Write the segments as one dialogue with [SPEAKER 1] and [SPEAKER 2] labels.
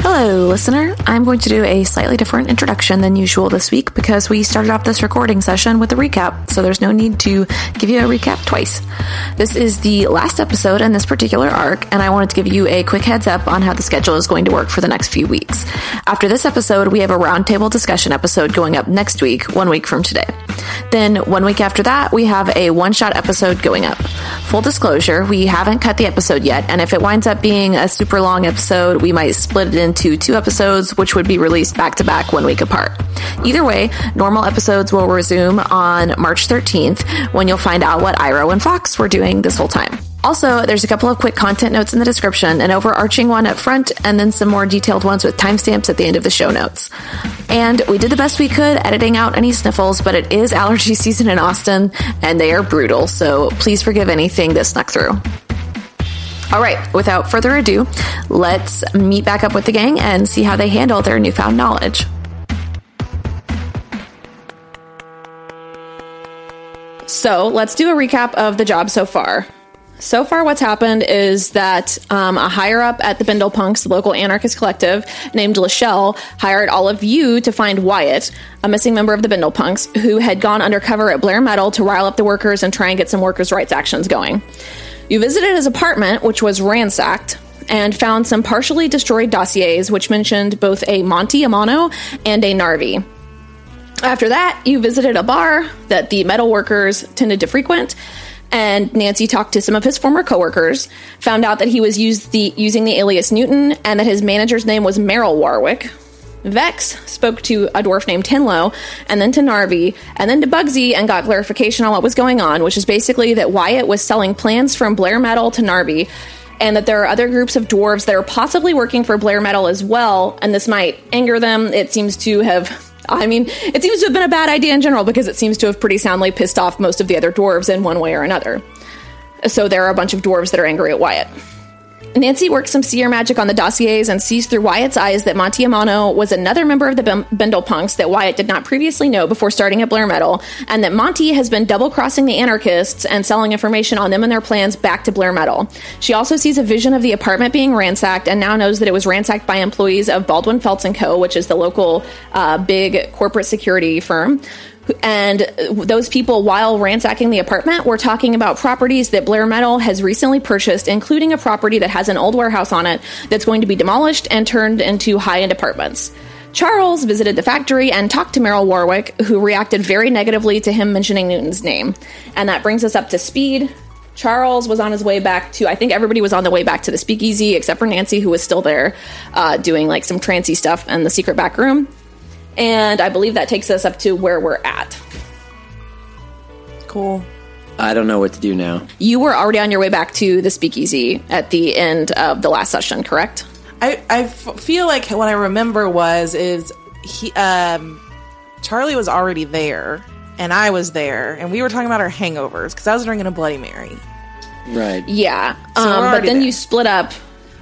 [SPEAKER 1] Hello, listener. I'm going to do a slightly different introduction than usual this week because we started off this recording session with a recap, so there's no need to give you a recap twice. This is the last episode in this particular arc, and I wanted to give you a quick heads up on how the schedule is going to work for the next few weeks. After this episode, we have a roundtable discussion episode going up next week, one week from today. Then, one week after that, we have a one shot episode going up. Full disclosure, we haven't cut the episode yet, and if it winds up being a super long episode, we might split it into two episodes, which would be released back to back one week apart. Either way, normal episodes will resume on March 13th when you'll find out what Iro and Fox were doing this whole time. Also, there's a couple of quick content notes in the description, an overarching one up front, and then some more detailed ones with timestamps at the end of the show notes. And we did the best we could editing out any sniffles, but it is allergy season in Austin, and they are brutal, so please forgive anything that snuck through. All right, without further ado, let's meet back up with the gang and see how they handle their newfound knowledge. So let's do a recap of the job so far. So far, what's happened is that um, a higher up at the Bindle Punks local anarchist collective named Lachelle hired all of you to find Wyatt, a missing member of the Bindle Punks, who had gone undercover at Blair Metal to rile up the workers and try and get some workers' rights actions going. You visited his apartment, which was ransacked, and found some partially destroyed dossiers, which mentioned both a Monty Amano and a Narvi. After that, you visited a bar that the metal workers tended to frequent, and Nancy talked to some of his former coworkers, found out that he was used the, using the alias Newton, and that his manager's name was Merrill Warwick. Vex spoke to a dwarf named Tinlow, and then to Narvi, and then to Bugsy, and got clarification on what was going on, which is basically that Wyatt was selling plans from Blair Metal to Narvi, and that there are other groups of dwarves that are possibly working for Blair Metal as well, and this might anger them. It seems to have. I mean, it seems to have been a bad idea in general because it seems to have pretty soundly pissed off most of the other dwarves in one way or another. So there are a bunch of dwarves that are angry at Wyatt. Nancy worked some seer magic on the dossiers and sees through Wyatt's eyes that Monty Amano was another member of the Bim- Bindle Punks that Wyatt did not previously know before starting at Blair Metal, and that Monty has been double crossing the anarchists and selling information on them and their plans back to Blair Metal. She also sees a vision of the apartment being ransacked and now knows that it was ransacked by employees of Baldwin Feltz and Co., which is the local uh, big corporate security firm and those people, while ransacking the apartment, were talking about properties that Blair Metal has recently purchased, including a property that has an old warehouse on it that's going to be demolished and turned into high end apartments. Charles visited the factory and talked to Merrill Warwick, who reacted very negatively to him mentioning Newton's name. And that brings us up to speed. Charles was on his way back to, I think everybody was on the way back to the speakeasy except for Nancy, who was still there uh, doing like some trancy stuff in the secret back room. And I believe that takes us up to where we're at.
[SPEAKER 2] Cool.
[SPEAKER 3] I don't know what to do now.
[SPEAKER 1] You were already on your way back to the speakeasy at the end of the last session, correct?
[SPEAKER 2] I, I f- feel like what I remember was is he um, Charlie was already there and I was there and we were talking about our hangovers because I was drinking a Bloody Mary.
[SPEAKER 3] Right.
[SPEAKER 1] Yeah.
[SPEAKER 2] So we're
[SPEAKER 1] um, but
[SPEAKER 2] already
[SPEAKER 1] then
[SPEAKER 2] there.
[SPEAKER 1] you split up.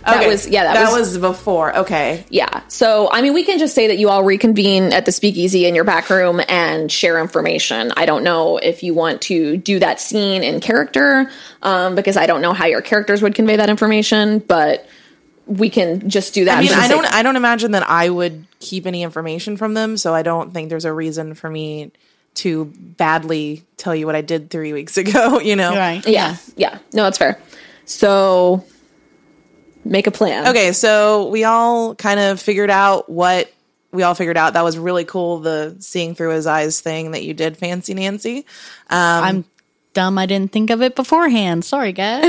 [SPEAKER 1] That
[SPEAKER 2] Okay,
[SPEAKER 1] was yeah. That, was,
[SPEAKER 2] before. Okay.
[SPEAKER 1] yeah. So I mean, we can just say that you all reconvene at the speakeasy in your back room and share information. I don't know if you want to do that scene in character um, because I don't know how your characters would convey that information, but we can just do that.
[SPEAKER 2] I mean,
[SPEAKER 1] for the
[SPEAKER 2] I
[SPEAKER 1] sake-
[SPEAKER 2] don't I don't imagine that I would keep any information from them, so I don't think there's a reason for me to badly tell you what I did 3 weeks ago, you know.
[SPEAKER 4] Right.
[SPEAKER 1] Yeah. Yeah. No, that's fair. So make a plan.
[SPEAKER 2] Okay, so we all kind of figured out what we all figured out. That was really cool the seeing through his eyes thing that you did, Fancy Nancy.
[SPEAKER 4] I'm dumb. I didn't think of it beforehand. Sorry, guys.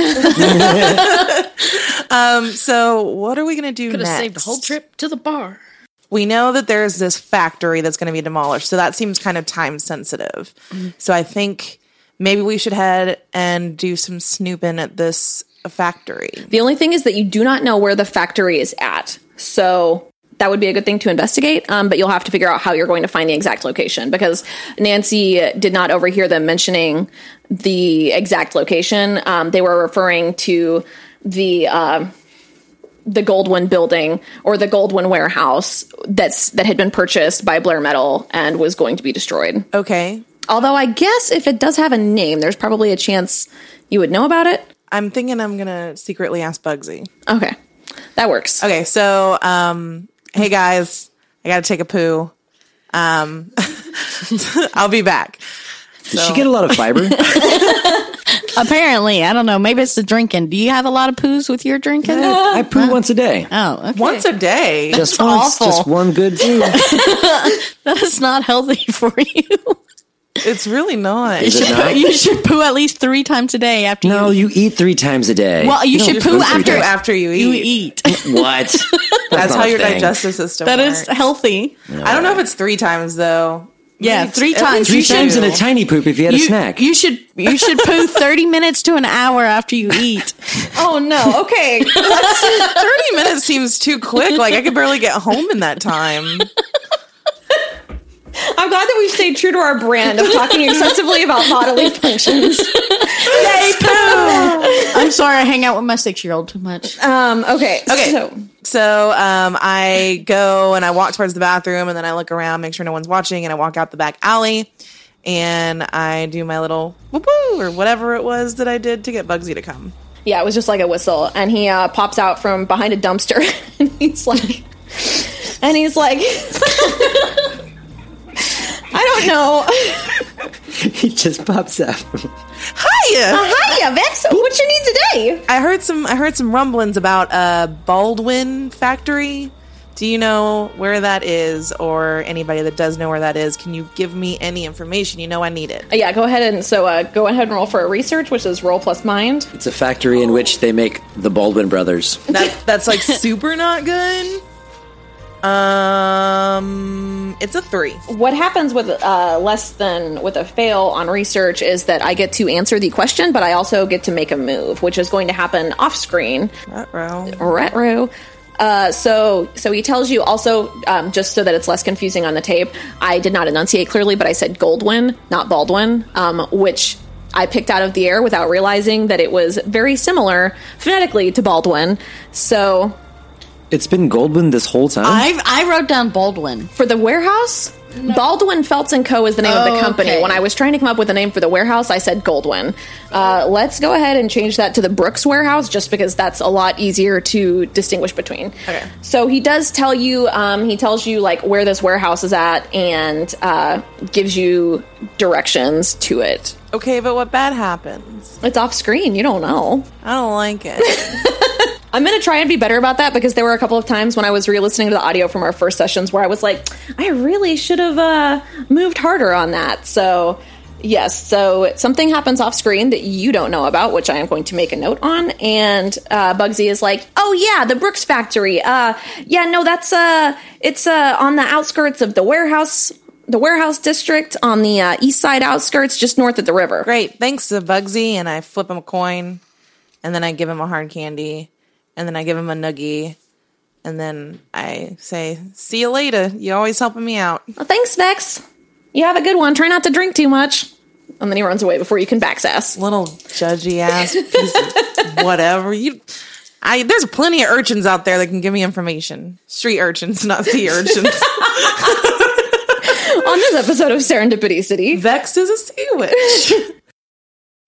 [SPEAKER 2] So, what are we going to do
[SPEAKER 5] Could have
[SPEAKER 2] next?
[SPEAKER 5] saved the whole trip to the bar.
[SPEAKER 2] we know that there's this factory that's going to be demolished. So that seems kind of time sensitive.
[SPEAKER 5] Mm-hmm.
[SPEAKER 2] So I think maybe we should head and do some snooping at this factory.
[SPEAKER 1] The only thing is that you do not know where the factory is at. So that would be a good thing to investigate, um, but you'll have to figure out how you're going to find the exact location because Nancy did not overhear them mentioning the exact location. Um, they were referring to the uh, the Goldwyn building or the Goldwyn warehouse that's that had been purchased by Blair Metal and was going to be destroyed.
[SPEAKER 2] Okay.
[SPEAKER 1] Although I guess if it does have a name, there's probably a chance you would know about it.
[SPEAKER 2] I'm thinking I'm going to secretly ask Bugsy.
[SPEAKER 1] Okay. That works.
[SPEAKER 2] Okay, so um hey guys, I got to take a poo. Um, I'll be back.
[SPEAKER 3] Did she get a lot of fiber?
[SPEAKER 4] Apparently, I don't know. Maybe it's the drinking. Do you have a lot of poos with your drinking?
[SPEAKER 3] I poo once a day.
[SPEAKER 4] Oh, okay.
[SPEAKER 2] Once a day.
[SPEAKER 3] just once,
[SPEAKER 4] awful.
[SPEAKER 3] just one good poo.
[SPEAKER 4] that is not healthy for you.
[SPEAKER 2] It's really not.
[SPEAKER 3] Is it not?
[SPEAKER 4] you should poo at least three times a day after
[SPEAKER 3] No,
[SPEAKER 4] you
[SPEAKER 3] you eat three times a day.
[SPEAKER 4] Well, you should
[SPEAKER 3] don't
[SPEAKER 4] poo
[SPEAKER 3] three
[SPEAKER 4] after-
[SPEAKER 3] times.
[SPEAKER 2] After you eat.
[SPEAKER 4] you eat.
[SPEAKER 3] What? That's,
[SPEAKER 2] That's
[SPEAKER 3] not
[SPEAKER 2] how
[SPEAKER 3] a
[SPEAKER 2] your
[SPEAKER 3] thing.
[SPEAKER 2] digestive system
[SPEAKER 4] That
[SPEAKER 2] works.
[SPEAKER 4] is healthy.
[SPEAKER 2] I don't know if it's three times though.
[SPEAKER 4] Yeah,
[SPEAKER 2] Maybe
[SPEAKER 4] three
[SPEAKER 2] at
[SPEAKER 4] times.
[SPEAKER 2] least
[SPEAKER 3] Three
[SPEAKER 4] You should-
[SPEAKER 3] times in
[SPEAKER 2] two.
[SPEAKER 3] a tiny poop if you had a
[SPEAKER 4] you,
[SPEAKER 3] snack.
[SPEAKER 4] You should you should poo thirty minutes to an hour after you eat.
[SPEAKER 1] Oh no. Okay.
[SPEAKER 2] 30 minutes seems too quick. Like I could barely get home in that time.
[SPEAKER 1] I'm glad that we've stayed true to our brand of talking excessively about bodily functions. Yay, poo!
[SPEAKER 4] I'm sorry, I hang out with my six year old too much.
[SPEAKER 1] Um, okay.
[SPEAKER 2] Okay.
[SPEAKER 1] So,
[SPEAKER 2] So um, I go and I walk towards the bathroom and then I look around, make sure no one's watching, and I walk out the back alley and I do my little woo woo or whatever it was that I did to get Bugsy to come.
[SPEAKER 1] yeah, it was just like a whistle, and he uh, pops out from behind a dumpster, and he's like, and he's like, I don't know.
[SPEAKER 3] he just pops up.
[SPEAKER 2] Hiya!
[SPEAKER 1] Hiya, Vex. What you need today?
[SPEAKER 2] I heard some I heard some rumblings about a Baldwin factory. Do you know where that is or anybody that does know where that is? Can you give me any information? You know I need it.
[SPEAKER 1] Uh, Yeah, go ahead and so uh, go ahead and roll for a research, which is roll plus mind.
[SPEAKER 3] It's a factory in which they make the Baldwin brothers.
[SPEAKER 2] That that's like super not good. Um, it's a three.
[SPEAKER 1] What happens with uh, less than with a fail on research is that I get to answer the question, but I also get to make a move, which is going to happen off screen.
[SPEAKER 2] Retro.
[SPEAKER 1] Retro. Uh, so, so he tells you also, um, just so that it's less confusing on the tape. I did not enunciate clearly, but I said Goldwyn, not Baldwin, um, which I picked out of the air without realizing that it was very similar phonetically to Baldwin. So,
[SPEAKER 3] It's been Goldwyn this whole time.
[SPEAKER 4] I I wrote down Baldwin.
[SPEAKER 1] for the warehouse, Baldwin Feltz and Co. is the name of
[SPEAKER 4] Oh,
[SPEAKER 1] the company.
[SPEAKER 4] okay.
[SPEAKER 1] When I was trying to come up with a name for the warehouse, I said Goldwyn. Uh, let's go ahead and change that to the Brooks Warehouse, just because that's a lot easier to distinguish between. Okay. So he does tell you, um, he tells you like where this warehouse is at, and uh, gives you directions to it.
[SPEAKER 2] Okay, but what bad happens?
[SPEAKER 1] It's off screen. You don't know.
[SPEAKER 2] I don't like it.
[SPEAKER 1] I'm going to try and be better about that because there were a couple of times when I was re listening to the audio from our first sessions where I was like, I really should have uh, moved harder on that. So, yes, so something happens off screen that you don't know about, which I am going to make a note on. And uh, Bugsy is like, Oh, yeah, the Brooks factory. Uh, yeah, no, that's uh, it's uh, on the outskirts of the warehouse. The warehouse district on the uh, east side outskirts, just north of the river.
[SPEAKER 2] Great, thanks to Bugsy, and I flip him a coin, and then I give him a hard candy, and then I give him a noogie, and then I say, "See you later. You're always helping me out."
[SPEAKER 1] Well, thanks, Vex. You have a good one. Try not to drink too much. And then he runs away before you can backsass.
[SPEAKER 2] Little judgy ass piece of whatever you. I, there's plenty of urchins out there that can give me information. Street urchins, not sea urchins.
[SPEAKER 1] on this episode of Serendipity City.
[SPEAKER 2] Vex is a sea witch.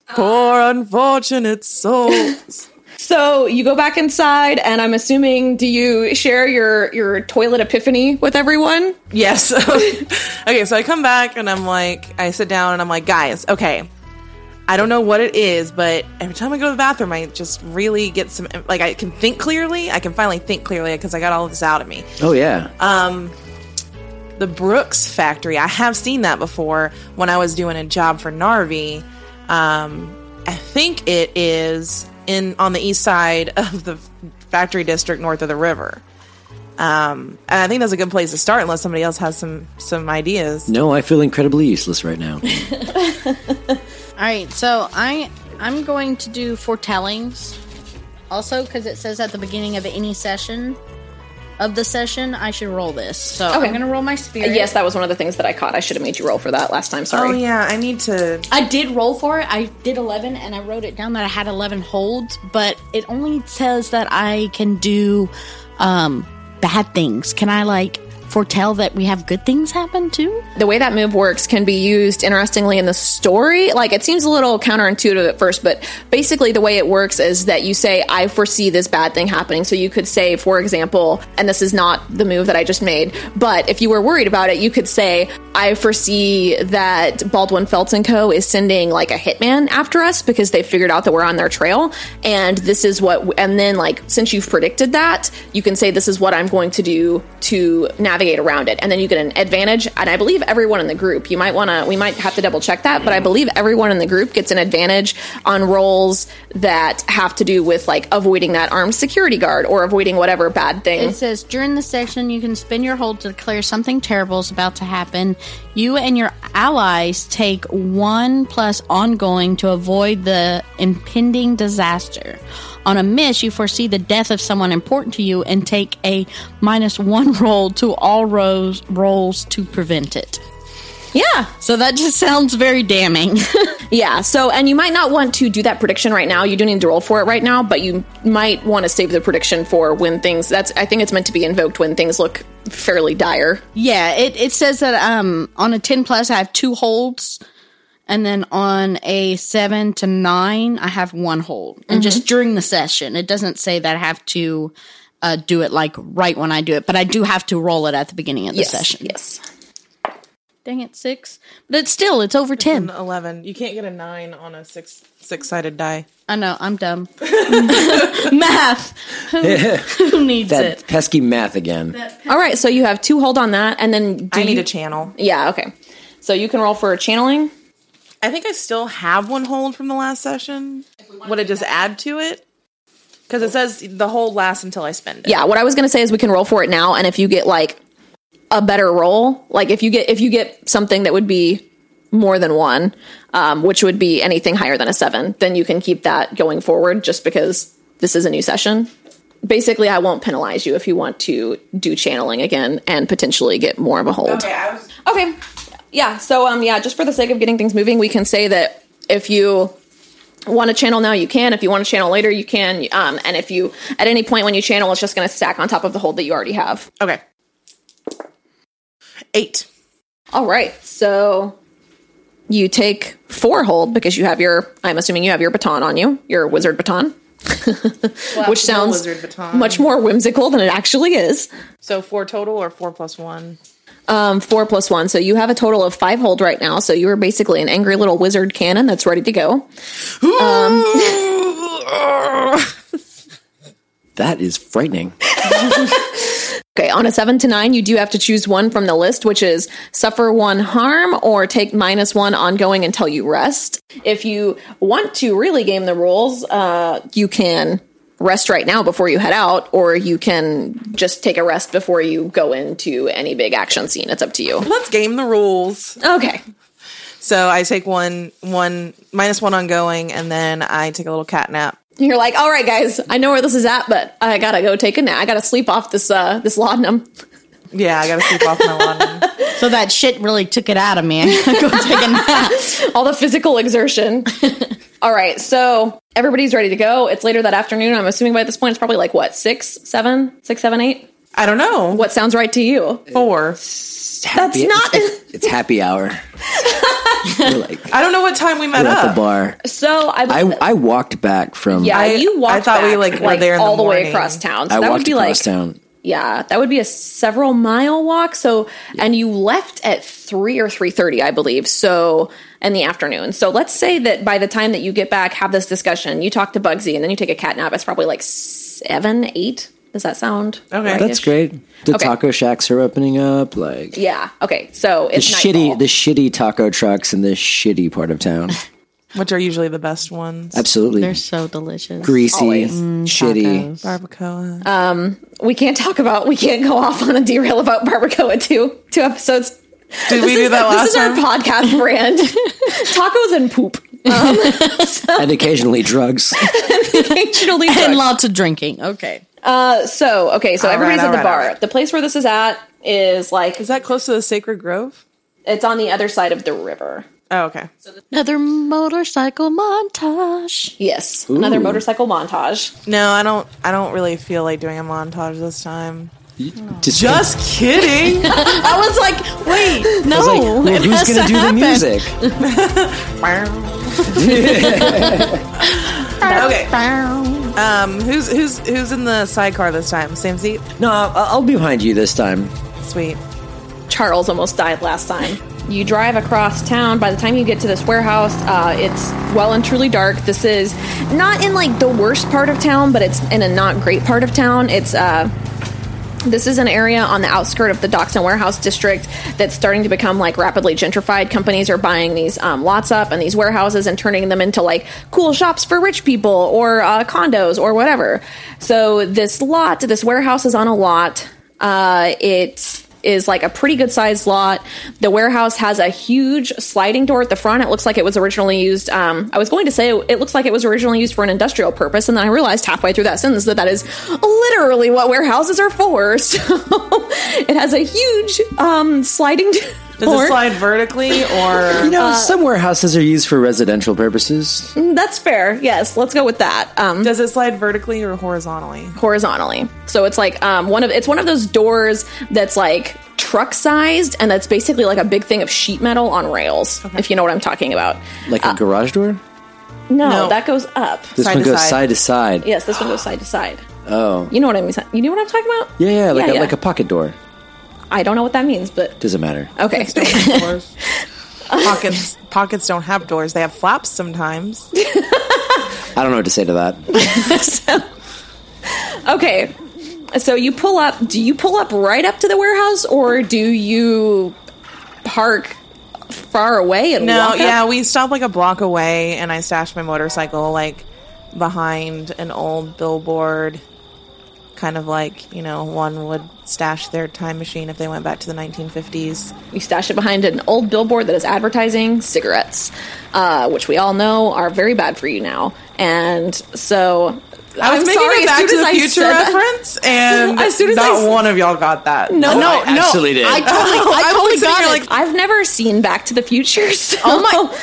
[SPEAKER 2] Poor unfortunate souls.
[SPEAKER 1] So you go back inside, and I'm assuming do you share your your toilet epiphany with everyone?
[SPEAKER 2] yes. okay, so I come back and I'm like, I sit down and I'm like, guys, okay. I don't know what it is, but every time I go to the bathroom, I just really get some, like, I can think clearly. I can finally think clearly because I got all of this out of me.
[SPEAKER 3] oh yeah.
[SPEAKER 4] Uh,
[SPEAKER 2] the Brooks factory. I have seen that before when I was doing a job for Narvi. Um, I think it is in on the east side of the factory district north of the river. Um, and I think that's a good place to start unless somebody else has some some ideas.
[SPEAKER 3] no, I feel incredibly useless right now.
[SPEAKER 4] All right, so I I'm going to do foretellings, also because it says at the beginning of any session, of the session I should roll this. So
[SPEAKER 1] Okay.
[SPEAKER 4] I'm going to roll my
[SPEAKER 1] Uh,
[SPEAKER 4] spirit.
[SPEAKER 1] Yes, that was one of the things that I caught. I should have made you roll for that last time. Sorry.
[SPEAKER 2] Oh yeah, I need to.
[SPEAKER 4] I did roll for it. I did 11 and I wrote it down that I had 11 holds, but it only says that I can do um bad things. Can I like foretell that we have good things happen too?
[SPEAKER 1] the way that move works can be used interestingly in the story. Like it seems a little counterintuitive at first, but basically the way it works is that you say, I foresee this bad thing happening. So you could say, for example, and this is not the move that I just made, but if you were worried about it, you could say, I foresee that Baldwin Feltz and Co. is sending like a hitman after us because they figured out that we're on their trail. And this is what, and then like, since you've predicted that, you can say, this is what I'm going to do to navigate around it. And then you get an advantage. And I believe everyone in the group, you might want to, we might have to double check that, but I believe everyone in the group gets an advantage on rolls that have to do with like avoiding that armed security guard or avoiding whatever bad thing.
[SPEAKER 4] It says during this section, you can spend your hold to declare something terrible is about to happen. You and your allies take one plus ongoing to avoid the impending disaster. On a miss, you foresee the death of someone important to you and take a minus one roll to all rolls rolls to prevent it.
[SPEAKER 1] yeah.
[SPEAKER 4] So that just sounds very damning.
[SPEAKER 1] Yeah. So, and you might not want to do that prediction right now. You do need to roll for it right now, but you might want to save the prediction for when things. That's. I think it's meant to be invoked when things look fairly dire.
[SPEAKER 4] Yeah, it, it says that um on a ten plus I have two holds, and then on a seven to nine I have one hold, and just during the session. It doesn't say that I have to uh, do it like right when I do it, but I do have to roll it at the beginning of the
[SPEAKER 1] Yes.
[SPEAKER 4] session.
[SPEAKER 1] Yes.
[SPEAKER 4] Dang it, six, but it's still it's over ten.
[SPEAKER 2] An Eleven. You can't get a nine on a six six sided die.
[SPEAKER 4] I know I'm dumb. Math. Who, who needs
[SPEAKER 3] That
[SPEAKER 4] it?
[SPEAKER 3] pesky math again.
[SPEAKER 1] All right. So you have two hold on that, and then do
[SPEAKER 2] I need
[SPEAKER 1] you-
[SPEAKER 2] a channel.
[SPEAKER 1] Yeah. Okay. So you can roll for channeling.
[SPEAKER 2] I think I still have one hold from the last session. Would it just add to it? Because it says the hold lasts until I spend it.
[SPEAKER 1] Yeah. What I was gonna say is we can roll for it now, and if you get like a better roll, like if you get if you get something that would be more than one, um, which would be anything higher than a seven, then you can keep that going forward. Just because this is a new session, basically, I won't penalize you if you want to do channeling again and potentially get more of a hold. Okay.
[SPEAKER 2] I was
[SPEAKER 1] Yeah. So um, yeah, just for the sake of getting things moving, we can say that if you want to channel now you can if you want to channel later you can um, and if you at any point when you channel it's just going to stack on top of the hold that you already have
[SPEAKER 2] okay. Eight.
[SPEAKER 1] All right. So you take four hold because you have your, I'm assuming you have your baton on you, your wizard baton, which sounds
[SPEAKER 2] wizard baton.
[SPEAKER 1] much more whimsical than it actually is.
[SPEAKER 2] So four total or four plus one.
[SPEAKER 1] Um, four plus one. So you have a total of five hold right now. So you are basically an angry little wizard cannon that's ready to go. Um,
[SPEAKER 3] That is frightening.
[SPEAKER 1] Okay, on a seven to nine, you do have to choose one from the list, which is suffer one harm or take minus one ongoing until you rest. If you want to really game the rules, uh, you can rest right now before you head out, or you can just take a rest before you go into any big action scene. It's up to you.
[SPEAKER 2] Let's game the rules.
[SPEAKER 1] Okay.
[SPEAKER 2] So I take one one minus one ongoing, and then I take a little cat nap.
[SPEAKER 1] You're like, all right, guys, I know where this is at, but I gotta go take a nap. I gotta sleep off this, uh, this laudanum.
[SPEAKER 2] Yeah, I gotta sleep off my lawn.
[SPEAKER 4] So that shit really took it out of me. Go take a nap.
[SPEAKER 1] all the physical exertion. all right, so everybody's ready to go. It's later that afternoon. I'm assuming by this point it's probably like what six, seven, six, seven, eight.
[SPEAKER 2] I don't know what
[SPEAKER 1] What sounds right to you?
[SPEAKER 2] four.
[SPEAKER 3] It's happy-
[SPEAKER 1] not-
[SPEAKER 3] It's, it's happy hour. We're like
[SPEAKER 2] I don't know what time we met
[SPEAKER 3] we're at the
[SPEAKER 2] up.
[SPEAKER 3] bar.
[SPEAKER 1] So I,
[SPEAKER 3] I I walked back from.
[SPEAKER 1] yeah,
[SPEAKER 2] I-
[SPEAKER 1] you walked.
[SPEAKER 2] I thought we, like, were there in the
[SPEAKER 1] all the, way
[SPEAKER 2] morning.
[SPEAKER 1] across town. So
[SPEAKER 3] I
[SPEAKER 1] that
[SPEAKER 3] walked
[SPEAKER 1] would be like
[SPEAKER 3] across town.
[SPEAKER 1] yeah, that would be a several mile walk. So and you left at three or three thirty, I believe. So in the afternoon. So let's say that by the time that you get back, have this discussion. You talk to Bugsy, and then you take a cat nap. It's probably like seven, eight. Does that sound
[SPEAKER 2] Okay.
[SPEAKER 1] right-ish?
[SPEAKER 3] That's great. The
[SPEAKER 1] Okay.
[SPEAKER 3] taco shacks are opening up. Like
[SPEAKER 1] Yeah. Okay. So
[SPEAKER 3] the
[SPEAKER 1] it's
[SPEAKER 3] shitty,
[SPEAKER 1] nightfall.
[SPEAKER 3] the shitty taco trucks in the shitty part of town.
[SPEAKER 2] Which are usually the best ones.
[SPEAKER 3] Absolutely
[SPEAKER 4] They're so delicious.
[SPEAKER 3] greasy,
[SPEAKER 1] Always. Mm,
[SPEAKER 3] shitty.
[SPEAKER 4] Tacos.
[SPEAKER 2] Barbacoa.
[SPEAKER 1] we can't talk about. We can't go off on a derail about barbacoa two two episodes.
[SPEAKER 2] Did we
[SPEAKER 1] this
[SPEAKER 2] do
[SPEAKER 1] is,
[SPEAKER 2] that last
[SPEAKER 1] This is
[SPEAKER 2] time?
[SPEAKER 1] our podcast brand: tacos and poop.
[SPEAKER 3] and occasionally drugs.
[SPEAKER 1] Occasionally
[SPEAKER 4] and
[SPEAKER 1] drugs.
[SPEAKER 4] lots of drinking. Okay.
[SPEAKER 1] Uh, so okay, so
[SPEAKER 2] All right,
[SPEAKER 1] everybody's
[SPEAKER 2] all
[SPEAKER 1] at the
[SPEAKER 2] right, all
[SPEAKER 1] bar.
[SPEAKER 2] right.
[SPEAKER 1] The place where this is at is like
[SPEAKER 2] Is that close to the Sacred Grove?
[SPEAKER 1] it's on the other side of the river.
[SPEAKER 2] Oh, okay.
[SPEAKER 4] Another motorcycle montage.
[SPEAKER 1] Yes, another motorcycle montage.
[SPEAKER 2] No, I don't. I don't really feel like doing a montage this time.
[SPEAKER 3] Just,
[SPEAKER 2] Just kidding.
[SPEAKER 4] I was like, wait, no.
[SPEAKER 3] I was like, well,
[SPEAKER 4] it
[SPEAKER 3] who's
[SPEAKER 4] has
[SPEAKER 3] gonna
[SPEAKER 4] to
[SPEAKER 3] do the
[SPEAKER 4] happen.
[SPEAKER 3] music?
[SPEAKER 2] okay. Um, who's who's who's in the sidecar this time? Same seat.
[SPEAKER 3] no, I'll, I'll be behind you this time.
[SPEAKER 2] Sweet.
[SPEAKER 1] Charles almost died last time. You drive across town. By the time you get to this warehouse, uh, it's well and truly dark. This is not in like the worst part of town, but it's in a not great part of town. It's uh, this is an area on the outskirt of the docks and warehouse district that's starting to become like rapidly gentrified. Companies are buying these um, lots up and these warehouses and turning them into like cool shops for rich people or uh, condos or whatever. So this lot, this warehouse is on a lot. Uh, it is like a pretty good sized lot. The warehouse has a huge sliding door at the front. It looks like it was originally used. Um, I was going to say it looks like it was originally used for an industrial purpose, and then I realized halfway through that sentence that that is literally what warehouses are for. So it has a huge um, sliding
[SPEAKER 2] Does
[SPEAKER 1] door.
[SPEAKER 2] it slide vertically
[SPEAKER 3] You
[SPEAKER 2] or?
[SPEAKER 3] know, some warehouses are used for residential purposes.
[SPEAKER 1] That's fair. Yes, let's go with that. Um,
[SPEAKER 2] Does it slide vertically or horizontally?
[SPEAKER 1] horizontally. So it's like um, one of it's one of those doors that's like truck sized, and that's basically like a big thing of sheet metal on rails. If you know what I'm talking about.
[SPEAKER 3] Like a garage door?
[SPEAKER 1] No,
[SPEAKER 2] No.
[SPEAKER 1] that goes up.
[SPEAKER 3] This
[SPEAKER 2] side
[SPEAKER 3] one
[SPEAKER 2] to
[SPEAKER 3] goes
[SPEAKER 2] side.
[SPEAKER 3] side to side.
[SPEAKER 1] Yes, this one goes side to side.
[SPEAKER 3] Oh.
[SPEAKER 1] You know what I mean? You know what I'm talking about?
[SPEAKER 3] Yeah, yeah, like,
[SPEAKER 1] yeah,
[SPEAKER 3] a,
[SPEAKER 1] yeah.
[SPEAKER 3] like a pocket door.
[SPEAKER 1] I don't know what that means, but
[SPEAKER 3] Doesn't matter.
[SPEAKER 1] okay.
[SPEAKER 2] Doors. pockets pockets don't have doors. They have flaps sometimes.
[SPEAKER 3] I don't know what to say to that.
[SPEAKER 1] so, okay. So you pull up. Do you pull up right up to the warehouse, or do you park far away and
[SPEAKER 2] No,
[SPEAKER 1] walk up?
[SPEAKER 2] yeah, we stopped like a block away, and I stashed my motorcycle like behind an old billboard, kind of like you know one would stash their time machine if they went back to the 1950s.
[SPEAKER 1] You stash it behind an old billboard that is advertising cigarettes, uh, which we all know are very bad for you now. And so
[SPEAKER 2] I was
[SPEAKER 1] am
[SPEAKER 2] making
[SPEAKER 1] sorry,
[SPEAKER 2] a
[SPEAKER 1] as
[SPEAKER 2] Back
[SPEAKER 1] soon
[SPEAKER 2] to
[SPEAKER 1] as
[SPEAKER 2] the
[SPEAKER 1] I
[SPEAKER 2] Future
[SPEAKER 1] said that-
[SPEAKER 2] reference, and
[SPEAKER 1] As soon as I
[SPEAKER 2] not
[SPEAKER 1] s-
[SPEAKER 2] one of y'all got that.
[SPEAKER 1] No,
[SPEAKER 2] no,
[SPEAKER 1] I
[SPEAKER 2] no.
[SPEAKER 3] actually did.
[SPEAKER 4] I totally, I
[SPEAKER 2] I'm
[SPEAKER 4] totally
[SPEAKER 2] sitting
[SPEAKER 4] got
[SPEAKER 2] here
[SPEAKER 4] it.
[SPEAKER 2] like-
[SPEAKER 1] I've never seen Back to the Future. So oh my!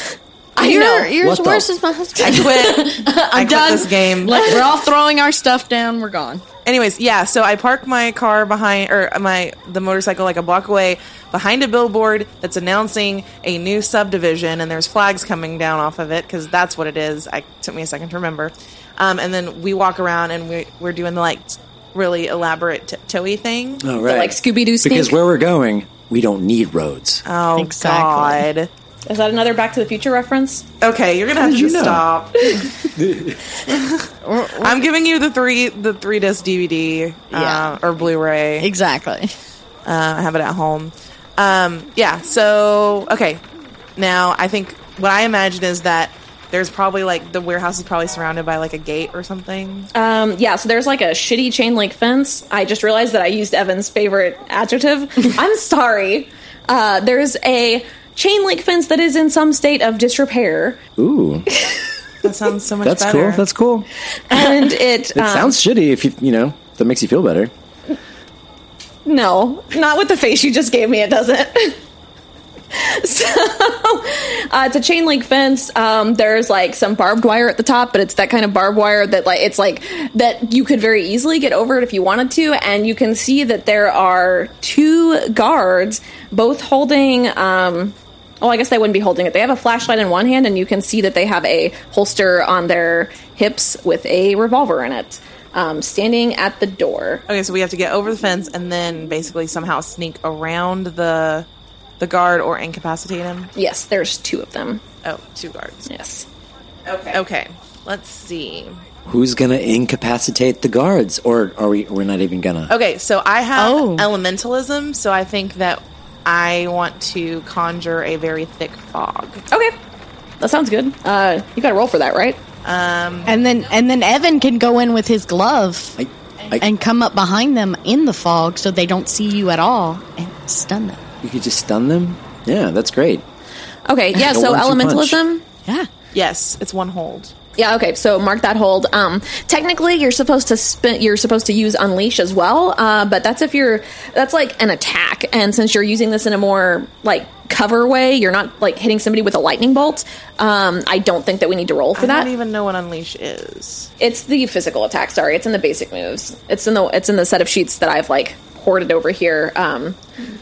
[SPEAKER 1] I
[SPEAKER 4] Your-
[SPEAKER 1] know.
[SPEAKER 4] yours
[SPEAKER 3] What the-
[SPEAKER 4] worse is my husband.
[SPEAKER 2] I quit. I'm
[SPEAKER 4] done.
[SPEAKER 2] This game.
[SPEAKER 4] Like, we're all throwing our stuff down. We're gone.
[SPEAKER 2] Anyways, yeah, so I park my car behind or my the motorcycle like a block away behind a billboard that's announcing a new subdivision and there's flags coming down off of it cuz that's what it is. I took me a second to remember. Um, and then we walk around and we we're doing the like t- really elaborate tiptoey thing.
[SPEAKER 3] Oh, right.
[SPEAKER 1] like Scooby-Doo sneak.
[SPEAKER 3] Because where we're going, we don't need roads.
[SPEAKER 2] Oh
[SPEAKER 4] Exactly.
[SPEAKER 2] god.
[SPEAKER 1] Is that another Back to the Future reference?
[SPEAKER 2] Okay, you're going to have to
[SPEAKER 3] you
[SPEAKER 2] just
[SPEAKER 3] know?
[SPEAKER 2] stop. I'm giving you the 3 the 3 disc DVD uh,
[SPEAKER 4] Yeah.
[SPEAKER 2] or Blu-ray.
[SPEAKER 4] Exactly.
[SPEAKER 2] Uh, I have it at home. Um, yeah. So okay. Now I think what I imagine is that there's probably like the warehouse is probably surrounded by like a gate or something.
[SPEAKER 1] Um, yeah, so there's like a shitty chain link fence. I just realized that I used Evan's favorite adjective. I'm sorry. Uh, there's a chain link fence that is in some state of disrepair,
[SPEAKER 3] Ooh,
[SPEAKER 2] That sounds so much
[SPEAKER 3] that's
[SPEAKER 2] better.
[SPEAKER 3] cool. That's cool.
[SPEAKER 1] and it,
[SPEAKER 3] It
[SPEAKER 1] um,
[SPEAKER 3] sounds shitty if you, you know, that makes you feel better.
[SPEAKER 1] no, not with the face you just gave me. It doesn't. so uh, it's a chain link fence. Um, there's like some barbed wire at the top, but it's that kind of barbed wire that like it's like that you could very easily get over it if you wanted to. And you can see that there are two guards, both holding. Um, well, I guess they wouldn't be holding it. They have a flashlight in one hand, and you can see that they have a holster on their hips with a revolver in it, um, standing at the door.
[SPEAKER 2] okay, so we have to get over the fence and then basically somehow sneak around the the guard or incapacitate him.
[SPEAKER 1] Yes, there's two of them.
[SPEAKER 2] Oh, two guards.
[SPEAKER 1] Yes.
[SPEAKER 2] Okay. Okay. Let's see.
[SPEAKER 3] Who's gonna incapacitate the guards, or are we? We're not even gonna.
[SPEAKER 2] Okay, so I have
[SPEAKER 4] Oh.
[SPEAKER 2] elementalism, so I think that I want to conjure a very thick fog.
[SPEAKER 1] Okay. That sounds good. Uh, you got to roll for that, right?
[SPEAKER 4] And then and then Evan can go in with his glove
[SPEAKER 3] I, I,
[SPEAKER 4] and come up behind them in the fog so they don't see you at all and stun them.
[SPEAKER 3] you could just stun them. Yeah, that's great.
[SPEAKER 1] Okay. Yeah.
[SPEAKER 3] Go
[SPEAKER 1] So
[SPEAKER 3] one, two, punch.
[SPEAKER 1] elementalism.
[SPEAKER 4] Yeah.
[SPEAKER 2] Yes, it's one hold.
[SPEAKER 1] Yeah. Okay. So mark that hold. Um, technically, you're supposed to spin. You're supposed to use unleash as well. Uh, but that's if you're. That's like an attack, and since you're using this in a more like cover way, you're not like hitting somebody with a lightning bolt. Um, I don't think that we need to roll for
[SPEAKER 2] I
[SPEAKER 1] that.
[SPEAKER 2] don't even know what unleash is.
[SPEAKER 1] it's the physical attack. Sorry, it's in the basic moves. It's in the it's in the set of sheets that I've like hoarded over here um,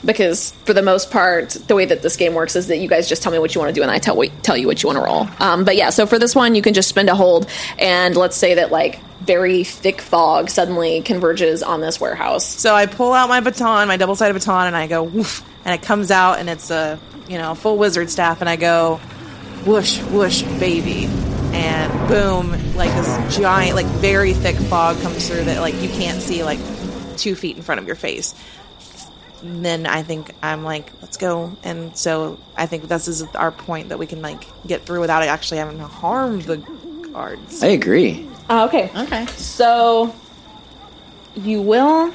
[SPEAKER 1] because for the most part the way that this game works is that you guys just tell me what you want to do and i tell what, tell you what you want to roll um, but yeah so for this one you can just spend a hold and let's say that like very thick fog suddenly converges on this warehouse
[SPEAKER 2] So I pull out my baton, my double sided baton, and I go woof, and it comes out, and it's a you know full wizard staff, and I go whoosh whoosh baby, and boom, like this giant, like very thick fog comes through that like you can't see like two feet in front of your face. And then I think I'm like, let's go, and so I think this is our point that we can like get through without it actually having to harm the guards.
[SPEAKER 3] I agree.
[SPEAKER 1] uh, okay
[SPEAKER 4] Okay.
[SPEAKER 1] So you will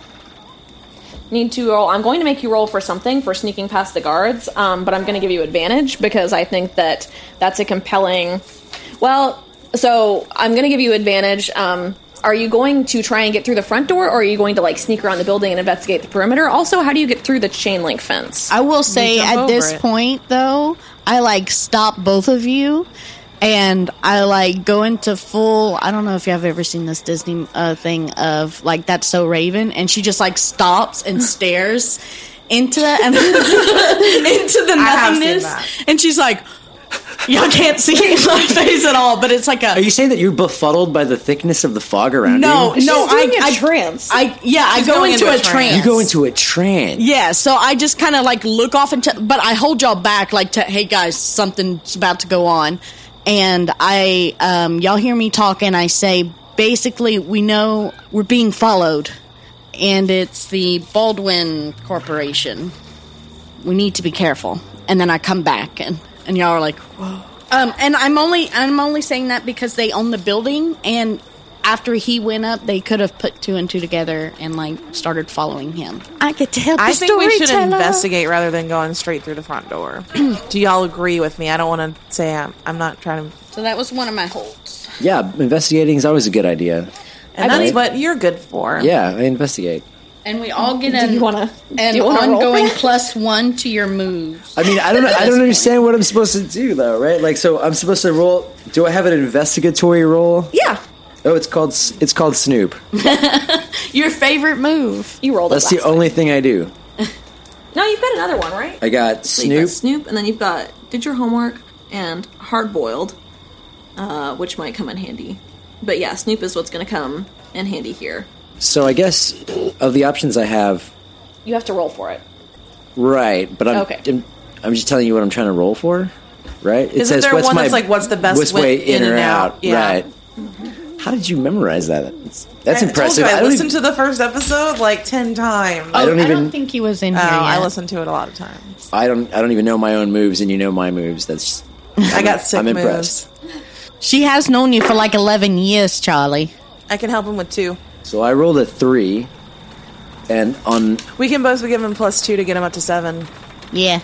[SPEAKER 1] need to roll. I'm going to make you roll for something for sneaking past the guards, um, but I'm going to give you advantage because I think that that's a compelling. Well, so I'm going to give you advantage. Um, are you going to try and get through the front door, or are you going to like sneak around the building and investigate the perimeter? Also, how do you get through the chain link fence?
[SPEAKER 4] I will say
[SPEAKER 2] jump
[SPEAKER 4] at this
[SPEAKER 2] over it.
[SPEAKER 4] point though, I like stop both of you and I like go into full I don't know if you have ever seen this Disney uh, thing of like that's so Raven and she just like stops and stares into and into the
[SPEAKER 2] have seen
[SPEAKER 4] nothingness
[SPEAKER 2] that.
[SPEAKER 4] and she's like y'all can't see my face at all but it's like a
[SPEAKER 3] Are you saying that you're befuddled by the thickness of the fog around
[SPEAKER 4] no
[SPEAKER 3] you?
[SPEAKER 4] no
[SPEAKER 1] doing a
[SPEAKER 4] I I-
[SPEAKER 1] trance.
[SPEAKER 4] I yeah I go
[SPEAKER 2] going
[SPEAKER 4] into,
[SPEAKER 2] into
[SPEAKER 4] a,
[SPEAKER 2] a trance.
[SPEAKER 4] trance
[SPEAKER 3] You go into a trance.
[SPEAKER 4] Yeah, so I just kind of like look off and, t- but I hold y'all back, like, to, hey guys, something's about to go on, and I, um, y'all hear me talk, and I say, basically, we know we're being followed, and it's the Baldwin Corporation. We need to be careful, and then I come back, and and y'all are like, whoa. Um, and I'm only I'm only saying that because they own the building, and after he went up, they could have put two and two together and like started following him. I get to help.
[SPEAKER 2] I
[SPEAKER 4] the
[SPEAKER 2] think we should
[SPEAKER 4] storyteller.
[SPEAKER 2] investigate rather than going straight through the front door. Do y'all agree with me? I don't want to say I'm, I'm not trying to.
[SPEAKER 4] So that was one of my holds.
[SPEAKER 3] Yeah, investigating is always a good idea.
[SPEAKER 2] And that's
[SPEAKER 1] believe-
[SPEAKER 2] what you're good for.
[SPEAKER 3] Yeah, I investigate.
[SPEAKER 4] And we all get an,
[SPEAKER 1] you wanna-
[SPEAKER 4] an
[SPEAKER 1] do you wanna roll
[SPEAKER 4] ongoing
[SPEAKER 1] for it?
[SPEAKER 4] plus one to your moves.
[SPEAKER 3] I mean, I don't know. I don't understand what I'm supposed to do though, right? Like, so I'm supposed to roll. Do I have an investigatory roll?
[SPEAKER 1] yeah,
[SPEAKER 3] Oh, it's called s- it's called Snoop.
[SPEAKER 4] Your favorite move.
[SPEAKER 1] you rolled. it
[SPEAKER 3] That's the
[SPEAKER 1] last time.
[SPEAKER 3] only thing I do.
[SPEAKER 1] No, you've got another one, right?
[SPEAKER 3] I got
[SPEAKER 1] You've
[SPEAKER 3] Snoop.
[SPEAKER 1] got Snoop, and then you've got did your homework and hard boiled, uh, which might come in handy. But yeah, Snoop is what's going to come in handy here.
[SPEAKER 3] So I guess of the options I have,
[SPEAKER 1] You have to roll for it.
[SPEAKER 3] right? But I'm
[SPEAKER 1] Okay.
[SPEAKER 3] I'm, I'm just telling you what I'm trying to roll for, right? It
[SPEAKER 2] Isn't there one that's like, what's the best
[SPEAKER 3] what's
[SPEAKER 2] way
[SPEAKER 3] way
[SPEAKER 2] in and out? Yeah.
[SPEAKER 3] Right. How did you memorize that? It's, that's
[SPEAKER 2] I told
[SPEAKER 3] impressive.
[SPEAKER 2] you, I,
[SPEAKER 3] don't
[SPEAKER 2] listened
[SPEAKER 3] even-
[SPEAKER 2] to the first episode like 10 times.
[SPEAKER 3] I
[SPEAKER 2] Oh,
[SPEAKER 3] don't
[SPEAKER 4] I
[SPEAKER 3] even.
[SPEAKER 4] don't think he was in here.
[SPEAKER 2] I
[SPEAKER 4] yet.
[SPEAKER 2] listen to it a lot of times.
[SPEAKER 3] I don't. I don't even know my own moves, and you know my moves. That's.
[SPEAKER 2] I got sick
[SPEAKER 3] I'm
[SPEAKER 2] moves.
[SPEAKER 3] impressed.
[SPEAKER 4] She has known you for like eleven years, Charlie.
[SPEAKER 2] I can help him with two.
[SPEAKER 3] So I rolled a three, and on
[SPEAKER 2] We can both give him plus two to get him up to seven.
[SPEAKER 4] Yeah.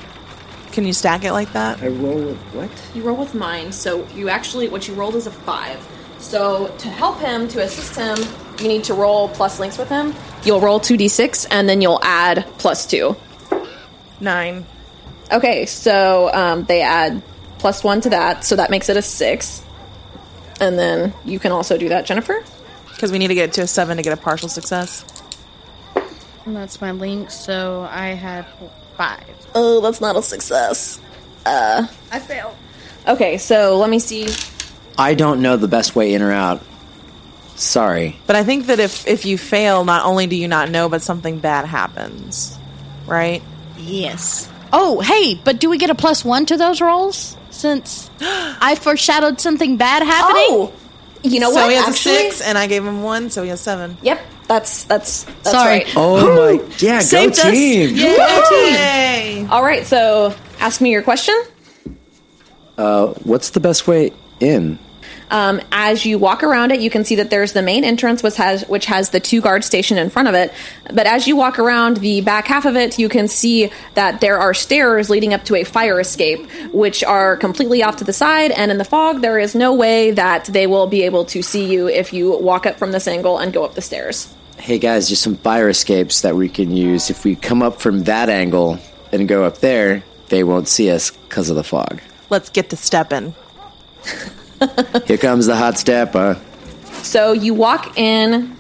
[SPEAKER 2] Can you stack it like that?
[SPEAKER 3] I roll a what?
[SPEAKER 1] You roll with mine, so you actually what you rolled is a five. So to help him, to assist him, you need to roll plus links with him. You'll roll two d six, and then you'll add plus two.
[SPEAKER 2] Nine.
[SPEAKER 1] Okay, so um, they add plus one to that, so that makes it a six. And then you can also do that, Jennifer.
[SPEAKER 2] Because we need to get it to a seven to get a partial success.
[SPEAKER 4] And that's my link, so I had five.
[SPEAKER 1] Oh, that's not a success. Uh,
[SPEAKER 4] I failed.
[SPEAKER 1] Okay, so let me see.
[SPEAKER 3] I don't know the best way in or out. Sorry.
[SPEAKER 2] But I think that if, if you fail, not only do you not know, but something bad happens. Right?
[SPEAKER 4] Yes. Oh, hey, but do we get a plus one to those rolls? Since I foreshadowed something bad happening?
[SPEAKER 1] you know
[SPEAKER 2] So
[SPEAKER 1] what?
[SPEAKER 2] he has
[SPEAKER 1] Actually,
[SPEAKER 2] a six, and I gave him one, so he has seven.
[SPEAKER 1] Yep, that's that's that's
[SPEAKER 4] Sorry.
[SPEAKER 1] right.
[SPEAKER 3] Oh my! Yeah, go
[SPEAKER 4] Saved us.
[SPEAKER 3] team!
[SPEAKER 2] Yay!
[SPEAKER 1] All right, so ask me your question.
[SPEAKER 3] What's the best way in?
[SPEAKER 1] Um, as you walk around it, you can see that there's the main entrance, which has which has the two guards stationed in front of it. But as you walk around the back half of it, you can see that there are stairs leading up to a fire escape, which are completely off to the side. And in the fog, there is no way that they will be able to see you if you walk up from this angle and go up the stairs.
[SPEAKER 3] Hey guys, just some fire escapes that we can use. If we come up from that angle and go up there, they won't see us because of the fog.
[SPEAKER 2] Let's get the step in.
[SPEAKER 3] uh, Here comes the hot stepper.
[SPEAKER 1] So you walk in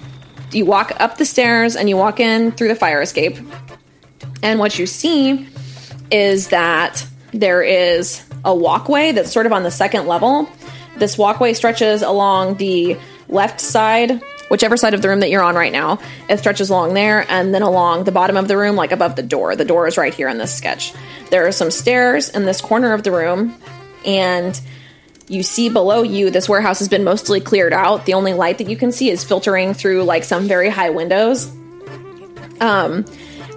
[SPEAKER 1] you walk up the stairs and you walk in through the fire escape. And what you see is that there is a walkway that's sort of on the second level. This walkway stretches along the left side, whichever side of the room that you're on right now. It stretches along there and then along the bottom of the room, like above the door. The door is right here in this sketch. There are some stairs in this corner of the room, and you see below you this warehouse has been mostly cleared out. The only light that you can see is filtering through like some very high windows. Um,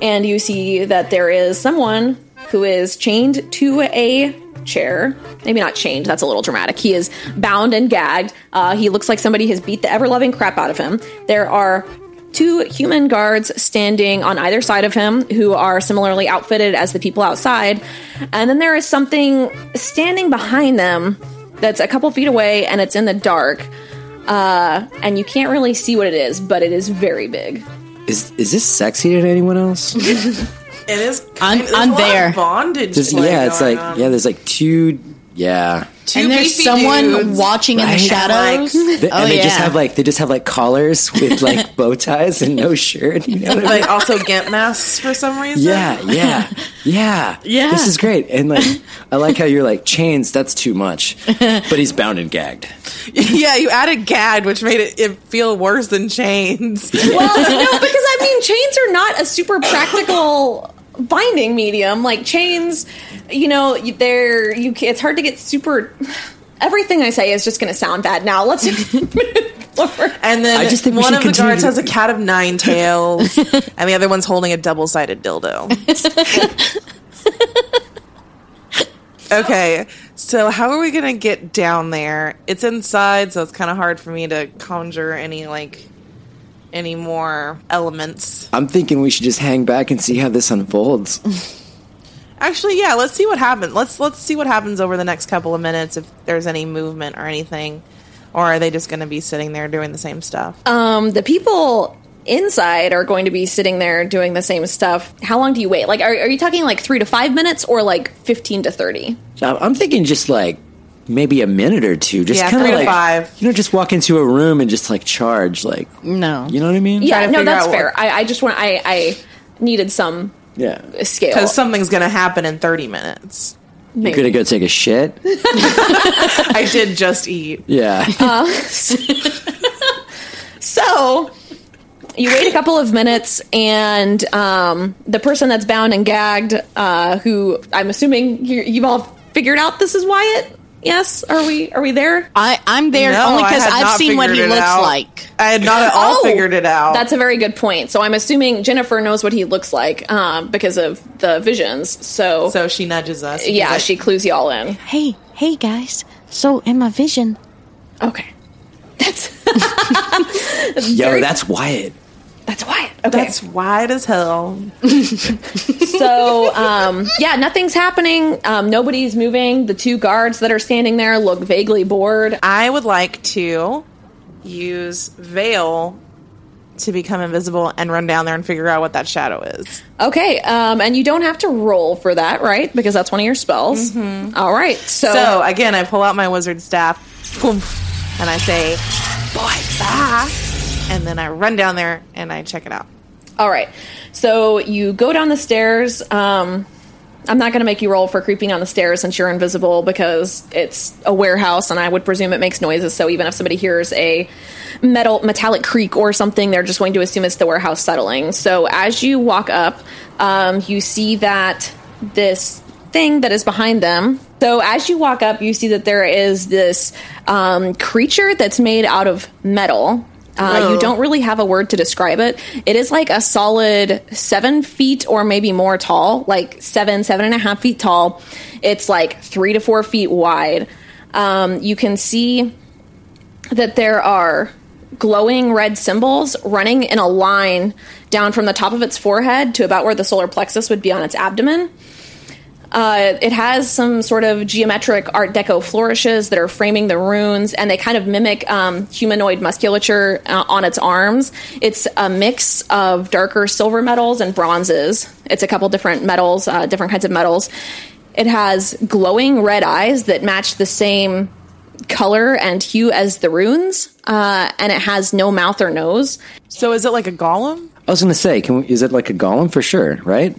[SPEAKER 1] and you see that there is someone who is chained to a chair. Maybe not chained, that's a little dramatic. He is bound and gagged. Uh, he looks like somebody has beat the ever loving crap out of him. There are two human guards standing on either side of him who are similarly outfitted as the people outside. And then there is something standing behind them that's a couple feet away and it's in the dark. Uh, and you can't really see what it is, but it is very big.
[SPEAKER 3] Is is this sexy to anyone else?
[SPEAKER 2] It is.
[SPEAKER 4] I'm-
[SPEAKER 2] there's a
[SPEAKER 4] I'm
[SPEAKER 2] lot of
[SPEAKER 4] there.
[SPEAKER 2] Bondage.
[SPEAKER 3] Just-
[SPEAKER 2] play
[SPEAKER 3] yeah, it's
[SPEAKER 2] going
[SPEAKER 3] like
[SPEAKER 2] on.
[SPEAKER 3] yeah, there's like two yeah.
[SPEAKER 2] Two
[SPEAKER 4] And there's
[SPEAKER 2] beefy
[SPEAKER 4] someone
[SPEAKER 2] dudes.
[SPEAKER 4] watching in the
[SPEAKER 3] Right?
[SPEAKER 4] shadows.
[SPEAKER 2] Like-
[SPEAKER 3] They-
[SPEAKER 4] oh
[SPEAKER 3] and they
[SPEAKER 4] yeah.
[SPEAKER 3] just have like they just have like collars with like bow ties and no shirt. You know what I mean?
[SPEAKER 2] like also gimp masks for some reason.
[SPEAKER 3] Yeah, yeah, yeah,
[SPEAKER 4] Yeah.
[SPEAKER 3] This is great, and like I like how you're like chains. That's too much, but he's bound and gagged.
[SPEAKER 2] yeah. You added gagged, which made it, it feel worse than chains.
[SPEAKER 1] Well, no, because I mean, chains are not a super practical binding medium. Like chains, you know, you- they're you. ca- It's hard to get super. Everything I say is just going to sound bad now. Let's.
[SPEAKER 2] And then
[SPEAKER 3] I just think we
[SPEAKER 2] one
[SPEAKER 3] should
[SPEAKER 2] of the
[SPEAKER 3] continue
[SPEAKER 2] guards
[SPEAKER 3] to-
[SPEAKER 2] has a cat of nine tails, and the other one's holding a double sided dildo. okay, so how are we gonna get down there? It's inside, so it's kind of hard for me to conjure any like any more elements.
[SPEAKER 3] I'm thinking we should just hang back and see how this unfolds.
[SPEAKER 2] Actually, yeah, let's see what happens. Let's let's see what happens over the next couple of minutes if there's any movement or anything. Or are they just going to be sitting there doing the same stuff?
[SPEAKER 3] Uh,
[SPEAKER 1] um, the people inside are going to be sitting there doing the same stuff. How long do you wait? Like, are, are you talking like three to five minutes or like fifteen to thirty?
[SPEAKER 3] I- I'm thinking just like maybe a minute or two, just
[SPEAKER 2] Yeah,
[SPEAKER 3] kind
[SPEAKER 2] three
[SPEAKER 3] of
[SPEAKER 2] to
[SPEAKER 3] like
[SPEAKER 2] five.
[SPEAKER 3] you know, just walk into a room and just like charge, like
[SPEAKER 4] no.
[SPEAKER 3] you know what I mean?
[SPEAKER 1] Yeah,
[SPEAKER 2] Trying to
[SPEAKER 1] no,
[SPEAKER 2] figure
[SPEAKER 1] that's
[SPEAKER 2] out what-
[SPEAKER 1] fair. I, I just want I I needed some
[SPEAKER 3] yeah.
[SPEAKER 1] scale.
[SPEAKER 2] Because something's going to happen in 30 minutes.
[SPEAKER 3] You gonna go take a shit?
[SPEAKER 2] I did just eat.
[SPEAKER 3] Yeah,
[SPEAKER 1] So you wait a couple of minutes, and um, the person that's bound and gagged, uh, who I'm assuming you, you've all figured out this is Wyatt. Yes, are we are we there?
[SPEAKER 4] I I'm there
[SPEAKER 2] No,
[SPEAKER 4] only
[SPEAKER 2] I
[SPEAKER 4] because
[SPEAKER 2] had
[SPEAKER 4] I've
[SPEAKER 2] not
[SPEAKER 4] seen what he
[SPEAKER 2] figured it
[SPEAKER 4] looks
[SPEAKER 2] out.
[SPEAKER 4] like.
[SPEAKER 2] I had not at all
[SPEAKER 1] Oh!
[SPEAKER 2] figured it out.
[SPEAKER 1] That's a very good point. So I'm assuming Jennifer knows what he looks like um, because of the visions. So,
[SPEAKER 2] so she nudges us. and
[SPEAKER 1] yeah,
[SPEAKER 2] she's
[SPEAKER 1] she clues y'all in.
[SPEAKER 5] Hey, hey guys. So in my vision,
[SPEAKER 1] Okay, that's
[SPEAKER 3] yo, that's Wyatt.
[SPEAKER 1] that's Wyatt. Okay.
[SPEAKER 2] like, That's wide as hell.
[SPEAKER 1] so um, yeah nothing's happening um, nobody's moving the two guards that are standing there look vaguely bored
[SPEAKER 2] I would like to use veil to become invisible and run down there and figure out what that shadow is.
[SPEAKER 1] okay um, and you don't have to roll for that right because that's one of your spells All right so,
[SPEAKER 2] So again, I pull out my wizard staff, boom, and I say, "Boy, bye," and then I run down there and I check it out.
[SPEAKER 1] all right so you go down the stairs um, i'm not going to make you roll for creeping down the stairs since you're invisible because it's a warehouse and i would presume it makes noises so even if somebody hears a metal metallic creak or something they're just going to assume it's the warehouse settling so as you walk up um, you see that this thing that is behind them so as you walk up you see that there is this um, creature that's made out of metal uh, you
[SPEAKER 2] Whoa.
[SPEAKER 1] don't really have a word to describe it. It is like a solid seven feet or maybe more tall, like seven, seven and a half feet tall. It's like three to four feet wide. Um, you can see that there are glowing red symbols running in a line down from the top of its forehead to about where the solar plexus would be on its abdomen. Uh, it has some sort of geometric Art Deco flourishes that are framing the runes, and they kind of mimic um, humanoid musculature uh, on its arms. It's a mix of darker silver metals and bronzes. It's a couple different metals, uh, different kinds of metals. It has glowing red eyes that match the same color and hue as the runes, uh, and it has no mouth or nose.
[SPEAKER 2] So is it like a golem?
[SPEAKER 3] I was going to say, can we, is it like a golem for sure? Right?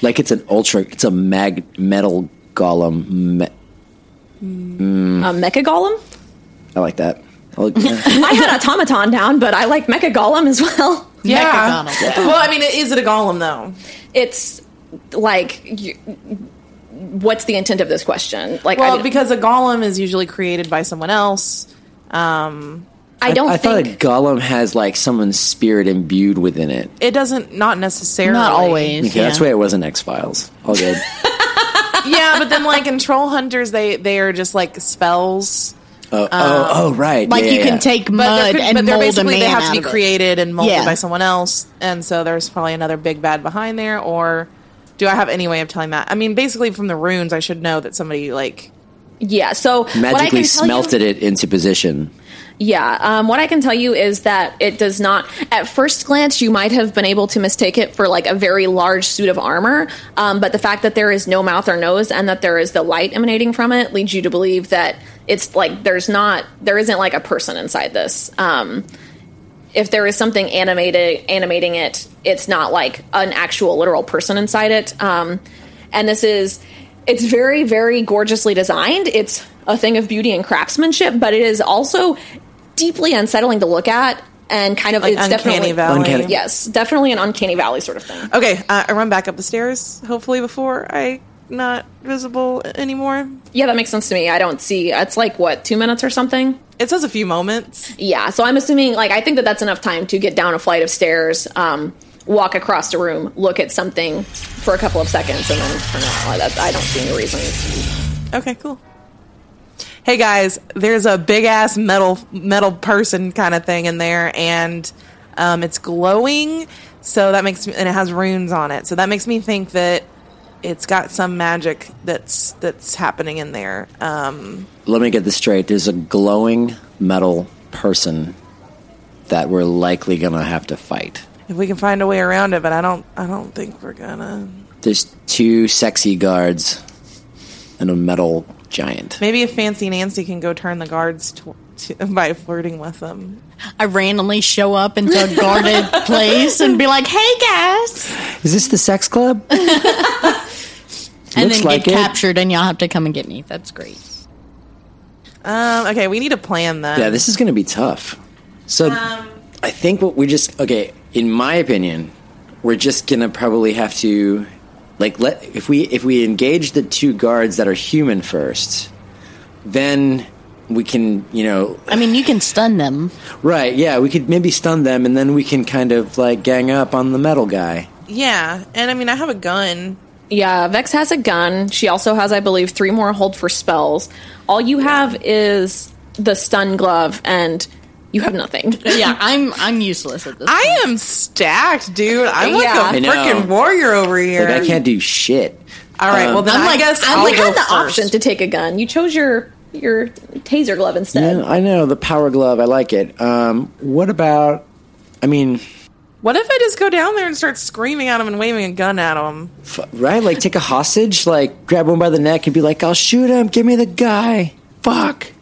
[SPEAKER 3] Like it's an ultra, it's a mag metal golem. Me-
[SPEAKER 1] A mecha golem.
[SPEAKER 3] I like that. I like, yeah.
[SPEAKER 1] I had automaton down, but I like mecha golem as well.
[SPEAKER 2] Yeah.
[SPEAKER 4] Mechagonal. Yeah.
[SPEAKER 2] Well, I mean, is it a golem though?
[SPEAKER 1] It's like, you, what's the intent of this question? Like, I,
[SPEAKER 2] Well,
[SPEAKER 1] don't-
[SPEAKER 2] because a golem is usually created by someone else. Um,
[SPEAKER 1] I don't
[SPEAKER 3] I thought
[SPEAKER 1] think
[SPEAKER 3] a golem has like someone's spirit imbued within it.
[SPEAKER 2] It doesn't, not necessarily.
[SPEAKER 4] Not always.
[SPEAKER 3] Okay, that's
[SPEAKER 4] yeah.
[SPEAKER 3] why it wasn't X Files. All good.
[SPEAKER 2] yeah, but then like in troll hunters, they they are just like spells.
[SPEAKER 3] Oh, oh, oh, right.
[SPEAKER 4] Like
[SPEAKER 3] Yeah,
[SPEAKER 4] you
[SPEAKER 3] yeah,
[SPEAKER 4] can
[SPEAKER 3] yeah.
[SPEAKER 4] take
[SPEAKER 2] But they're
[SPEAKER 4] mud
[SPEAKER 2] cre-
[SPEAKER 4] and
[SPEAKER 2] but they're
[SPEAKER 4] mold a
[SPEAKER 2] basically
[SPEAKER 4] man
[SPEAKER 2] they have
[SPEAKER 4] out
[SPEAKER 2] to be
[SPEAKER 4] of it.
[SPEAKER 2] created and molded
[SPEAKER 4] Yeah.
[SPEAKER 2] by someone else, and so there's probably another big bad behind there. Or do I have any way of telling that? I mean, basically from the runes, I should know that somebody like
[SPEAKER 1] Yeah. So what I
[SPEAKER 3] magically
[SPEAKER 1] can tell you-
[SPEAKER 3] smelted it into position.
[SPEAKER 1] Yeah. Um, what I can tell you is that it does not. At first glance, you might have been able to mistake it for like a very large suit of armor, um, but the fact that there is no mouth or nose and that there is the light emanating from it leads you to believe that it's like there's not there isn't like a person inside this. Um, if there is something animated animating it, it's not like an actual literal person inside it. Um, and this is it's very very gorgeously designed. It's a thing of beauty and craftsmanship, but it is also deeply unsettling to look at and kind of
[SPEAKER 2] like
[SPEAKER 1] it's
[SPEAKER 2] uncanny
[SPEAKER 1] definitely
[SPEAKER 2] valley.
[SPEAKER 3] Uncanny.
[SPEAKER 1] yes, definitely an uncanny valley sort of thing.
[SPEAKER 2] Okay, uh, I run back up the stairs. Hopefully before I not visible anymore.
[SPEAKER 1] Yeah, that makes sense to me. I don't see it's like what two minutes or something.
[SPEAKER 2] It says a few moments.
[SPEAKER 1] Yeah, so I'm assuming like I think that that's enough time to get down a flight of stairs, um, walk across the room, look at something for a couple of seconds, and then turn out. Like, that- I don't see any reason.
[SPEAKER 2] Okay, cool. Hey guys, there's a big ass metal metal person kind of thing in there, and um, it's glowing. So that makes me, and it has runes on it. So that makes me think that it's got some magic that's that's happening in there. Um,
[SPEAKER 3] Let me get this straight. There's a glowing metal person that we're likely gonna have to fight.
[SPEAKER 2] if we can find a way around it, but I don't I don't think we're gonna.
[SPEAKER 3] There's two sexy guards and a metal giant.
[SPEAKER 2] Maybe if Fancy Nancy can go turn the guards to, to, by flirting with them.
[SPEAKER 4] I randomly show up into a guarded place and be like, "Hey guys,"
[SPEAKER 3] Is this the sex club?
[SPEAKER 4] and
[SPEAKER 3] Looks
[SPEAKER 4] then
[SPEAKER 3] like
[SPEAKER 4] get
[SPEAKER 3] it.
[SPEAKER 4] captured, and y'all have to come and get me. That's great.
[SPEAKER 2] Um, okay, we need a plan then.
[SPEAKER 3] Yeah, this is going to be tough. So I think what we just okay, in my opinion, we're just going to probably have to like let if we if we engage the two guards that are human first, then we can, you know,
[SPEAKER 4] I mean, you can stun them.
[SPEAKER 3] right, yeah, we could maybe stun them and then we can kind of like gang up on the metal guy.
[SPEAKER 2] yeah, and I mean I have a gun.
[SPEAKER 1] Yeah, Vex has a gun. She also has, I believe, three more hold for spells. All you have is the stun glove, and you have nothing.
[SPEAKER 4] Yeah, I'm I'm useless at this.
[SPEAKER 2] I am stacked, dude. I'm like
[SPEAKER 1] Yeah.
[SPEAKER 2] a
[SPEAKER 1] I
[SPEAKER 3] know.
[SPEAKER 2] freaking warrior over here.
[SPEAKER 3] Like I can't do shit.
[SPEAKER 2] All right, well then
[SPEAKER 4] I'm
[SPEAKER 2] i
[SPEAKER 4] like-
[SPEAKER 2] guess
[SPEAKER 4] I'm
[SPEAKER 2] I'll
[SPEAKER 1] like
[SPEAKER 2] go
[SPEAKER 1] had the
[SPEAKER 2] first.
[SPEAKER 1] option to take a gun. You chose your your taser glove instead.
[SPEAKER 3] Yeah, I know the power glove, I like it. Um what about I mean,
[SPEAKER 2] What if I just go down there and start screaming at him and waving a gun at him?
[SPEAKER 3] right? Like take a hostage, like grab one by the neck and be like, "I'll shoot him. Give me the guy." Fuck.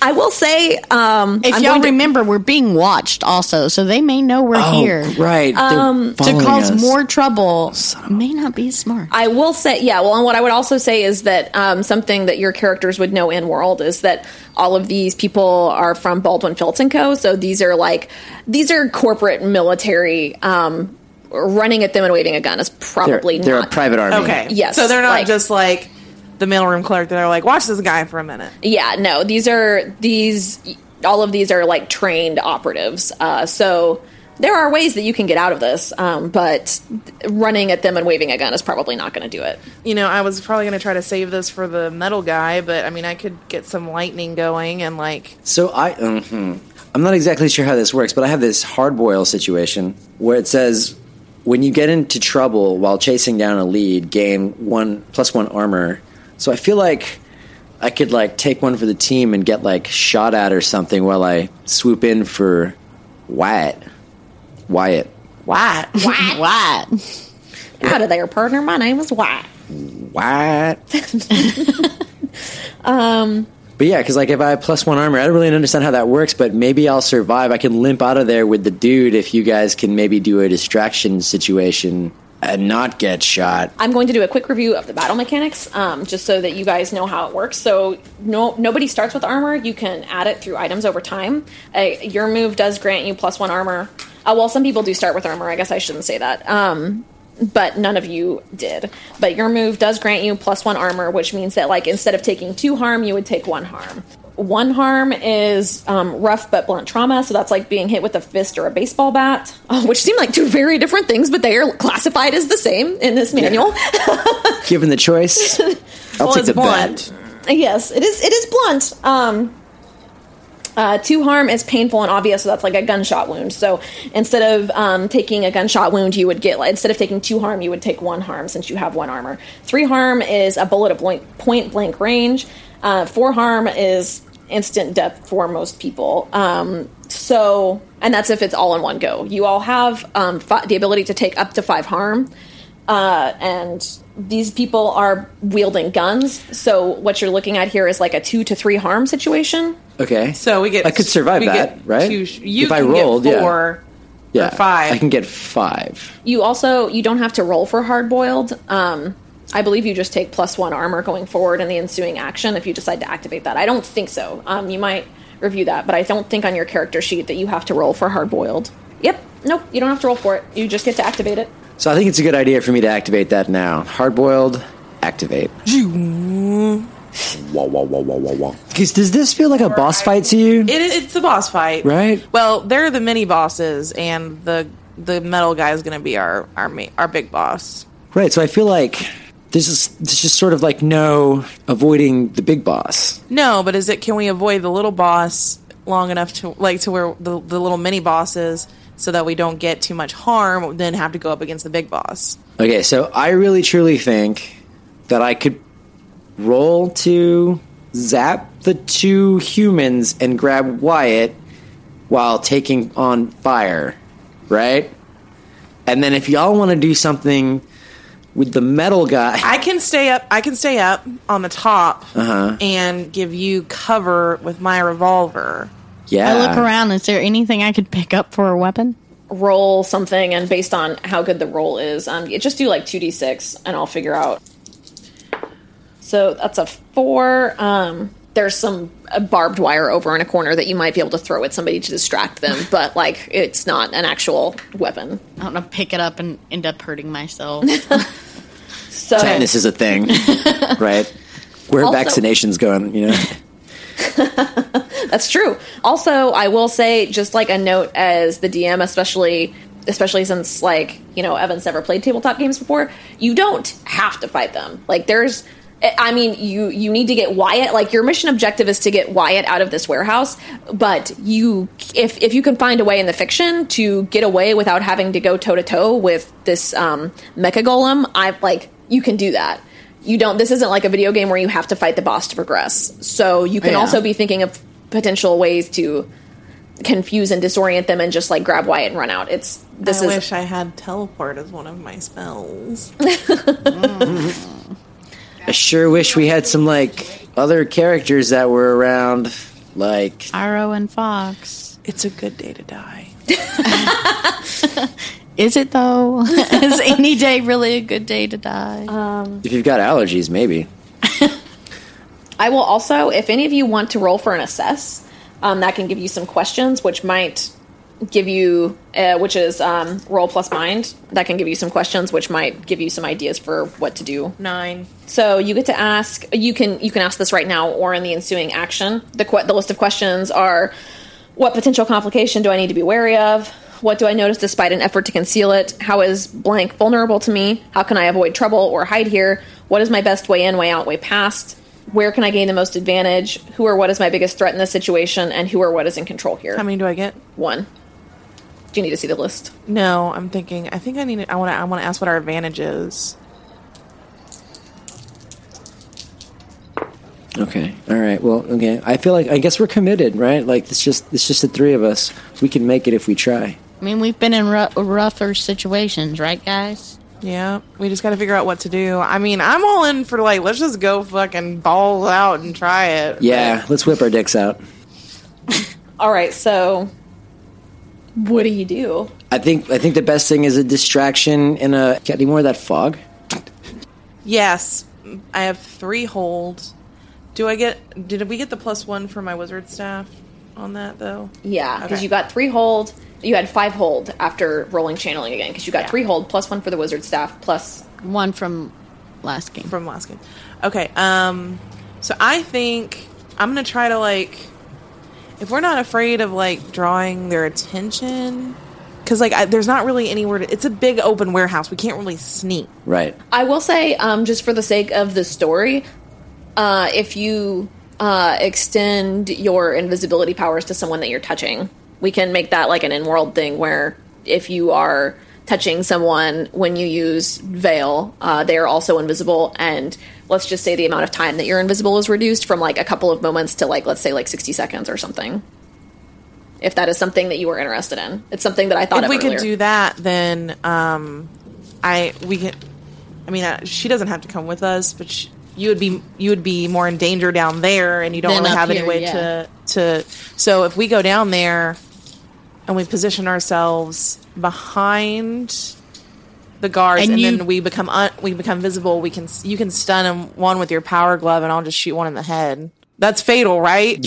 [SPEAKER 1] I will say, um,
[SPEAKER 4] if
[SPEAKER 1] I'm
[SPEAKER 4] y'all
[SPEAKER 1] going to-
[SPEAKER 4] remember, we're being watched also, so they may know we're here.
[SPEAKER 3] Oh, right. Um,
[SPEAKER 4] To cause more trouble may not be smart.
[SPEAKER 1] I will say, yeah. Well, and what I would also say is that um, something that your characters would know in world is that all of these people are from Baldwin Filton Co. So these are like these are corporate military. Um, running at them and waving a gun is
[SPEAKER 3] They're,
[SPEAKER 1] probably
[SPEAKER 3] they're a
[SPEAKER 1] not.
[SPEAKER 3] private army.
[SPEAKER 2] Okay.
[SPEAKER 1] Hmm. Yes,
[SPEAKER 2] So they're not
[SPEAKER 1] like-
[SPEAKER 2] just like the mailroom clerk. They're like, watch this guy for a minute.
[SPEAKER 1] yeah, no. These are these. All of these are like trained operatives. Uh, so there are ways that you can get out of this, um, but running at them and waving a gun is probably not going to do it.
[SPEAKER 2] You know, I was probably going to try to save this for the metal guy, but I mean, I could get some lightning going and like
[SPEAKER 3] So I, mhm. I'm not exactly sure how this works, but I have this hardboil situation where it says when you get into trouble while chasing down a lead, gain one plus one armor. So I feel like I could like take one for the team and get like shot at or something while I swoop in for Wyatt. Wyatt.
[SPEAKER 2] what?
[SPEAKER 4] What?
[SPEAKER 1] Out of there, partner. My name is White.
[SPEAKER 2] Um,
[SPEAKER 3] Wyatt. But yeah, because like if I have plus one armor, I don't really understand how that works. But maybe I'll survive. I can limp out of there with the dude if you guys can maybe do a distraction situation and not get shot.
[SPEAKER 1] I'm going to do a quick review of the battle mechanics, um, just so that you guys know how it works. So, no, nobody starts with armor. You can add it through items over time. Uh, your move does grant you plus one armor. Uh, well, some people do start with armor. I guess I shouldn't say that. Um, but none of you did. But your move does grant you plus one armor, which means that like instead of taking two harm, you would take one harm. One harm is um, rough but blunt trauma, so that's like being hit with a fist or a baseball bat, uh, which seem like two very different things, but they are classified as the same in this manual.
[SPEAKER 3] Given the choice, I'll take
[SPEAKER 2] it's
[SPEAKER 3] the
[SPEAKER 2] blunt.
[SPEAKER 3] bad.
[SPEAKER 1] yes, it is. It is blunt. Um, uh, two harm is painful and obvious, so that's like a gunshot wound. So instead of um, taking a gunshot wound, you would get like, instead of taking two harm, you would take one harm since you have one armor. Three harm is a bullet of blank, point blank range. Uh, four harm is instant death for most people. Um, so, and that's if it's all in one go. You all have um, fi- the ability to take up to five harm uh, and these people are wielding guns. So what you're looking at here is like a two to three harm situation.
[SPEAKER 3] Okay,
[SPEAKER 2] So we get.
[SPEAKER 3] I could survive
[SPEAKER 2] we
[SPEAKER 3] that,
[SPEAKER 2] get
[SPEAKER 3] right?
[SPEAKER 2] two- you
[SPEAKER 3] if
[SPEAKER 2] can
[SPEAKER 3] I rolled,
[SPEAKER 2] get
[SPEAKER 3] yeah.
[SPEAKER 2] four.
[SPEAKER 3] yeah,
[SPEAKER 2] five.
[SPEAKER 3] I can get five.
[SPEAKER 1] You also you don't have to roll for hard boiled. Um, I believe you just take plus one armor going forward in the ensuing action if you decide to activate that. I don't think so. Um, you might review that, but I don't think on your character sheet that you have to roll for hard boiled. Yep. Nope. You don't have to roll for it. You just get to activate it.
[SPEAKER 3] So I think it's a good idea for me to activate that now. Hard boiled, activate. Wah, wah, wah, wah, wah, wah. 'Cause Does this feel like a boss fight to you?
[SPEAKER 2] It, it's the boss fight,
[SPEAKER 3] Right.
[SPEAKER 2] Well, they're the mini bosses, and the the metal guy is going to be our our ma- our big boss.
[SPEAKER 3] Right. So I feel like this is this just sort of like no avoiding the big boss.
[SPEAKER 2] No, but is it? Can we avoid the little boss long enough to like to where the, the little mini bosses so that we don't get too much harm? Then have to go up against the big boss.
[SPEAKER 3] Okay. So I really truly think that I could roll to zap the two humans and grab Wyatt while taking on fire, right? And then if y'all want to do something with the metal guy,
[SPEAKER 2] I can stay up. I can stay up on the top
[SPEAKER 1] Uh-huh.
[SPEAKER 2] and give you cover with my revolver.
[SPEAKER 3] yeah,
[SPEAKER 4] I look around. Is there anything I could pick up for a weapon?
[SPEAKER 1] Roll something, and based on how good the roll is, um, you just do like two d six, and I'll figure out. So that's a four. Um, there's some uh, barbed wire over in a corner that you might be able to throw at somebody to distract them, but like it's not an actual weapon.
[SPEAKER 4] I don't know. Pick it up and end up hurting myself.
[SPEAKER 1] So
[SPEAKER 3] Tetanus is a thing, right? Where
[SPEAKER 1] Also-
[SPEAKER 3] vaccinations going, you know?
[SPEAKER 1] That's true. Also, I will say just like a note as the DM, especially especially since like you know Evan's never played tabletop games before, you don't have to fight them. Like there's. I I mean, you you need to get Wyatt. Like your mission objective is to get Wyatt out of this warehouse, but you if if you can find a way in the fiction to get away without having to go toe to toe with this um, mecha golem, I like you can do that. You don't. This isn't like a video game where you have to fight the boss to progress. So you can
[SPEAKER 4] Yeah.
[SPEAKER 1] also be thinking of potential ways to confuse and disorient them and just like grab Wyatt and run out. It's this
[SPEAKER 2] I
[SPEAKER 1] is
[SPEAKER 2] wish I had teleport as one of my spells.
[SPEAKER 3] I sure wish we had some like other characters that were around. Like
[SPEAKER 4] Arrow and Fox.
[SPEAKER 2] it's a good day to die.
[SPEAKER 4] Is it though? Is any day really a good day to die?
[SPEAKER 3] if you've got allergies, maybe.
[SPEAKER 1] I will also if any of you want to roll for an assess, um, that can give you some questions which might give you uh, which is um, roll plus mind that can give you some questions which might give you some ideas for what to do
[SPEAKER 2] Nine.
[SPEAKER 1] So you get to ask. You can you can ask this right now or in the ensuing action. The que- the list of questions are: What potential complication do I need to be wary of? What do I notice despite an effort to conceal it? How is blank vulnerable to me? How can I avoid trouble or hide here? What is my best way in, way out, way past? Where can I gain the most advantage? Who or what is my biggest threat in this situation? And who or what is in control here?
[SPEAKER 2] How many do I get?
[SPEAKER 1] One. Do you need to see the list?
[SPEAKER 2] No, I'm thinking. I think I need. to- I want to. I want to ask what our advantage is.
[SPEAKER 3] Okay. All right. Well. Okay. I feel like I guess we're committed, right? Like it's just it's just the three of us. We can make it if we try.
[SPEAKER 4] I mean, we've been in rou- rougher situations, right, guys?
[SPEAKER 2] Yeah, we just got to figure out what to do. I mean, I'm all in for like, let's just go fucking balls out and try it.
[SPEAKER 3] Yeah, let's whip our dicks out.
[SPEAKER 1] All right, so what do you do?
[SPEAKER 3] I think I think the best thing is a distraction in a get any more of that fog.
[SPEAKER 2] Yes, I have three hold. Do I get? Did we get the plus one for my wizard staff on that though?
[SPEAKER 1] Yeah, because
[SPEAKER 2] Okay.
[SPEAKER 1] you got three hold. You had five hold after rolling channeling again because you got three hold plus one for the wizard staff plus
[SPEAKER 4] One from last game.
[SPEAKER 2] from last game. Okay, um, so I think I'm gonna try to like, if we're not afraid of like drawing their attention, because like I, there's not really anywhere to. It's a big open warehouse. We can't really sneak.
[SPEAKER 3] Right.
[SPEAKER 1] I will say, um, just for the sake of the story, uh, if you uh, extend your invisibility powers to someone that you're touching, we can make that like an in world thing where if you are touching someone when you use veil, uh, they are also invisible. And let's just say the amount of time that you're invisible is reduced from like a couple of moments to like, let's say, like 60 seconds or something. If that is something that you were interested in, it's something that I thought
[SPEAKER 2] If
[SPEAKER 1] of
[SPEAKER 2] we could
[SPEAKER 1] earlier.
[SPEAKER 2] do that, then um, I we can. I mean, uh, she doesn't have to come with us, but she, you would be you would be more in danger down there, and you don't
[SPEAKER 4] Than
[SPEAKER 2] really
[SPEAKER 4] up
[SPEAKER 2] have any
[SPEAKER 4] here,
[SPEAKER 2] way
[SPEAKER 4] yeah.
[SPEAKER 2] to to. So if we go down there, and we position ourselves behind the guards, and,
[SPEAKER 4] And you-
[SPEAKER 2] then we become un- we become visible. We can s- you can stun 'em- one with your power glove, and I'll just shoot one in the head. That's fatal, right?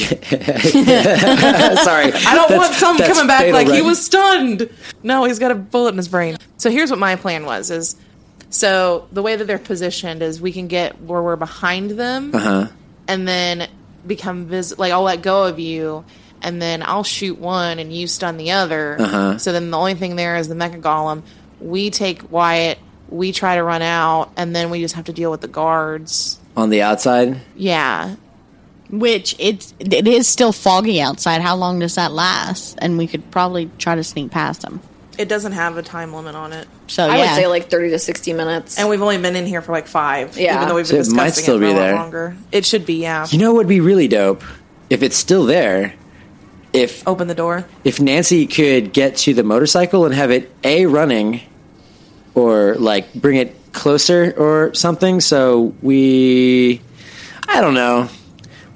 [SPEAKER 3] Uh, Sorry.
[SPEAKER 2] I don't want some
[SPEAKER 3] that's
[SPEAKER 2] coming back
[SPEAKER 3] fatal,
[SPEAKER 2] like he
[SPEAKER 3] right?
[SPEAKER 2] was stunned. No, he's got a bullet in his brain. So here's what my plan was: is so the way that they're positioned is we can get where we're behind them,
[SPEAKER 3] Uh-huh.
[SPEAKER 2] and then become vis. Like I'll let go of you, and then I'll shoot one, and you stun the other.
[SPEAKER 3] Uh-huh.
[SPEAKER 2] So then the only thing there is the mecha golem. We take Wyatt. We try to run out, and then we just have to deal with the guards.
[SPEAKER 3] on the outside.
[SPEAKER 2] Yeah,
[SPEAKER 4] Which it's it is still foggy outside. How long does that last? And we could probably try to sneak past them.
[SPEAKER 2] it doesn't have a time limit on it.
[SPEAKER 4] So
[SPEAKER 1] I
[SPEAKER 4] yeah.
[SPEAKER 1] would say like 30 to 60 minutes.
[SPEAKER 2] And we've only been in here for like five.
[SPEAKER 1] Yeah.
[SPEAKER 2] Even though we've
[SPEAKER 3] So
[SPEAKER 2] been
[SPEAKER 3] it
[SPEAKER 2] discussing
[SPEAKER 3] might
[SPEAKER 2] it,
[SPEAKER 3] still
[SPEAKER 2] for
[SPEAKER 3] be
[SPEAKER 2] a lot
[SPEAKER 3] there.
[SPEAKER 2] longer. It should be, yeah.
[SPEAKER 3] You know what would be really dope if it's still there. If
[SPEAKER 2] Open the door.
[SPEAKER 3] if Nancy could get to the motorcycle and have it a running, or like bring it closer or something, so we, I don't know,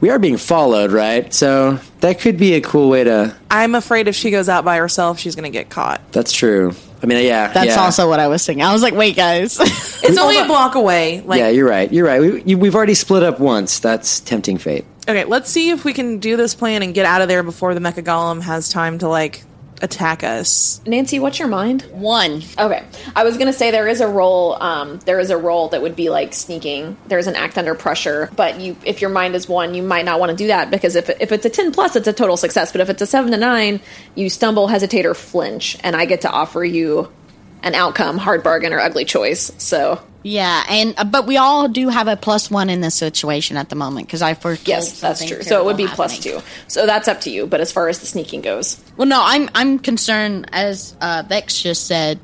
[SPEAKER 3] we are being followed, right? So that could be a cool way to.
[SPEAKER 2] I'm afraid if she goes out by herself, she's going to get caught.
[SPEAKER 3] That's true. I mean, yeah,
[SPEAKER 4] That's
[SPEAKER 3] yeah.
[SPEAKER 4] also what I was thinking. I was like, wait, guys.
[SPEAKER 2] It's only a block away. Like,
[SPEAKER 3] yeah, you're right. You're right. We, you, we've already split up once. That's tempting fate.
[SPEAKER 2] okay, let's see if we can do this plan and get out of there before the Mecha Golem has time to like attack us.
[SPEAKER 1] Nancy, what's your mind?
[SPEAKER 4] One.
[SPEAKER 1] Okay, I was gonna say there is a role. Um, there is a role that would be like sneaking. There's an act under pressure, but you, if your mind is one, you might not want to do that because if if it's a ten plus, it's a total success. But if it's a seven to nine, you stumble, hesitate, or flinch, and I get to offer you an outcome, hard bargain, or ugly choice. So
[SPEAKER 4] Yeah, and uh, but we all do have a plus one in this situation at the moment because I first.
[SPEAKER 1] yes, that's true. So it would be plus two. So that's up to you. But as far as the sneaking goes,
[SPEAKER 4] Well, no, I'm I'm concerned as uh, Vex just said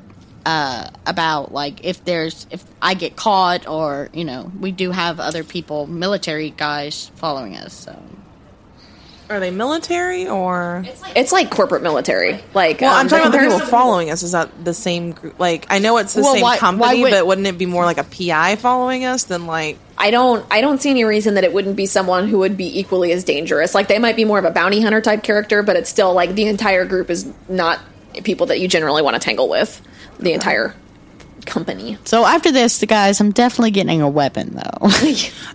[SPEAKER 4] uh, about like if there's if I get caught or you know we do have other people military guys following us. So
[SPEAKER 2] Are they military or?
[SPEAKER 1] it's like corporate military. Like
[SPEAKER 2] Well,
[SPEAKER 1] um,
[SPEAKER 2] I'm talking about the
[SPEAKER 1] comparison-
[SPEAKER 2] people following us. Is that the same group? Like, I know it's the
[SPEAKER 4] Well,
[SPEAKER 2] same
[SPEAKER 4] why- why
[SPEAKER 2] company,
[SPEAKER 4] would-
[SPEAKER 2] but wouldn't it be more like a PI following us than like?
[SPEAKER 1] I don't I don't see any reason that it wouldn't be someone who would be equally as dangerous. Like they might be more of a bounty hunter type character, but it's still like the entire group is not people that you generally want to tangle with. The entire company.
[SPEAKER 4] so after this, the guys, I'm definitely getting a weapon though.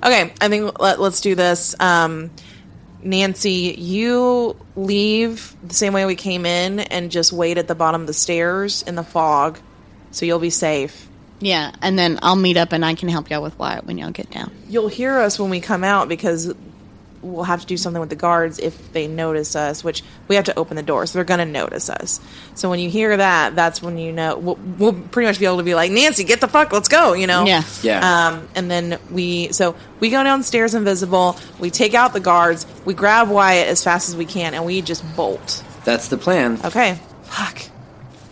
[SPEAKER 2] Okay, I think let, let's do this. Um, Nancy, you leave the same way we came in and just wait at the bottom of the stairs in the fog, so you'll be safe.
[SPEAKER 4] yeah, and then I'll meet up and I can help y'all with Wyatt when y'all get down.
[SPEAKER 2] You'll hear us when we come out because we'll have to do something with the guards if they notice us, which we have to open the door, so they're going to notice us. So when you hear that, that's when you know we'll, we'll pretty much be able to be like, Nancy, get the fuck, let's go, you know?
[SPEAKER 4] Yeah.
[SPEAKER 3] Yeah.
[SPEAKER 2] Um, and then we, so we go downstairs invisible, we take out the guards, we grab Wyatt as fast as we can, and we just bolt.
[SPEAKER 3] That's the plan.
[SPEAKER 2] Okay. Fuck.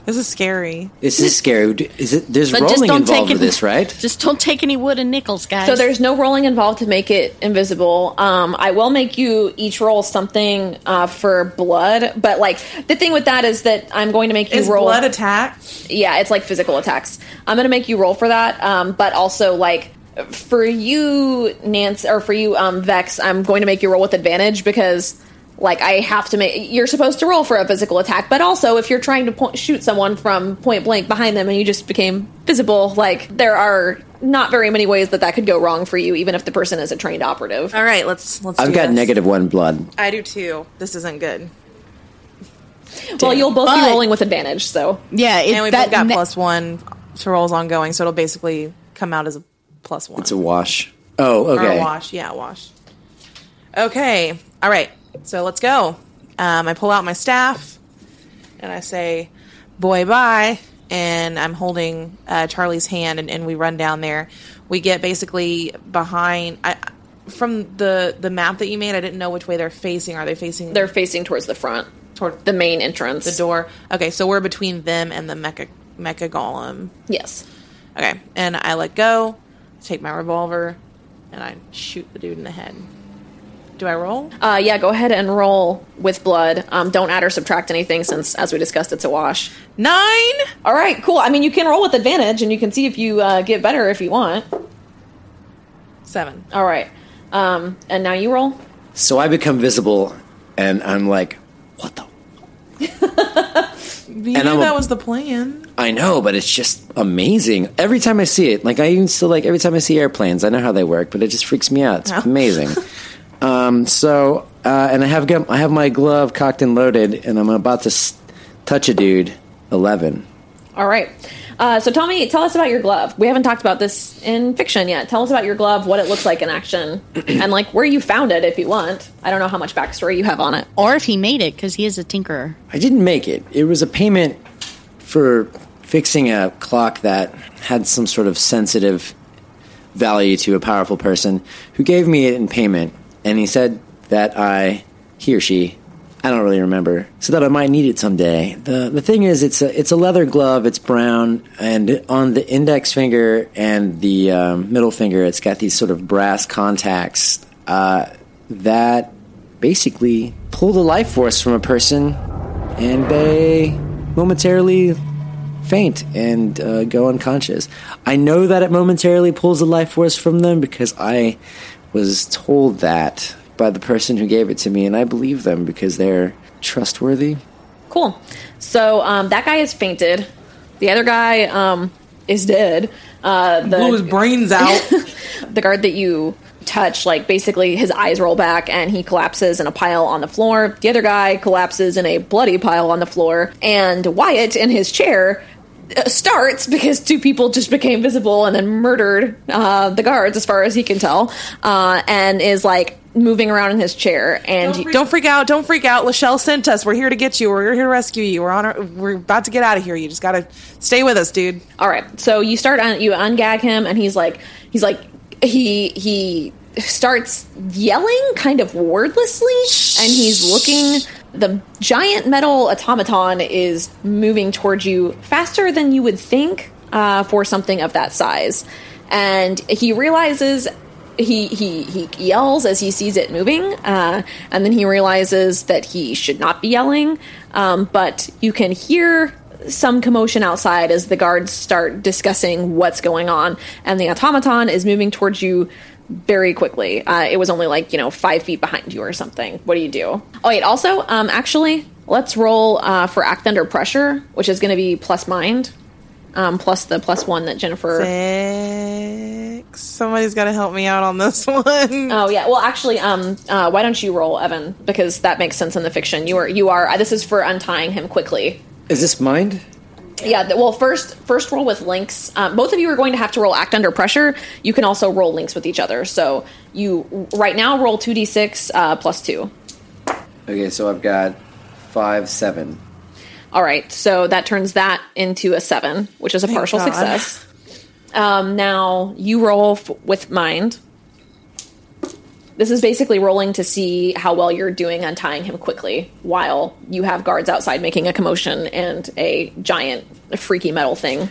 [SPEAKER 2] This is scary.
[SPEAKER 3] This is scary. D- Is it? There's
[SPEAKER 4] But just
[SPEAKER 3] rolling
[SPEAKER 4] don't take
[SPEAKER 3] involved
[SPEAKER 4] it.
[SPEAKER 3] with this, right?
[SPEAKER 4] Just don't take any wood and nickels, guys.
[SPEAKER 1] So there's no rolling involved to make it invisible. Um, I will make you each roll something uh, for blood, but like the thing with that is that I'm going to make you
[SPEAKER 2] Is
[SPEAKER 1] roll.
[SPEAKER 2] blood attack?
[SPEAKER 1] yeah, it's like physical attacks. I'm going to make you roll for that, um, but also like for you, Nance, or for you, um, Vex, I'm going to make you roll with advantage because like I have to make. You're supposed to roll for a physical attack, but also if you're trying to point, shoot someone from point blank behind them and you just became visible, like there are not very many ways that that could go wrong for you, even if the person is a trained operative.
[SPEAKER 2] All right, let's let's.
[SPEAKER 3] I've
[SPEAKER 2] do
[SPEAKER 3] got
[SPEAKER 2] this.
[SPEAKER 3] negative one blood.
[SPEAKER 2] I do too. This isn't good.
[SPEAKER 1] well, you'll both be
[SPEAKER 4] But-
[SPEAKER 1] rolling with advantage, so
[SPEAKER 4] yeah, it,
[SPEAKER 2] And we've
[SPEAKER 4] that
[SPEAKER 2] got
[SPEAKER 4] ne-
[SPEAKER 2] plus one to rolls ongoing, so it'll basically come out as a plus one.
[SPEAKER 3] It's a wash. Oh,
[SPEAKER 2] or
[SPEAKER 3] okay.
[SPEAKER 2] a wash. Yeah, a wash. Okay. All right. So let's go. Um, I pull out my staff and I say, boy, bye. And I'm holding uh, Charlie's hand and, and we run down there. We get basically behind. I, from the, the map that you made, I didn't know which way they're facing. Are they facing
[SPEAKER 1] they're facing towards the front,
[SPEAKER 2] toward
[SPEAKER 1] the main entrance.
[SPEAKER 2] the door? Okay, so we're between them and the mecha, mecha golem.
[SPEAKER 1] Yes.
[SPEAKER 2] Okay, and I let go, take my revolver, and I shoot the dude in the head. Do I roll?
[SPEAKER 1] Uh, yeah, go ahead and roll with blood. Um, don't add or subtract anything since, as we discussed, it's a wash.
[SPEAKER 2] Nine!
[SPEAKER 1] All right, cool. I mean, you can roll with advantage and you can see if you uh, get better if you want.
[SPEAKER 2] Seven.
[SPEAKER 1] All right. Um, and now you roll.
[SPEAKER 3] So I become visible, and I'm like, what the?
[SPEAKER 2] You
[SPEAKER 3] And
[SPEAKER 2] knew
[SPEAKER 3] I'm a-
[SPEAKER 2] that was the plan.
[SPEAKER 3] I know, but it's just amazing. Every time I see it, like I even still like every time I see airplanes, I know how they work, but it just freaks me out. It's
[SPEAKER 2] Oh.
[SPEAKER 3] amazing. um, so, uh, and I have got, I have my glove cocked and loaded, and I'm about to s- touch a dude. Eleven.
[SPEAKER 1] All right. Uh, so, Tommy, tell us about your glove. We haven't talked about this in fiction yet. Tell us about your glove, what it looks like in action, and like where you found it if you want. I don't know how much backstory you have on it.
[SPEAKER 4] or if he made it because he is a tinkerer.
[SPEAKER 3] I didn't make it. It was a payment for fixing a clock that had some sort of sensitive value to a powerful person who gave me it in payment. And he said that I, he or she, I don't really remember, so that I might need it someday. The, the thing is, it's a, it's a leather glove, it's brown, and on the index finger and the um, middle finger, it's got these sort of brass contacts uh, that basically pull the life force from a person and they momentarily faint and uh, go unconscious. I know that it momentarily pulls the life force from them because I was told that by the person who gave it to me, and I believe them because they're trustworthy.
[SPEAKER 1] Cool. So, um, that guy is fainted. The other guy um, is dead. Uh, the
[SPEAKER 2] Blew his brains out.
[SPEAKER 1] the guard that you touch like basically his eyes roll back and he collapses in a pile on the floor the other guy collapses in a bloody pile on the floor and wyatt in his chair uh, starts because two people just became visible and then murdered uh, the guards as far as he can tell uh, and is like moving around in his chair and you-
[SPEAKER 2] don't freak out. Don't freak out. Lachelle sent us. We're here to get you. We're here to rescue you. We're on. Our, we're about to get out of here. You just gotta stay with us, dude.
[SPEAKER 1] All right. So you start on you ungag him and he's like he's like he he starts yelling kind of wordlessly and he's looking the giant metal automaton is moving towards you faster than you would think uh, for something of that size and he realizes he he he yells as he sees it moving, uh, and then he realizes that he should not be yelling. Um, but you can hear some commotion outside as the guards start discussing what's going on, and the automaton is moving towards you very quickly. Uh, it was only like you know five feet behind you or something. What do you do? Oh wait, also um, actually, let's roll uh, for act under pressure, which is going to be plus mind. Um, plus the plus one that Jennifer.
[SPEAKER 2] Six. Somebody's gotta help me out on this one.
[SPEAKER 1] Oh yeah. Well, actually, um, uh, why don't you roll, Evan? Because that makes sense in the fiction. You are, you are. uh, This is for untying him quickly.
[SPEAKER 3] Is this mind?
[SPEAKER 1] Yeah. th- Well, first, first roll with links. Um, both of you are going to have to roll act under pressure. You can also roll links with each other. So you right now roll two d six uh, plus two.
[SPEAKER 3] Okay, so I've got five, seven.
[SPEAKER 1] All right. So that turns that into a seven, which is a partial
[SPEAKER 2] God.
[SPEAKER 1] success. Um, now you roll f- with mind. This is basically rolling to see how well you're doing untying him quickly while you have guards outside making a commotion and a giant freaky metal thing.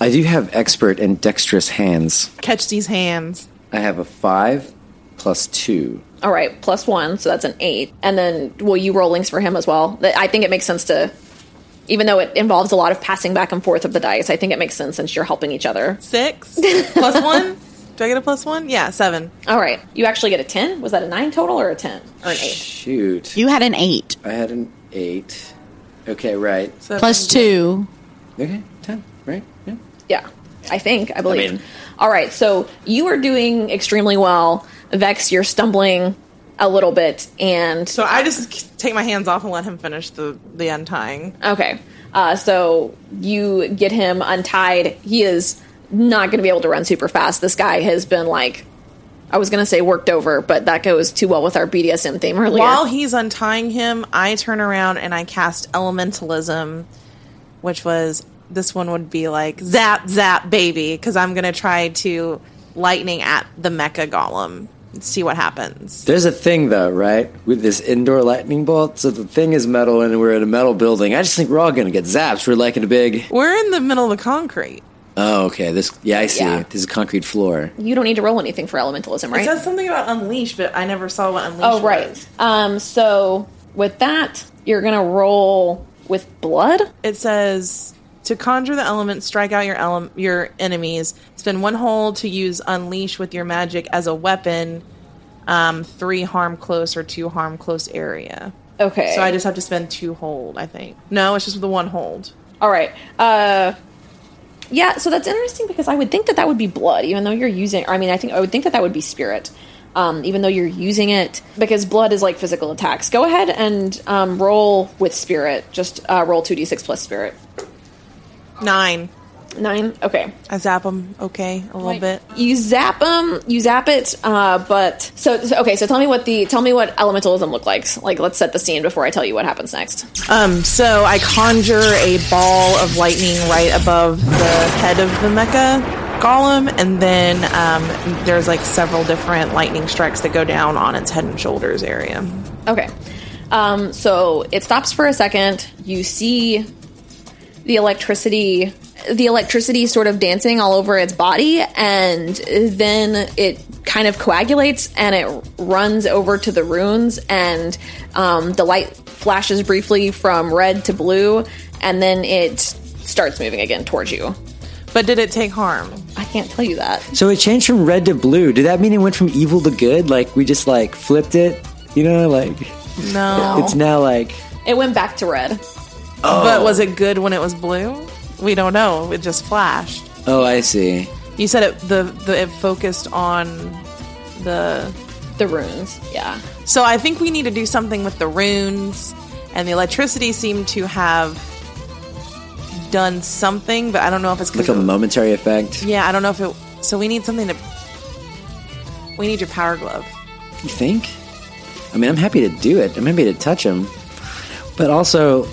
[SPEAKER 3] I do have expert and dexterous hands.
[SPEAKER 2] Catch these hands.
[SPEAKER 3] I have a five plus two.
[SPEAKER 1] All right, plus one, so that's an eight. And then will you roll links for him as well? Th- I think it makes sense to, even though it involves a lot of passing back and forth of the dice, I think it makes sense since you're helping each other.
[SPEAKER 2] Six plus one. Do I get a plus one? Yeah, seven.
[SPEAKER 1] All right, you actually get a 10. Was that a nine total or a 10? Or an eight?
[SPEAKER 3] Shoot.
[SPEAKER 5] You had an eight
[SPEAKER 3] I had an eight. Okay, right.
[SPEAKER 2] Seven.
[SPEAKER 5] plus two.
[SPEAKER 3] Okay, ten, right? Yeah.
[SPEAKER 1] Yeah, I think, I believe.
[SPEAKER 3] mean-
[SPEAKER 1] All right, so you are doing extremely well. Vex, you're stumbling a little bit, and
[SPEAKER 2] So I just take my hands off and let him finish the the untying.
[SPEAKER 1] okay, uh, so you get him untied. He is not going to be able to run super fast. This guy has been like, I was going to say worked over, but that goes too well with our BDSM theme earlier.
[SPEAKER 2] While he's untying him, I turn around and I cast elementalism, which was this one would be like zap zap baby because I'm gonna try to lightning at the mecha golem. See what happens.
[SPEAKER 3] There's a thing though, right? With this indoor lightning bolt. So the thing is metal, and we're in a metal building. I just think we're all gonna get zaps. We're like in a big.
[SPEAKER 2] We're in the middle of the concrete.
[SPEAKER 3] Oh, okay. This. Yeah, I see.
[SPEAKER 1] Yeah.
[SPEAKER 3] This is a concrete floor.
[SPEAKER 1] you don't need to roll anything for elementalism, right?
[SPEAKER 2] It says something about unleash, but I never saw what unleash.
[SPEAKER 1] Oh,
[SPEAKER 2] was.
[SPEAKER 1] right. Um, so with that, you're going to roll with blood.
[SPEAKER 2] It says to conjure the element, strike out your ele- your enemies. Spend one hole to use unleash with your magic as a weapon. Um, three harm close or two harm close area.
[SPEAKER 1] Okay.
[SPEAKER 2] So I just have to spend two hold. I think no, it's just the one hold.
[SPEAKER 1] All right. Uh, yeah. So that's interesting because I would think that that would be blood, even though you're using. Or I mean, I think I would think that that would be spirit, um, even though you're using it because blood is like physical attacks. Go ahead and um, roll with spirit. Just uh, roll two d six plus spirit.
[SPEAKER 2] Nine.
[SPEAKER 1] Nine. Okay.
[SPEAKER 2] I zap him. Okay, a little bit.
[SPEAKER 1] You zap them. You zap it. Uh, but so, so okay. So tell me what the tell me what elementalism look like. Like let's set the scene before I tell you what happens next.
[SPEAKER 2] Um, so I conjure a ball of lightning right above the head of the mecha golem, and then um, there's like several different lightning strikes that go down on its head and shoulders area.
[SPEAKER 1] Okay. Um, so it stops for a second. You see the electricity, the electricity sort of dancing all over its body, and then it kind of coagulates and it runs over to the runes, and um, the light flashes briefly from red to blue, and then it starts moving again towards you.
[SPEAKER 2] But did it take harm?
[SPEAKER 1] I can't tell you that.
[SPEAKER 3] So it changed from red to blue. Did that mean it went from evil to good? Like we just like flipped it? You know, like
[SPEAKER 2] No.
[SPEAKER 3] it's now like
[SPEAKER 1] It went back to red.
[SPEAKER 2] But was it good when it was blue? We don't know. It just flashed.
[SPEAKER 3] oh, I see.
[SPEAKER 2] You said it the, the it focused on the
[SPEAKER 1] The runes, yeah.
[SPEAKER 2] So I think we need to do something with the runes, and the electricity seemed to have done something, but I don't know if it's 'cause
[SPEAKER 3] Like a
[SPEAKER 2] it-
[SPEAKER 3] momentary effect.
[SPEAKER 2] yeah, I don't know if it. So we need something to. We need your power glove.
[SPEAKER 3] You think? I mean, I'm happy to do it. I'm happy to touch him. But also,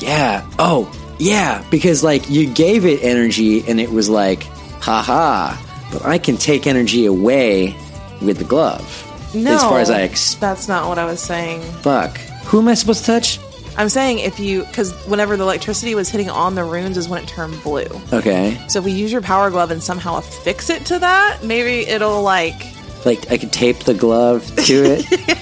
[SPEAKER 3] yeah. Oh, yeah. Because, like, you gave it energy and it was like, haha. But I can take energy away with the glove.
[SPEAKER 2] No,
[SPEAKER 3] As far as I ex-
[SPEAKER 2] that's not what I was saying.
[SPEAKER 3] fuck. Who am I supposed to touch?
[SPEAKER 2] I'm saying if you because whenever the electricity was hitting on the runes is when it turned blue.
[SPEAKER 3] Okay.
[SPEAKER 2] So if we use your power glove and somehow affix it to that, maybe it'll like
[SPEAKER 3] Like, I could tape the glove to it.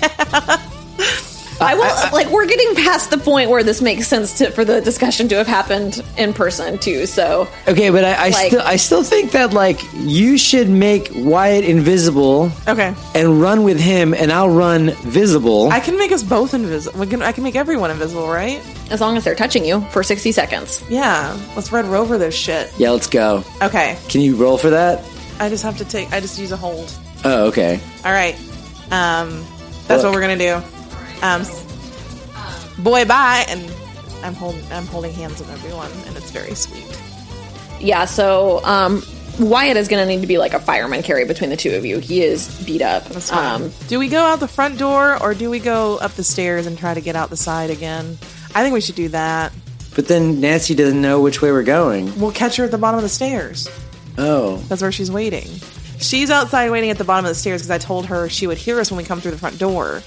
[SPEAKER 1] I will like we're getting past the point where this makes sense to, for the discussion to have happened in person too. So
[SPEAKER 3] okay, but I, I,
[SPEAKER 1] Like-
[SPEAKER 3] still, I still think that, like, you should make Wyatt invisible
[SPEAKER 2] okay.
[SPEAKER 3] and run with him, and I'll run visible.
[SPEAKER 2] I can make us both invisible. Can, I can make everyone invisible, right?
[SPEAKER 1] as long as they're touching you for sixty seconds,
[SPEAKER 2] Yeah, let's Red Rover this shit.
[SPEAKER 3] yeah, let's go.
[SPEAKER 2] Okay,
[SPEAKER 3] Can you roll for that?
[SPEAKER 2] I just have to take. I just use a hold.
[SPEAKER 3] Oh, okay.
[SPEAKER 2] All right, um, that's what
[SPEAKER 3] Look.
[SPEAKER 2] we're gonna do. Um, s- boy, bye, and I'm holding. I'm holding hands with everyone, and it's very sweet.
[SPEAKER 1] yeah. So um, Wyatt is going to need to be like a fireman carry between the two of you. He is beat up.
[SPEAKER 2] That's fine.
[SPEAKER 1] Um,
[SPEAKER 2] do we go out the front door or do we go up the stairs and try to get out the side again? I think we should do that.
[SPEAKER 3] But then Nancy doesn't know which way we're going.
[SPEAKER 2] We'll catch her at the bottom of the stairs.
[SPEAKER 3] Oh,
[SPEAKER 2] That's where she's waiting. She's outside waiting at the bottom of the stairs because I told her she would hear us when we come through the front door.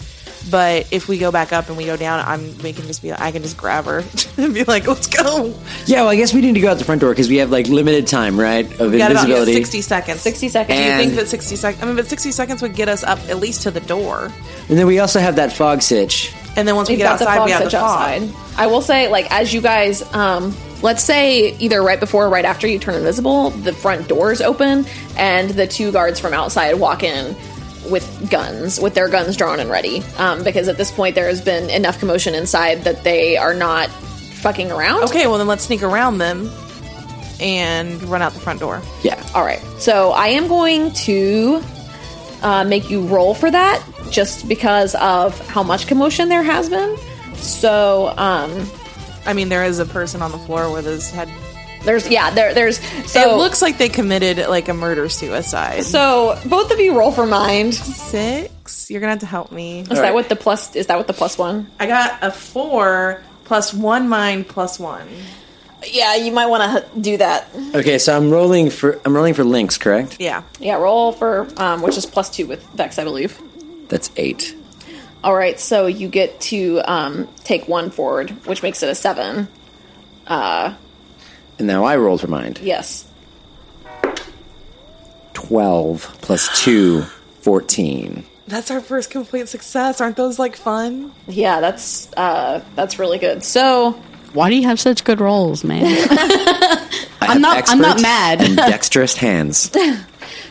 [SPEAKER 2] But if we go back up and we go down, I'm we can just be I can just grab her and be like, let's go.
[SPEAKER 3] Yeah, well, I guess we need to go out the front door because we have like limited time, right? Of
[SPEAKER 2] We got about yeah,
[SPEAKER 3] invisibility.
[SPEAKER 2] 60 seconds.
[SPEAKER 6] 60 seconds.
[SPEAKER 2] Do you think
[SPEAKER 3] And-
[SPEAKER 2] that 60 seconds? I mean, but 60 seconds would get us up at least to the door.
[SPEAKER 3] and then we also have that fog sitch.
[SPEAKER 2] And then once we
[SPEAKER 6] We've got
[SPEAKER 2] get
[SPEAKER 6] the
[SPEAKER 2] outside,
[SPEAKER 6] fog
[SPEAKER 2] we have the
[SPEAKER 6] such
[SPEAKER 2] fog.
[SPEAKER 6] outside.
[SPEAKER 1] I will say, like, as you guys, um, let's say either right before or right after you turn invisible, the front doors open and the two guards from outside walk in with guns, with their guns drawn and ready. Um, because at this point, there has been enough commotion inside that they are not fucking around.
[SPEAKER 2] Okay, well then let's sneak around them and run out the front door.
[SPEAKER 3] Yeah.
[SPEAKER 1] All right. So I am going to uh, make you roll for that just because of how much commotion there has been. So, um,
[SPEAKER 2] I mean, there is a person on the floor with his head.
[SPEAKER 1] there's, yeah, there, there's,
[SPEAKER 6] Oh.
[SPEAKER 1] so
[SPEAKER 2] it looks like they committed like a murder suicide.
[SPEAKER 1] So both of you roll for mind. Is
[SPEAKER 2] Six. You're gonna have to help me.
[SPEAKER 1] that
[SPEAKER 3] right.
[SPEAKER 1] what the plus? Is that what the plus one?
[SPEAKER 2] I got a four plus one mind plus one.
[SPEAKER 1] Yeah, you might want to do that.
[SPEAKER 3] Okay, so I'm rolling for I'm rolling for links, correct?
[SPEAKER 2] Yeah.
[SPEAKER 1] Yeah, roll for um, which is plus two with Vex, I believe.
[SPEAKER 3] That's eight.
[SPEAKER 1] All right, so you get to um, take one forward, which makes it a seven.
[SPEAKER 3] And now I rolled for mind.
[SPEAKER 1] Yes.
[SPEAKER 3] Twelve plus two, 14.
[SPEAKER 2] That's our first complete success. Aren't those like fun?
[SPEAKER 1] Yeah, that's uh, that's really good. So
[SPEAKER 5] Why do you have such good rolls, man?
[SPEAKER 3] I am
[SPEAKER 5] not- I'm not mad.
[SPEAKER 3] And dexterous hands.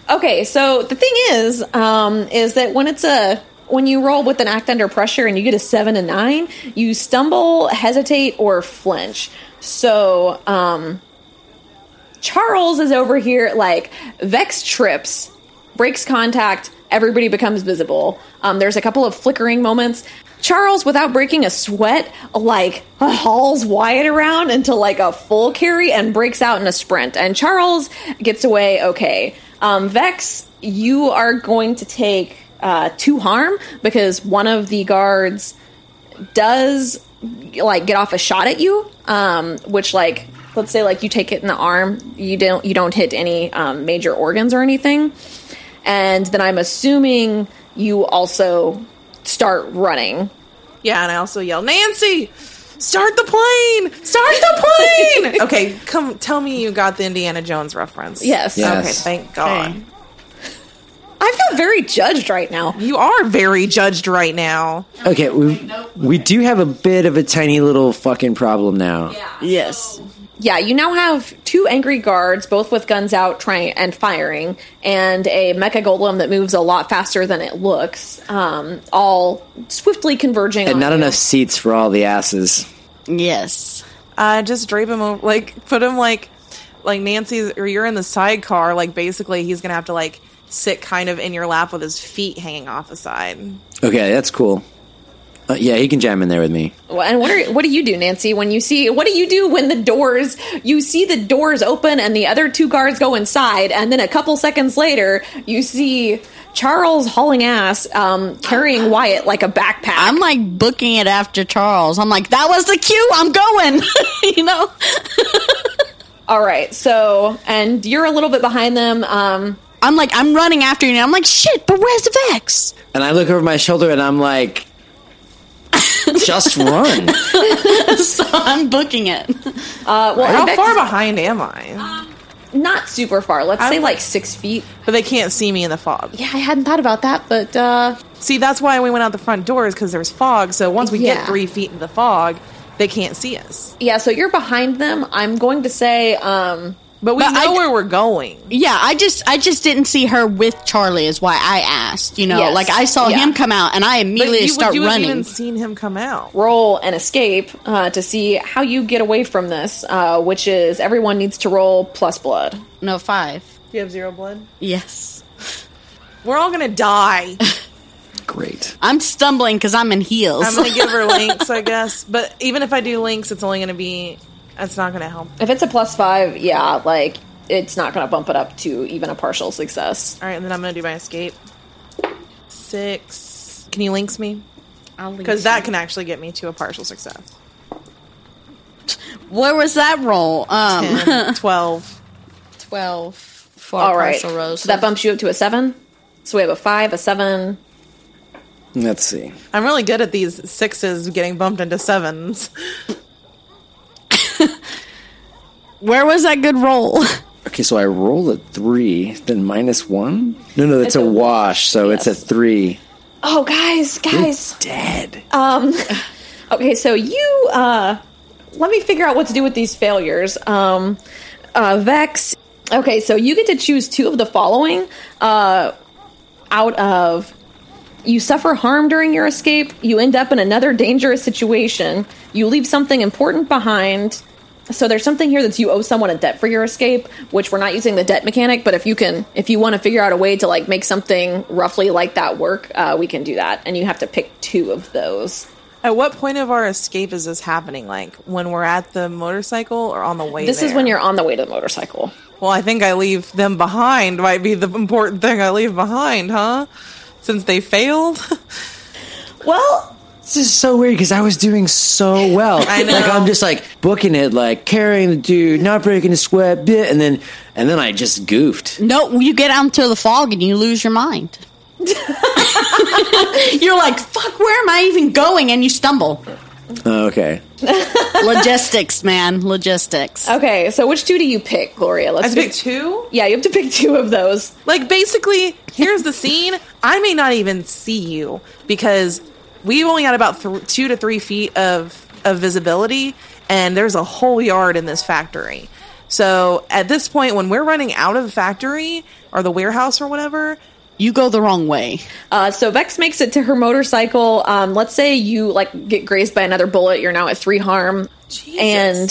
[SPEAKER 1] Okay, so the thing is, um, is that when it's a when you roll with an act under pressure and you get a seven and nine, you stumble, hesitate, or flinch. So um, Charles is over here like Vex trips, breaks contact, everybody becomes visible. Um, there's a couple of flickering moments. Charles, without breaking a sweat, like hauls Wyatt around into like a full carry and breaks out in a sprint. And Charles gets away okay. Um, Vex, you are going to take uh, two harm because one of the guards does like get off a shot at you um which like let's say like you take it in the arm you don't you don't hit any um, major organs or anything and then i'm assuming you also start running
[SPEAKER 2] Yeah, and I also yell, Nancy, start the plane! Start the plane! okay, come tell me you got the Indiana Jones reference.
[SPEAKER 1] Yes.
[SPEAKER 3] Yes.
[SPEAKER 2] Okay, thank God.
[SPEAKER 5] Okay.
[SPEAKER 1] i feel very judged right now
[SPEAKER 2] You are very judged right now.
[SPEAKER 3] Okay, we we do have a bit of a tiny little fucking problem now.
[SPEAKER 5] yes.
[SPEAKER 1] yeah you now have two angry guards both with guns out trying and firing and a mecha golem that moves a lot faster than it looks um all swiftly converging
[SPEAKER 3] And
[SPEAKER 1] on
[SPEAKER 3] not
[SPEAKER 1] you.
[SPEAKER 3] enough seats for all the asses.
[SPEAKER 5] Yes.
[SPEAKER 2] Uh, just drape him over, like put him like, like Nancy's, or you're in the sidecar. Like basically, he's gonna have to like sit kind of in your lap with his feet hanging off the side.
[SPEAKER 3] Okay, that's cool. Uh, yeah, he can jam in there with me.
[SPEAKER 1] Well, And what are what do you do, Nancy? When you see what do you do when the doors you see the doors open and the other two guards go inside, and then a couple seconds later you see Charles hauling ass, um, carrying Wyatt like a backpack.
[SPEAKER 5] I'm like booking it after Charles. I'm like, that was the cue. I'm going. you know.
[SPEAKER 1] All right, so and you're a little bit behind them. Um,
[SPEAKER 5] I'm like, I'm running after you. And I'm like, shit. But where's the Vex?
[SPEAKER 3] And I look over my shoulder and I'm like, just run.
[SPEAKER 5] so I'm booking it.
[SPEAKER 1] uh, well,
[SPEAKER 2] How
[SPEAKER 1] Vex-
[SPEAKER 2] far behind am I?
[SPEAKER 1] Not super far. Let's say
[SPEAKER 2] I'm-
[SPEAKER 1] like six feet.
[SPEAKER 2] But they can't see me in the fog.
[SPEAKER 1] Yeah, I hadn't thought about that, but uh,
[SPEAKER 2] See, that's why we went out the front door is because there's fog. So once we
[SPEAKER 1] Yeah.
[SPEAKER 2] get three feet in the fog, they can't see us.
[SPEAKER 1] yeah. So you're behind them. I'm going to say. Um,
[SPEAKER 2] But we
[SPEAKER 5] But I
[SPEAKER 2] know
[SPEAKER 5] d-
[SPEAKER 2] where we're going.
[SPEAKER 5] Yeah, I just, I just didn't see her with Charlie. Is why I asked. You know,
[SPEAKER 1] Yes.
[SPEAKER 5] like I saw
[SPEAKER 1] Yeah.
[SPEAKER 5] him come out, and I
[SPEAKER 2] But
[SPEAKER 5] immediately
[SPEAKER 2] you,
[SPEAKER 5] start
[SPEAKER 2] you haven't
[SPEAKER 5] running.
[SPEAKER 2] even seen him come out.
[SPEAKER 1] roll and escape uh, to see how you get away from this, uh, which is everyone needs to roll plus blood.
[SPEAKER 5] No five.
[SPEAKER 2] You have zero blood.
[SPEAKER 5] Yes.
[SPEAKER 2] We're all gonna die.
[SPEAKER 3] Great.
[SPEAKER 5] I'm stumbling because I'm in heels.
[SPEAKER 2] I'm gonna give her links, I guess. But even if I do links, it's only gonna be. It's not gonna help.
[SPEAKER 1] If it's a plus five, yeah, like it's not going to bump it up to even a partial success.
[SPEAKER 2] All right, and then I'm gonna do my escape. Six. Can you links me?
[SPEAKER 5] I'll leave
[SPEAKER 2] Because that can actually get me to a partial success.
[SPEAKER 5] you. Where was that roll? Um,
[SPEAKER 2] Ten, Twelve.
[SPEAKER 4] Twelve.
[SPEAKER 5] for
[SPEAKER 1] All
[SPEAKER 5] a
[SPEAKER 1] right.
[SPEAKER 5] partial rose.
[SPEAKER 1] So that bumps you up to a seven. So we have a five, a seven.
[SPEAKER 3] Let's see.
[SPEAKER 2] I'm really good at these sixes getting bumped into sevens.
[SPEAKER 5] Where was that good roll?
[SPEAKER 3] Okay, so I roll a three, then minus one. No, no, that's a, wash. So it's a three. Oh.
[SPEAKER 1] Oh, guys, guys. um,
[SPEAKER 3] Dead.
[SPEAKER 1] Okay, so you uh let me figure out what to do with these failures. Um uh Vex. Okay, so you get to choose two of the following uh out of you suffer harm during your escape, you end up in another dangerous situation, you leave something important behind. So there's something here that's you owe someone a debt for your escape, which we're not using the debt mechanic, but if you can if you want to figure out a way to like make something roughly like that work, uh, we can do that. And you have to pick two of those.
[SPEAKER 2] At what point of our escape is this happening? Like when we're at the motorcycle or on the way?
[SPEAKER 1] This is
[SPEAKER 2] is
[SPEAKER 1] when you're on the way to the motorcycle.
[SPEAKER 2] Well, I think I leave them behind might be the important thing I leave behind, huh? Since they failed.
[SPEAKER 1] Well,
[SPEAKER 3] This is so weird because I was doing so well.
[SPEAKER 2] I know.
[SPEAKER 3] Like I'm just like booking it, like carrying the dude, not breaking a sweat, bit, and then and then I just goofed.
[SPEAKER 5] No, you get out into the fog and you lose your mind. You're like, fuck, where am I even going? And you stumble.
[SPEAKER 3] Oh, okay.
[SPEAKER 5] Logistics, man. Logistics.
[SPEAKER 1] okay. So which two do you pick, Gloria?
[SPEAKER 2] I
[SPEAKER 1] Let's
[SPEAKER 2] pick two.
[SPEAKER 1] Yeah, you have to pick two of those.
[SPEAKER 2] Like basically, here's the scene. I may not even see you because we only had about th- two to three feet of of visibility, and there's a whole yard in this factory. So at this point, when we're running out of the factory or the warehouse or whatever,
[SPEAKER 5] You go the wrong way.
[SPEAKER 1] Uh, so Vex makes it to her motorcycle. Um, let's say you like get grazed by another bullet. You're now at three harm, and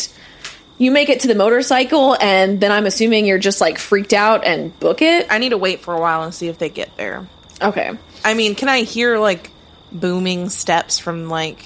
[SPEAKER 1] you make it to the motorcycle. And then I'm assuming you're just like freaked out and book it.
[SPEAKER 2] I need to wait for a while and see if they get there.
[SPEAKER 1] Okay.
[SPEAKER 2] I mean, can I hear like booming steps from like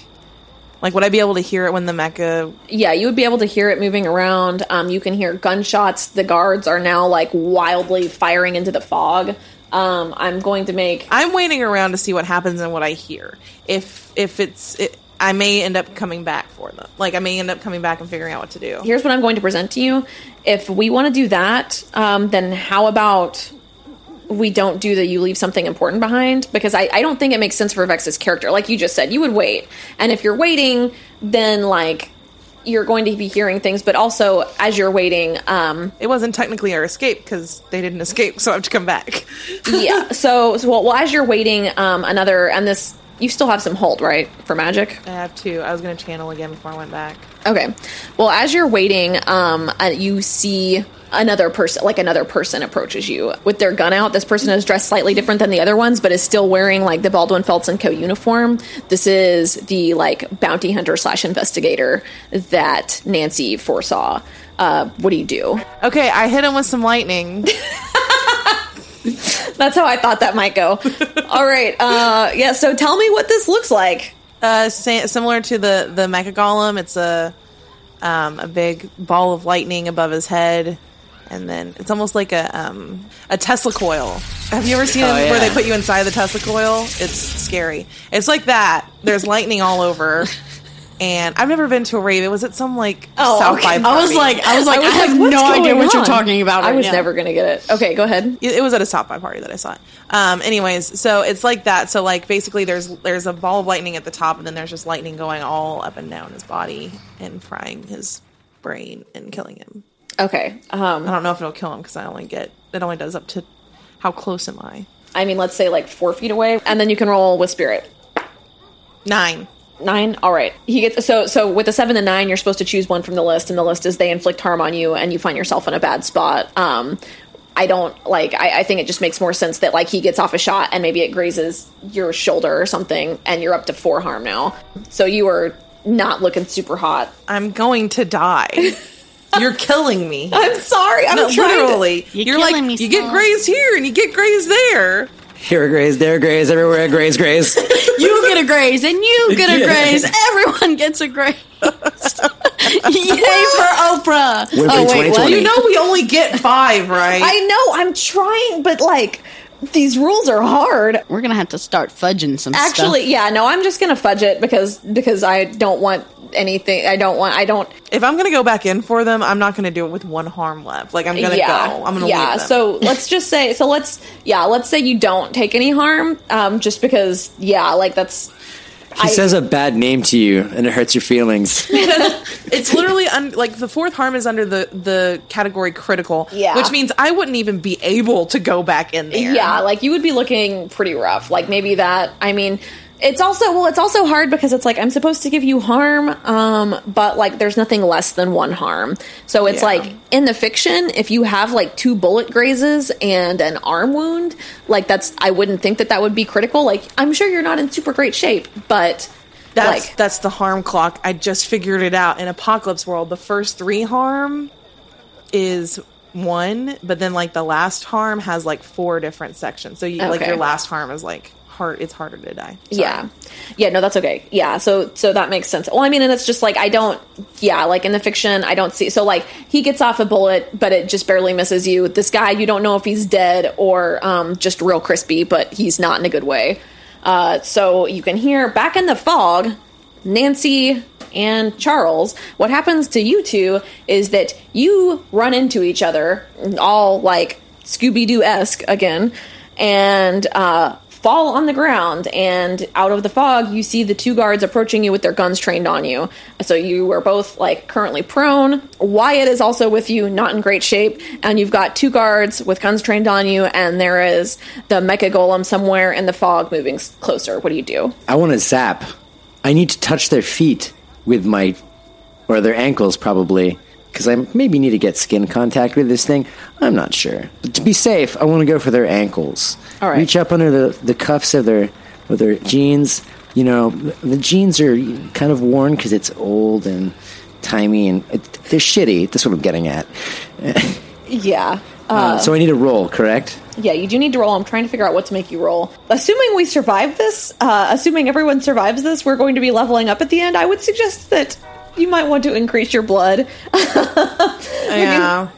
[SPEAKER 2] like would I be able to hear it when the mecha
[SPEAKER 1] yeah, you would be able to hear it moving around. Um, you can hear gunshots. The guards are now like wildly firing into the fog. Um, I'm going to make.
[SPEAKER 2] I'm waiting around to see what happens and what I hear. If if it's it, I may end up coming back for them. Like I may end up coming back and figuring out what to do.
[SPEAKER 1] Here's what I'm going to present to you. If we want to do that, um, then how about we don't do the you leave something important behind? Because I, I don't think it makes sense for Vex's character. Like you just said, you would wait. And if you're waiting, then like you're going to be hearing things, but also as you're waiting, um,
[SPEAKER 2] It wasn't technically our escape because they didn't escape, so I have to come back.
[SPEAKER 1] yeah. So, so well, well, as you're waiting, um, another and this, you still have some hold, right, for magic.
[SPEAKER 2] I have to. I was going to channel again before I went back.
[SPEAKER 1] Okay. Well, as you're waiting, um, uh, you see another person, like another person approaches you with their gun out. This person is dressed slightly different than the other ones, but is still wearing like the Baldwin Feltz and Co. uniform. This is the like bounty hunter slash investigator that Nancy foresaw. Uh, what do you do?
[SPEAKER 2] Okay, I hit him with some lightning.
[SPEAKER 1] That's how I thought that might go. All right. Uh, yeah. So tell me what this looks like.
[SPEAKER 2] Uh, sa- similar to the the mecha golem, it's a um, a big ball of lightning above his head, and then it's almost like a um, a Tesla coil. Have you ever seen
[SPEAKER 3] Oh,
[SPEAKER 2] where they
[SPEAKER 3] yeah.
[SPEAKER 2] put you inside the Tesla coil? It's scary. It's like that. There's lightning all over. And I've never been to a rave. It was at some like
[SPEAKER 1] Oh,
[SPEAKER 2] South
[SPEAKER 1] okay.
[SPEAKER 2] by.
[SPEAKER 5] I was
[SPEAKER 2] party.
[SPEAKER 5] like, I was like, I,
[SPEAKER 1] was
[SPEAKER 5] have
[SPEAKER 1] "What's
[SPEAKER 5] no idea
[SPEAKER 1] going
[SPEAKER 5] what you're
[SPEAKER 1] on?"
[SPEAKER 5] talking about.
[SPEAKER 1] I
[SPEAKER 5] right
[SPEAKER 1] was
[SPEAKER 5] now.
[SPEAKER 1] never going to get it. Okay, go ahead.
[SPEAKER 2] it, it was at a stop by party that I saw it. Um, anyways, so it's like that. So like basically, there's there's a ball of lightning at the top, and then there's just lightning going all up and down his body and frying his brain and killing him.
[SPEAKER 1] Okay. Um,
[SPEAKER 2] I don't know if it'll kill him because I only get it only does up to how close am I?
[SPEAKER 1] I mean, let's say like four feet away, and then you can roll with spirit.
[SPEAKER 2] Nine.
[SPEAKER 1] Nine. All right. He gets so so with the seven and nine, you're supposed to choose one from the list, and the list is they inflict harm on you, and you find yourself in a bad spot. Um, I don't like. I, I think it just makes more sense that like he gets off a shot, and maybe it grazes your shoulder or something, and you're up to four harm now. So you are not looking super hot.
[SPEAKER 2] I'm going to die. You're killing me.
[SPEAKER 1] I'm sorry. I'm
[SPEAKER 2] No,
[SPEAKER 1] trying to-
[SPEAKER 2] literally.
[SPEAKER 5] You're
[SPEAKER 2] You're, like
[SPEAKER 5] killing me,
[SPEAKER 2] you get
[SPEAKER 5] Saul.
[SPEAKER 2] grazed here and you get grazed there.
[SPEAKER 3] Here it graze, there it graze, everywhere it graze, graze.
[SPEAKER 5] You get a graze, and you get a
[SPEAKER 3] Yeah.
[SPEAKER 5] graze. Everyone gets a graze. Yay for Oprah!
[SPEAKER 3] Would it be 2020?
[SPEAKER 2] You know we only get five, right?
[SPEAKER 1] I know. I'm trying, but like these rules are hard.
[SPEAKER 5] We're gonna have to start fudging some
[SPEAKER 1] Actually, yeah, no, I'm just gonna fudge it because because I don't want anything. I don't want. I don't.
[SPEAKER 2] If I'm gonna go back in for them, I'm not gonna do it with one harm left. Like I'm gonna
[SPEAKER 1] yeah,
[SPEAKER 2] go. I'm gonna
[SPEAKER 1] yeah.
[SPEAKER 2] leave them.
[SPEAKER 1] So let's just say. So let's. Yeah, let's say you don't take any harm. Um, just because. Yeah, like that's.
[SPEAKER 3] He says a bad name to you, and it hurts your feelings.
[SPEAKER 2] it's literally un- like the fourth harm is under the the category critical.
[SPEAKER 1] Yeah.
[SPEAKER 2] which means I wouldn't even be able to go back in there.
[SPEAKER 1] Yeah, like you would be looking pretty rough. Like maybe that. I mean, it's also well, it's also hard because it's like I'm supposed to give you harm, um, but like there's nothing less than one harm. So it's
[SPEAKER 2] Yeah.
[SPEAKER 1] like in the fiction, if you have like two bullet grazes and an arm wound, like that's I wouldn't think that that would be critical. Like I'm sure you're not in super great shape, but
[SPEAKER 2] that's
[SPEAKER 1] like
[SPEAKER 2] that's the harm clock. I just figured it out. In Apocalypse World, the first three harm is one, but then like the last harm has like four different sections. So you, like
[SPEAKER 1] Okay.
[SPEAKER 2] your last harm is like hard. It's harder to die. So-
[SPEAKER 1] Yeah. Yeah, no, that's okay. Yeah, so so that makes sense. Well, I mean, and it's just like I don't yeah, like in the fiction, I don't see so like he gets off a bullet, but it just barely misses you. This guy, you don't know if he's dead or um just real crispy, but he's not in a good way. Uh so you can hear back in the fog, Nancy and Charles, what happens to you two is that you run into each other, all like Scooby Doo esque again, and uh, fall on the ground. And out of the fog, you see the two guards approaching you with their guns trained on you. So you are both like currently prone. Wyatt is also with you, not in great shape, and you've got two guards with guns trained on you, and there is the mecha golem somewhere in the fog moving s- closer. What do you do?
[SPEAKER 3] I want to zap. I need to touch their feet with my, or their ankles probably, because I maybe need to get skin contact with this thing. I'm not sure. But to be safe, I want to go for their ankles.
[SPEAKER 1] All right.
[SPEAKER 3] Reach up under the, the cuffs of their of their jeans. You know, the jeans are kind of worn because it's old and timey, and it, they're shitty. That's what I'm getting at.
[SPEAKER 1] Yeah.
[SPEAKER 3] Uh, so I need to roll, correct?
[SPEAKER 1] Yeah, you do need to roll. I'm trying to figure out what to make you roll. Assuming we survive this, uh, assuming everyone survives this, we're going to be leveling up at the end. I would suggest that you might want to increase your blood.
[SPEAKER 2] yeah,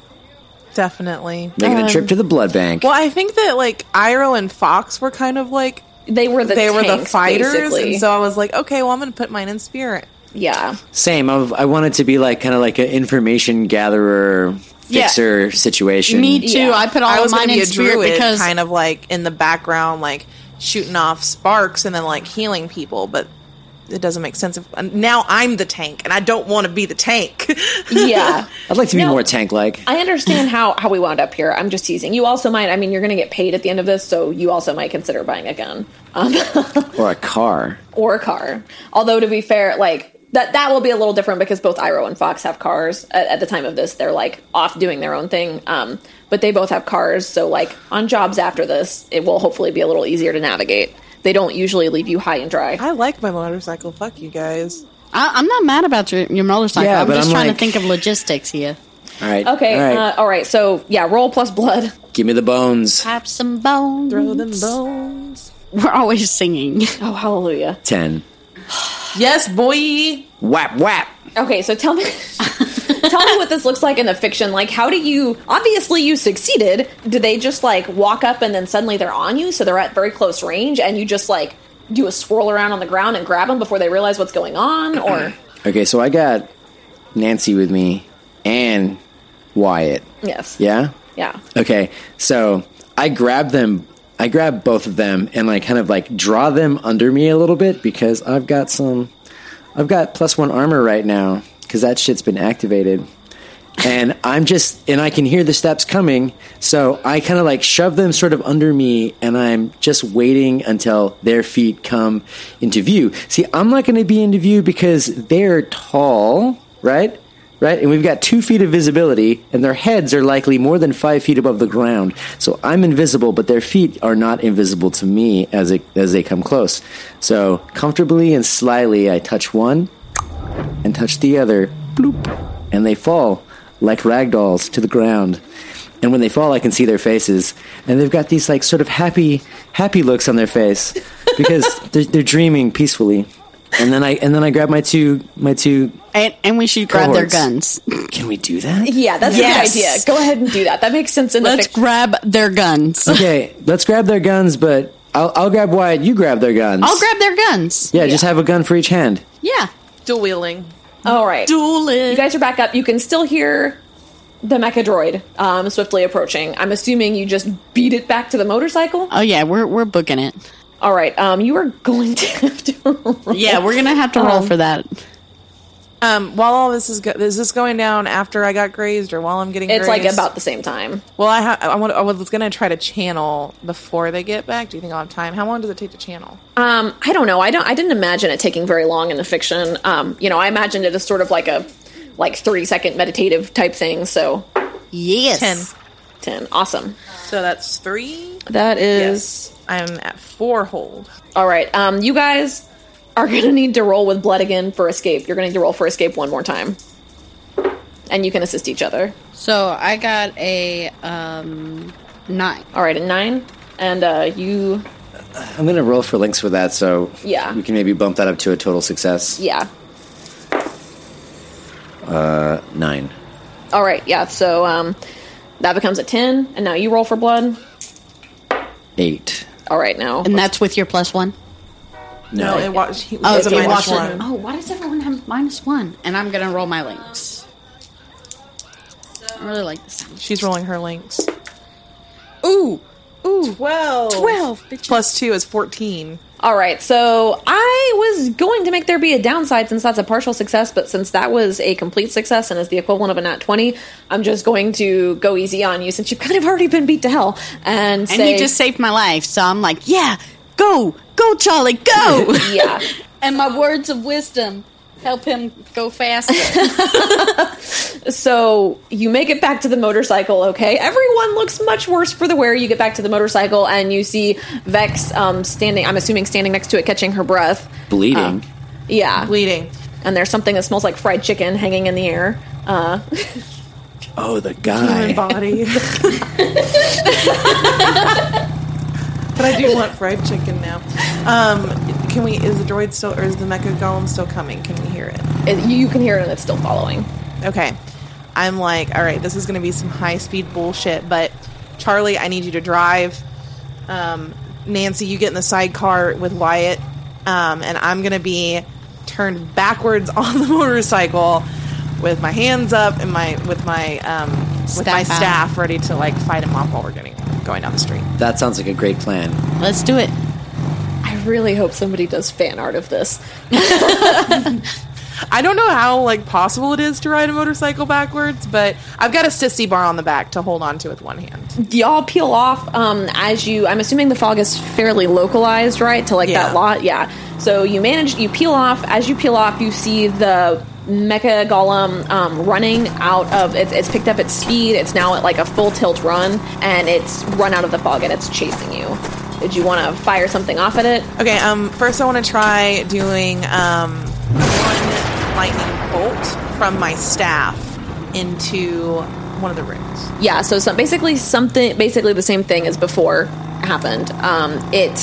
[SPEAKER 2] definitely.
[SPEAKER 3] Making a trip to the blood bank.
[SPEAKER 2] Well, I think that like Iroh and Fox were kind of like
[SPEAKER 1] They were the
[SPEAKER 2] they were the
[SPEAKER 1] tanks,
[SPEAKER 2] fighters,
[SPEAKER 1] basically.
[SPEAKER 2] and so I was like, okay, well, I'm gonna put mine in spirit.
[SPEAKER 1] yeah,
[SPEAKER 3] Same. i I wanted to be like kind of like an information gatherer
[SPEAKER 5] Yeah.
[SPEAKER 3] fixer situation.
[SPEAKER 5] Me too.
[SPEAKER 1] Yeah.
[SPEAKER 5] I put all
[SPEAKER 2] I
[SPEAKER 5] of
[SPEAKER 2] was
[SPEAKER 5] Oh, mine
[SPEAKER 2] going to be
[SPEAKER 5] in
[SPEAKER 2] a
[SPEAKER 5] spirit
[SPEAKER 2] druid,
[SPEAKER 5] because
[SPEAKER 2] kind of like in the background, like shooting off sparks and then like healing people, but it doesn't make sense. If and now I'm the tank, and I don't want to be the tank.
[SPEAKER 1] yeah.
[SPEAKER 3] I'd like to be
[SPEAKER 1] No.
[SPEAKER 3] more tank like.
[SPEAKER 1] I understand how how we wound up here. I'm just teasing. You also might. I mean, you're going to get paid at the end of this, so you also might consider buying a gun. Um,
[SPEAKER 3] Or a car.
[SPEAKER 1] or a car. Although to be fair, like that that will be a little different because both Iroh and Fox have cars at, at the time of this. They're like off doing their own thing, um, but they both have cars. So like on jobs after this, it will hopefully be a little easier to navigate. They don't usually leave you high and dry.
[SPEAKER 2] I like my motorcycle. Fuck you guys.
[SPEAKER 5] I, I'm not mad about your, your motorcycle.
[SPEAKER 3] Yeah,
[SPEAKER 5] I'm
[SPEAKER 3] but
[SPEAKER 5] just
[SPEAKER 3] I'm
[SPEAKER 5] trying
[SPEAKER 3] like-
[SPEAKER 5] to think of logistics here.
[SPEAKER 3] All right.
[SPEAKER 1] Okay,
[SPEAKER 3] All right.
[SPEAKER 1] Uh, all right. So yeah, roll plus blood.
[SPEAKER 3] Give me the bones.
[SPEAKER 5] Have some bones.
[SPEAKER 2] Throw them bones.
[SPEAKER 5] We're always singing.
[SPEAKER 1] Oh hallelujah.
[SPEAKER 3] 10.
[SPEAKER 2] Yes, boy.
[SPEAKER 3] Whap, whap.
[SPEAKER 1] Okay, so tell me tell me what this looks like in the fiction. Like how do you obviously you succeeded. Do they just like walk up and then suddenly they're on you so they're at very close range and you just like do a swirl around on the ground and grab them before they realize what's going on or
[SPEAKER 3] Okay, so I got Nancy with me and Wyatt.
[SPEAKER 1] yes.
[SPEAKER 3] Yeah?
[SPEAKER 1] Yeah.
[SPEAKER 5] Uh,
[SPEAKER 3] Okay, so I grab them. I grab both of them and like kind of like draw them under me a little bit because I've got some. I've got plus one armor right now because that shit's been activated. And I'm just, and I can hear the steps coming. So I kind of like shove them sort of under me and I'm just waiting until their feet come into view. See, I'm not going to be into view because they're tall, right? Right? And we've got two feet of visibility and their heads are likely more than five feet above the ground. So I'm invisible, but their feet are not invisible to me as, it, as they come close. So comfortably and slyly, I touch one and touch the other, bloop, and they fall like ragdolls to the ground. And when they fall, I can see their faces, and they've got these like sort of happy, happy looks on their face because they're, they're dreaming peacefully. And then I and then I grab my two my two.
[SPEAKER 5] and, and we should grab their
[SPEAKER 3] Cohorts.
[SPEAKER 5] guns.
[SPEAKER 3] Can we do that?
[SPEAKER 1] Yeah, that's
[SPEAKER 5] Yes.
[SPEAKER 1] a good idea. Go ahead and do that. That makes sense in the
[SPEAKER 5] Let's
[SPEAKER 1] fiction.
[SPEAKER 5] grab their guns.
[SPEAKER 3] Okay, let's grab their guns, but I'll, I'll grab Wyatt. You grab their guns.
[SPEAKER 5] I'll grab their guns.
[SPEAKER 3] Yeah, just have a gun for each hand.
[SPEAKER 5] Yeah.
[SPEAKER 2] Dual wheeling.
[SPEAKER 1] All right.
[SPEAKER 2] Duel it.
[SPEAKER 1] You guys are back up. You can still hear the mecha droid um, swiftly approaching. I'm assuming you just beat it back to the motorcycle.
[SPEAKER 5] Oh yeah, we're we're booking it.
[SPEAKER 1] All right. Um, you are going to have to. roll.
[SPEAKER 5] Yeah, we're gonna have to roll for that.
[SPEAKER 2] Um, while all this is go- is this going down after I got grazed or while I'm getting
[SPEAKER 1] It's like
[SPEAKER 2] grazed?
[SPEAKER 1] about the same time.
[SPEAKER 2] Well, I ha- I, want- I was gonna try to channel before they get back. Do you think I'll have time? How long does it take to channel?
[SPEAKER 1] Um, I don't know. I don't. I didn't imagine it taking very long in the fiction. Um, you know, I imagined it as sort of like a like thirty second meditative type thing. So
[SPEAKER 5] Yes.
[SPEAKER 2] Ten.
[SPEAKER 1] ten. Awesome.
[SPEAKER 2] So that's three.
[SPEAKER 1] That is
[SPEAKER 2] Yes, I'm at four hold.
[SPEAKER 1] all right. Um, you guys are gonna need to roll with blood again for escape. You're gonna need to roll for escape one more time, and you can assist each other.
[SPEAKER 4] So I got a um nine.
[SPEAKER 1] All right, a nine, and uh, you,
[SPEAKER 3] I'm going to roll for links with that, so
[SPEAKER 1] Yeah.
[SPEAKER 3] we can maybe bump that up to a total success.
[SPEAKER 1] yeah.
[SPEAKER 3] Nine.
[SPEAKER 1] All right, yeah. So um, that becomes a ten, and now you roll for blood.
[SPEAKER 3] Eight.
[SPEAKER 1] All right, now.
[SPEAKER 5] And that's with your plus one.
[SPEAKER 2] No,
[SPEAKER 3] Nine.
[SPEAKER 2] it was. He,
[SPEAKER 5] Oh,
[SPEAKER 2] was a
[SPEAKER 5] it
[SPEAKER 2] minus
[SPEAKER 5] wasn't.
[SPEAKER 2] one.
[SPEAKER 5] Oh,
[SPEAKER 4] why does everyone have minus one? And I'm gonna roll my links. I really like this sound.
[SPEAKER 2] She's rolling her links.
[SPEAKER 4] Ooh, ooh,
[SPEAKER 2] Twelve.
[SPEAKER 4] twelve. Bitch.
[SPEAKER 2] Plus two is fourteen.
[SPEAKER 1] All right, so I was going to make there be a downside since that's a partial success, but since that was a complete success and is the equivalent of a nat 20, I'm just going to go easy on you since you've kind of already been beat to hell and,
[SPEAKER 5] And
[SPEAKER 1] say,
[SPEAKER 5] you just saved my life, so I'm like, yeah, go, go, Charlie, go.
[SPEAKER 1] yeah.
[SPEAKER 4] And my words of wisdom help him go faster.
[SPEAKER 1] So you make it back to the motorcycle, okay? Everyone looks much worse for the wear. You get back to the motorcycle and you see Vex um, standing, I'm assuming standing next to it, catching her breath.
[SPEAKER 3] Bleeding.
[SPEAKER 1] Yeah.
[SPEAKER 2] Bleeding.
[SPEAKER 1] And there's something that smells like fried chicken hanging in the air. Uh,
[SPEAKER 3] oh, the guy.
[SPEAKER 2] body. but I do want fried chicken now. Um, can we? Is the droid still, or is the mecha golem still coming? Can we hear it?
[SPEAKER 1] it, you can hear it and it's still following.
[SPEAKER 2] Okay. I'm like, all right, this is going to be some high speed bullshit, but Charlie, I need you to drive. Um, Nancy, you get in the sidecar with Wyatt, um, and I'm going to be turned backwards on the motorcycle with my hands up and my with my um, with my
[SPEAKER 5] Staff out.
[SPEAKER 2] staff ready to like fight him off while we're getting going down the street.
[SPEAKER 3] That sounds like a great plan.
[SPEAKER 5] Let's do it.
[SPEAKER 1] I really hope somebody does fan art of this.
[SPEAKER 2] I don't know how like possible it is to ride a motorcycle backwards, but I've got a sissy bar on the back to hold on to with one hand.
[SPEAKER 1] Y'all peel off um, as you. I'm assuming the fog is fairly localized, right? To like
[SPEAKER 2] Yeah.
[SPEAKER 1] that lot, yeah. So you manage. You peel off. As you peel off, you see the mecha golem um, running out of. It's, it's picked up its speed. It's now at like a full tilt run, and it's run out of the fog and it's chasing you. Did you want to fire something off at it?
[SPEAKER 2] Okay, um, first I want to try doing um, one lightning bolt from my staff into one of the rooms.
[SPEAKER 1] yeah so some, basically something basically the same thing as before happened um, it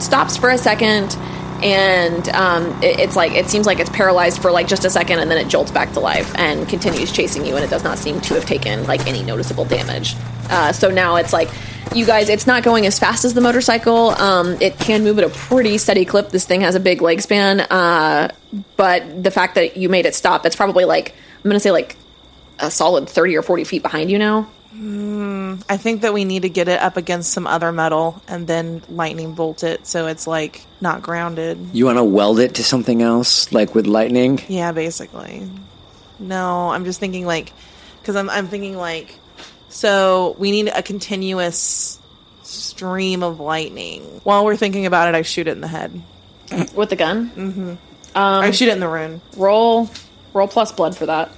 [SPEAKER 1] stops for a second and um, it, it's like it seems like it's paralyzed for like just a second and then it jolts back to life and continues chasing you and it does not seem to have taken like any noticeable damage uh, so now it's like you guys it's not going as fast as the motorcycle um, it can move at a pretty steady clip this thing has a big leg span uh, but the fact that you made it stop it's probably like i'm gonna say like a solid 30 or 40 feet behind you now
[SPEAKER 2] I think that we need to get it up against some other metal and then lightning bolt it so it's like not grounded.
[SPEAKER 3] You want to weld it to something else, like with lightning?
[SPEAKER 2] Yeah, basically. No, I'm just thinking like, because I'm I'm thinking like, so we need a continuous stream of lightning. While we're thinking about it, I shoot it in the head.
[SPEAKER 1] with the gun.
[SPEAKER 2] I shoot it in the rune.
[SPEAKER 1] Roll, roll plus blood for that.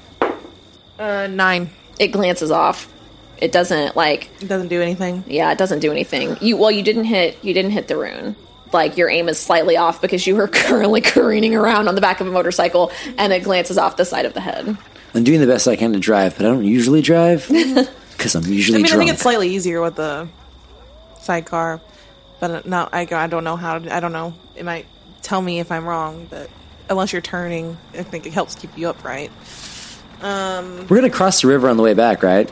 [SPEAKER 2] Uh, nine.
[SPEAKER 1] It glances off. It doesn't like.
[SPEAKER 2] It doesn't do anything.
[SPEAKER 1] Yeah, it doesn't do anything. You well, you didn't hit. You didn't hit the rune. Like your aim is slightly off because you were currently careening around on the back of a motorcycle, and it glances off the side of the head.
[SPEAKER 3] I'm doing the best I can to drive, but I don't usually drive because I'm usually
[SPEAKER 2] I mean, I
[SPEAKER 3] drunk.
[SPEAKER 2] think it's slightly easier with the sidecar, but uh, no, I, I don't know how. I don't know. It might tell me if I'm wrong, but unless you're turning, I think it helps keep you upright.
[SPEAKER 3] We're gonna cross the river on the way back, right?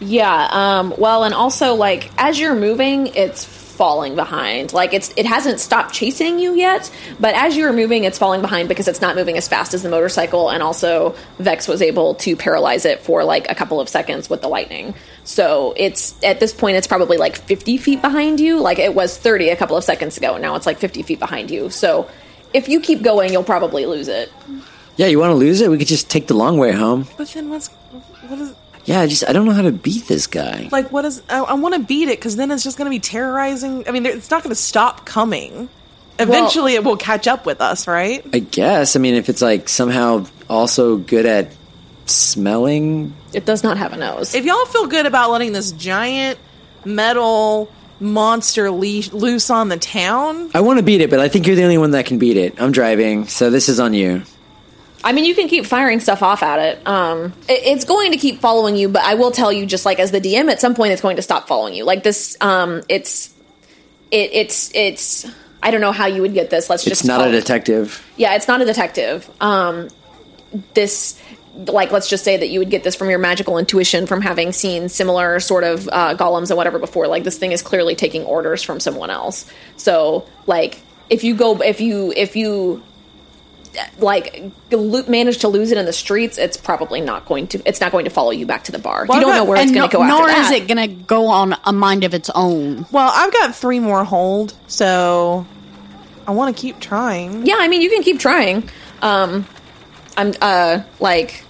[SPEAKER 1] Yeah. Um, well, and also like as you're moving, it's falling behind. Like it's it hasn't stopped chasing you yet, but as you are moving, it's falling behind because it's not moving as fast as the motorcycle, and also Vex was able to paralyze it for like a couple of seconds with the lightning. So it's at this point it's probably like fifty feet behind you. Like it was thirty a couple of seconds ago, and now it's like fifty feet behind you. So if you keep going, you'll probably lose it.
[SPEAKER 3] Yeah, you want to lose it? We could just take the long way home.
[SPEAKER 2] But then what's what is
[SPEAKER 3] Yeah, I just I don't know how to beat this guy.
[SPEAKER 2] like what is? I, I want to beat it because then it's just going to be terrorizing. I mean, there- it's not going to stop coming. Eventually, it will catch up with us, right?
[SPEAKER 3] I guess. I mean, if it's like somehow also good at smelling,
[SPEAKER 1] It does not have a nose.
[SPEAKER 2] if y'all feel good about letting this giant metal monster le- loose on the town,
[SPEAKER 3] I want to beat it, but I think you're the only one that can beat it. I'm driving, so this is on you.
[SPEAKER 1] I mean, you can keep firing stuff off at it. Um, it- It's going to keep following you, but I will tell you, just like as the DM, at some point, it's going to stop following you. Like this, um, it's, it, it's, it's. I don't know how you would get this. Let's just.
[SPEAKER 3] It's not
[SPEAKER 1] call
[SPEAKER 2] Oh.
[SPEAKER 3] a
[SPEAKER 1] it-
[SPEAKER 3] detective.
[SPEAKER 1] Yeah, it's not a detective. Um, this, like, let's just say that you would get this from your magical intuition from having seen similar sort of uh, golems and whatever before. Like, this thing is clearly taking orders from someone else. So, like, if you go, if you, if you like lo- manage to lose it in the streets, it's probably not going to. It's not going to follow you back to the bar. you don't
[SPEAKER 2] about-
[SPEAKER 1] know where it's
[SPEAKER 5] and
[SPEAKER 1] going to
[SPEAKER 5] no-
[SPEAKER 1] go. After
[SPEAKER 5] nor
[SPEAKER 1] that.
[SPEAKER 5] is it going to go on a mind of its own.
[SPEAKER 2] well, I've got three more hold, so I want to keep trying.
[SPEAKER 1] Yeah, I mean, you can keep trying. Um, I'm uh like,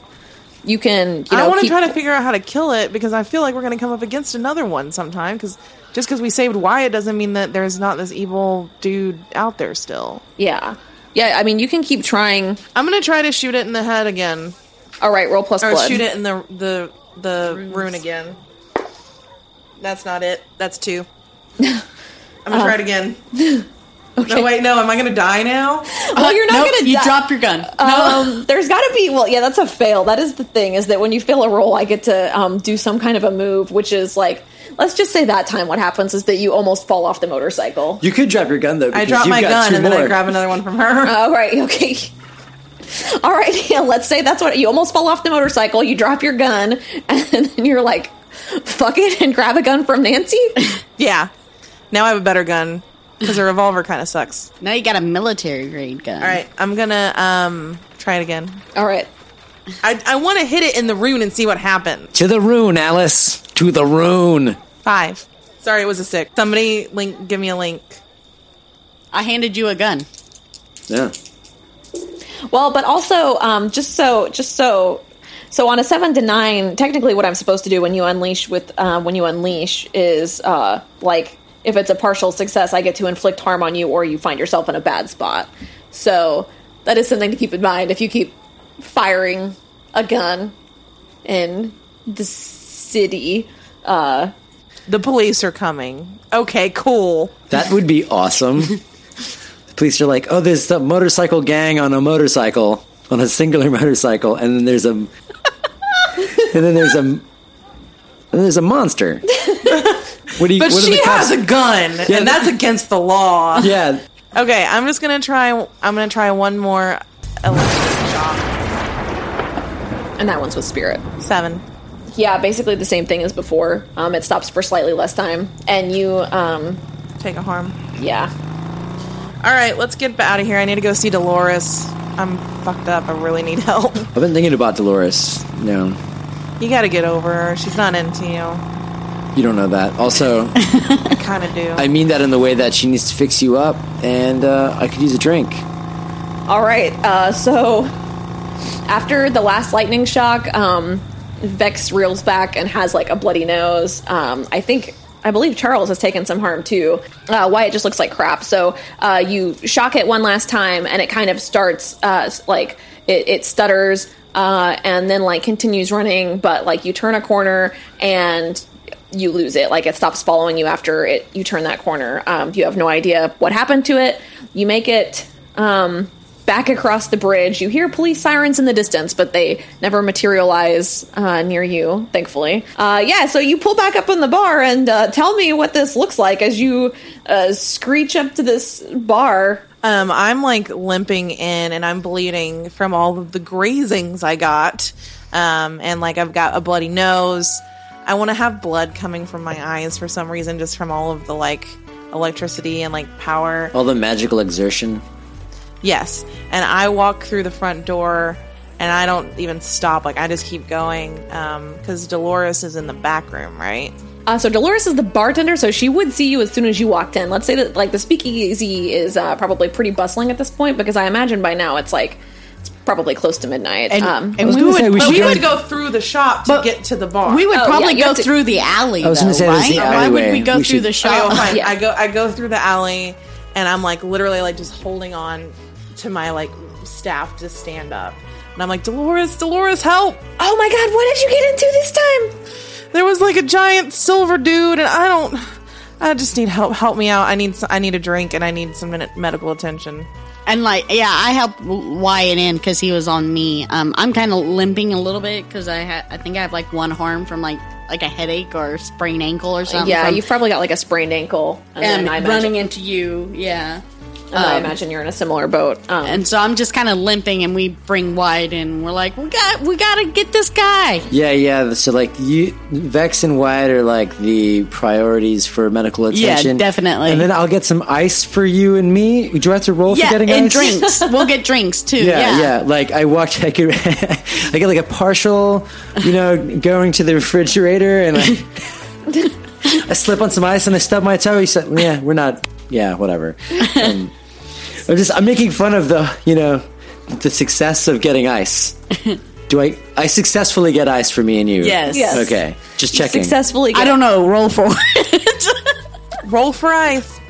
[SPEAKER 1] you can. You know,
[SPEAKER 2] I want to
[SPEAKER 1] keep-
[SPEAKER 2] try to figure out how to kill it because I feel like we're going to come up against another one sometime. Because just because we saved Wyatt doesn't mean that there's not this evil dude out there still.
[SPEAKER 1] Yeah, yeah. I mean, you can keep trying.
[SPEAKER 2] I'm going to try to shoot it in the head again,
[SPEAKER 1] All right, roll plus
[SPEAKER 2] or
[SPEAKER 1] blood.
[SPEAKER 2] shoot it in the the the rune again. That's not it. That's two. I'm gonna try
[SPEAKER 3] Oh.
[SPEAKER 2] it again. No, wait, no. Am I gonna die now?
[SPEAKER 1] Well, Oh, you're not
[SPEAKER 5] Nope,
[SPEAKER 1] gonna.
[SPEAKER 5] you
[SPEAKER 1] die-
[SPEAKER 5] drop your gun.
[SPEAKER 1] Um, there's got to be. Well, yeah, that's a fail. That is the thing is that when you fail a roll, I get to um, do some kind of a move, which is like, let's just say that time what happens is that you almost fall off the motorcycle.
[SPEAKER 3] You could drop your gun though.
[SPEAKER 2] I
[SPEAKER 3] because
[SPEAKER 2] drop
[SPEAKER 3] you've
[SPEAKER 2] my
[SPEAKER 3] got
[SPEAKER 2] gun
[SPEAKER 3] two
[SPEAKER 2] and then I
[SPEAKER 3] more.
[SPEAKER 2] grab another one from her.
[SPEAKER 1] All right, okay. All right, yeah, let's say that's what you almost fall off the motorcycle, you drop your gun, and then you're like, fuck it, and grab a gun from Nancy?
[SPEAKER 2] yeah. Now I have a better gun because a revolver kind of sucks.
[SPEAKER 4] Mm-hmm.
[SPEAKER 5] now you got a military grade gun.
[SPEAKER 2] All right, I'm gonna um try it again.
[SPEAKER 1] All right.
[SPEAKER 2] I I want to hit it in the rune and see what happens.
[SPEAKER 3] to the rune, Alice. To the rune.
[SPEAKER 2] Five. Sorry, it was a six. Somebody link, give me a link.
[SPEAKER 5] I handed you a gun.
[SPEAKER 3] Yeah.
[SPEAKER 1] Well, but also, um, just so, just so, so on a seven to nine, technically, what I'm supposed to do when you unleash with uh, when you unleash is uh, like if it's a partial success, I get to inflict harm on you, or you find yourself in a bad spot. So that is something to keep in mind if you keep firing a gun in the city. Uh,
[SPEAKER 2] The police are coming. Okay, cool.
[SPEAKER 3] That would be awesome. the police are like, oh, there's a motorcycle gang on a motorcycle, on a singular motorcycle, and then there's a, and then there's a, and there's a monster. What do you?
[SPEAKER 2] But
[SPEAKER 3] what do
[SPEAKER 2] she
[SPEAKER 3] the cops-
[SPEAKER 2] has a gun, and that's against the law.
[SPEAKER 3] Yeah,
[SPEAKER 2] Okay, I'm just gonna try. I'm gonna try one more electric shock.
[SPEAKER 1] and that one's with spirit.
[SPEAKER 2] Seven.
[SPEAKER 1] Yeah, basically the same thing as before. Um, it stops for slightly less time, and you, um,
[SPEAKER 2] Take a harm.
[SPEAKER 1] yeah,
[SPEAKER 2] All right, let's get out of here. I need to go see Dolores. I'm fucked up. I really need help.
[SPEAKER 3] I've been thinking about Dolores. No,
[SPEAKER 2] You gotta get over her. She's not into you. I
[SPEAKER 3] you don't know that. Also,
[SPEAKER 2] kind of do.
[SPEAKER 3] I mean that in the way that she needs to fix you up, and uh, I could use a drink.
[SPEAKER 1] All right. Uh, so after the last lightning shock, um, Vex reels back and has like a bloody nose. Um, I think. I believe Charles has taken some harm too. Uh, Wyatt just looks like crap. So uh, you shock it one last time, and it kind of starts uh, s- like it, it stutters uh, and then like continues running. But like you turn a corner and you lose it. Like it stops following you after it you turn that corner. Um, you have no idea what happened to it. You make it um, back across the bridge. You hear police sirens in the distance, but they never materialize uh, near you, thankfully. Uh, yeah, so you pull back up in the bar and uh, tell me what this looks like as you uh, screech up to this bar.
[SPEAKER 2] Um, I'm like limping in and I'm bleeding from all of the grazings I got. Um, and like I've got a bloody nose. I want to have blood coming from my eyes for some reason, just from all of the like electricity and like power.
[SPEAKER 3] All the magical exertion.
[SPEAKER 2] Yes. And I walk through the front door and I don't even stop. Like, I just keep going because Dolores is in the back room, right?
[SPEAKER 1] Uh, so Dolores is the bartender, so she would see you as soon as you walked in. Let's say that like the speakeasy is uh, probably pretty bustling at this point because I imagine by now it's like it's probably close to midnight.
[SPEAKER 5] And,
[SPEAKER 1] um,
[SPEAKER 5] and we
[SPEAKER 3] gonna
[SPEAKER 5] would,
[SPEAKER 3] say we
[SPEAKER 5] but
[SPEAKER 2] But we
[SPEAKER 5] we
[SPEAKER 3] should-
[SPEAKER 2] would
[SPEAKER 5] would,
[SPEAKER 2] go through the shop to
[SPEAKER 5] But
[SPEAKER 2] get to the bar.
[SPEAKER 5] we would
[SPEAKER 1] Oh, yeah,
[SPEAKER 5] probably
[SPEAKER 1] you
[SPEAKER 5] go
[SPEAKER 1] have to-
[SPEAKER 5] through the alley.
[SPEAKER 3] I was
[SPEAKER 5] though,
[SPEAKER 3] gonna say there's
[SPEAKER 5] right?
[SPEAKER 3] the
[SPEAKER 5] Why would
[SPEAKER 3] alleyway.
[SPEAKER 5] we go
[SPEAKER 3] We
[SPEAKER 5] through
[SPEAKER 3] should-
[SPEAKER 5] the
[SPEAKER 2] Okay, well,
[SPEAKER 5] shop?
[SPEAKER 2] fine.
[SPEAKER 1] Yeah.
[SPEAKER 2] I go I go through the alley and I'm like literally like just holding on to my like staff to stand up. And I'm like, Dolores, Dolores, help!
[SPEAKER 1] oh my god, what did you get into this time?
[SPEAKER 2] There was like a giant silver dude, and I don't. I just need help. Help me out. I need. s- I need a drink, and I need some minute medical attention.
[SPEAKER 5] And like, yeah, I helped Wyatt in because he was on me. Um, I'm kind of limping a little bit because I ha- I think I have like one harm from like like a headache or a sprained ankle or something.
[SPEAKER 1] yeah,
[SPEAKER 5] from-
[SPEAKER 1] you've probably got like a sprained ankle,
[SPEAKER 5] and
[SPEAKER 1] and, then I imagine,
[SPEAKER 5] running um, into you. Yeah.
[SPEAKER 1] and then I imagine you're in a similar boat. Um,
[SPEAKER 5] And so I'm just kind of limping, and we bring Wyatt in. We're like, we got, we got to get this guy.
[SPEAKER 3] Yeah, yeah. So like you, Vex and Wyatt are like the priorities for medical
[SPEAKER 5] Yeah,
[SPEAKER 3] attention.
[SPEAKER 5] definitely.
[SPEAKER 3] And then I'll get some ice for you and me. Do I have to roll for
[SPEAKER 5] Yeah,
[SPEAKER 3] getting
[SPEAKER 5] and
[SPEAKER 3] ice?
[SPEAKER 5] drinks. we'll get drinks too.
[SPEAKER 3] Yeah,
[SPEAKER 5] Yeah,
[SPEAKER 3] yeah, Like I walked, I could, I get like a partial, you know, going to the refrigerator and I, I slip on some ice and I stub my toe. He said, "Yeah, we're not. Yeah, whatever." Um, I'm just, I'm making fun of the, you know, the success of getting ice. Do I? I successfully get ice for me and you.
[SPEAKER 5] Yes. Yes.
[SPEAKER 3] Okay. Just checking.
[SPEAKER 1] successfully,
[SPEAKER 5] I
[SPEAKER 1] get-
[SPEAKER 5] don't know. Roll for it.
[SPEAKER 2] Roll for ice.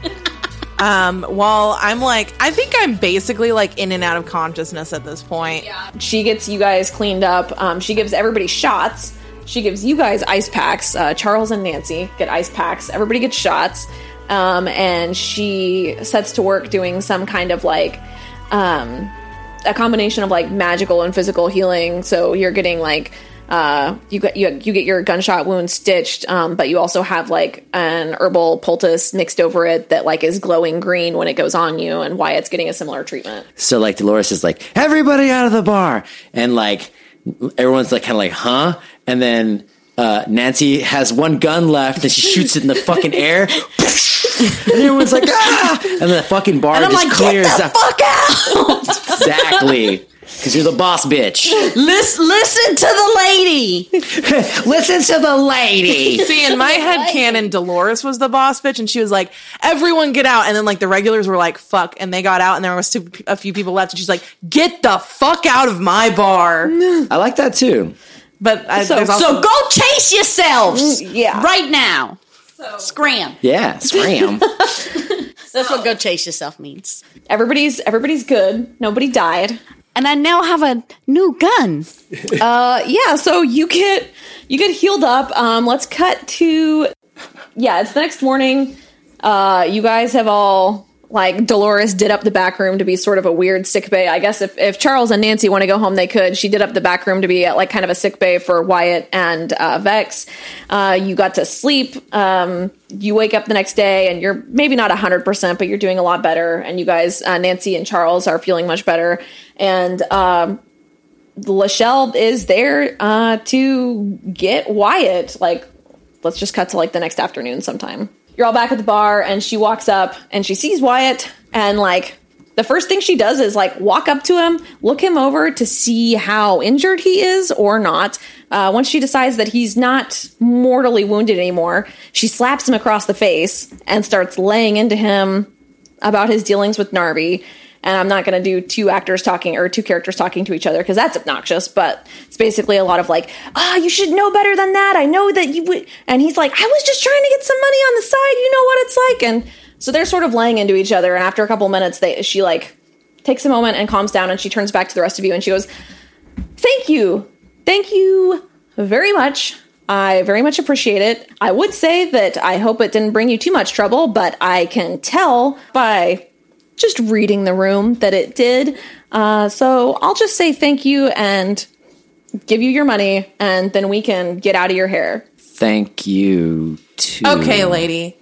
[SPEAKER 2] um. While I'm like, I think I'm basically like in and out of consciousness at this point.
[SPEAKER 1] She gets you guys cleaned up. Um, she gives everybody shots. She gives you guys ice packs. Uh, Charles and Nancy get ice packs. Everybody gets shots. Um, and she sets to work doing some kind of like um, a combination of like magical and physical healing. So you're getting like uh, you get you, you get your gunshot wound stitched, um, but you also have like an herbal poultice mixed over it that like is glowing green when it goes on you, and Wyatt's getting a similar treatment.
[SPEAKER 3] So like Dolores is like, everybody out of the bar, and like everyone's like kind of like, huh? And then uh, Nancy has one gun left, and she shoots it in the fucking air. and everyone's like, ah! And the fucking bar
[SPEAKER 5] I'm
[SPEAKER 3] just
[SPEAKER 5] like,
[SPEAKER 3] clears
[SPEAKER 5] get the
[SPEAKER 3] up.
[SPEAKER 5] fuck out.
[SPEAKER 3] exactly. Because you're the boss bitch.
[SPEAKER 5] listen, listen to the lady.
[SPEAKER 3] Listen to the lady.
[SPEAKER 2] See, in my head canon, Dolores was the boss bitch, and she was like, "Everyone get out!" And then like the regulars were like, "Fuck!" And they got out, and there was two, a few people left, and she's like, "Get the fuck out of my bar!"
[SPEAKER 3] I like that too.
[SPEAKER 2] But I,
[SPEAKER 1] So-
[SPEAKER 2] there's also
[SPEAKER 5] So go chase yourselves.
[SPEAKER 1] yeah.
[SPEAKER 5] right now. Scram.
[SPEAKER 3] Yeah, scram.
[SPEAKER 5] That's what go chase yourself means.
[SPEAKER 1] Everybody's everybody's good. Nobody died.
[SPEAKER 5] And I now have a new gun.
[SPEAKER 1] yeah so you get you get healed up um let's cut to yeah it's the next morning uh you guys have all like dolores did up the back room to be sort of a weird sick bay i guess if, if charles and nancy want to go home they could she did up the back room to be at like kind of a sick bay for wyatt and uh, vex uh, you got to sleep um, you wake up the next day and you're maybe not 100% but you're doing a lot better and you guys uh, nancy and charles are feeling much better and um, Lachelle is there uh, to get Wyatt. Like, let's just cut to like the next afternoon sometime. You're all back at the bar, and she walks up and she sees Wyatt, and like the first thing she does is like walk up to him, look him over to see how injured he is or not. Uh, once she decides that he's not mortally wounded anymore, she slaps him across the face and starts laying into him about his dealings with Narvi. And I'm not going to do two actors talking or two characters talking to each other because that's obnoxious. But it's basically a lot of like, ah, you should know better than that. I know that you would. And he's like, I was just trying to get some money on the side. You know what it's like. And so they're sort of laying into each other. And after a couple minutes, they she like takes a moment and calms down and she turns back to the rest of you and she goes, Thank you. Thank you very much. I very much appreciate it. I would say that I hope it didn't bring you too much trouble, but I can tell by just reading the room that it did. Uh, so I'll just say thank you and give you your money, and then we can get out of your hair.
[SPEAKER 3] Thank you too.
[SPEAKER 2] Okay, lady. Mm.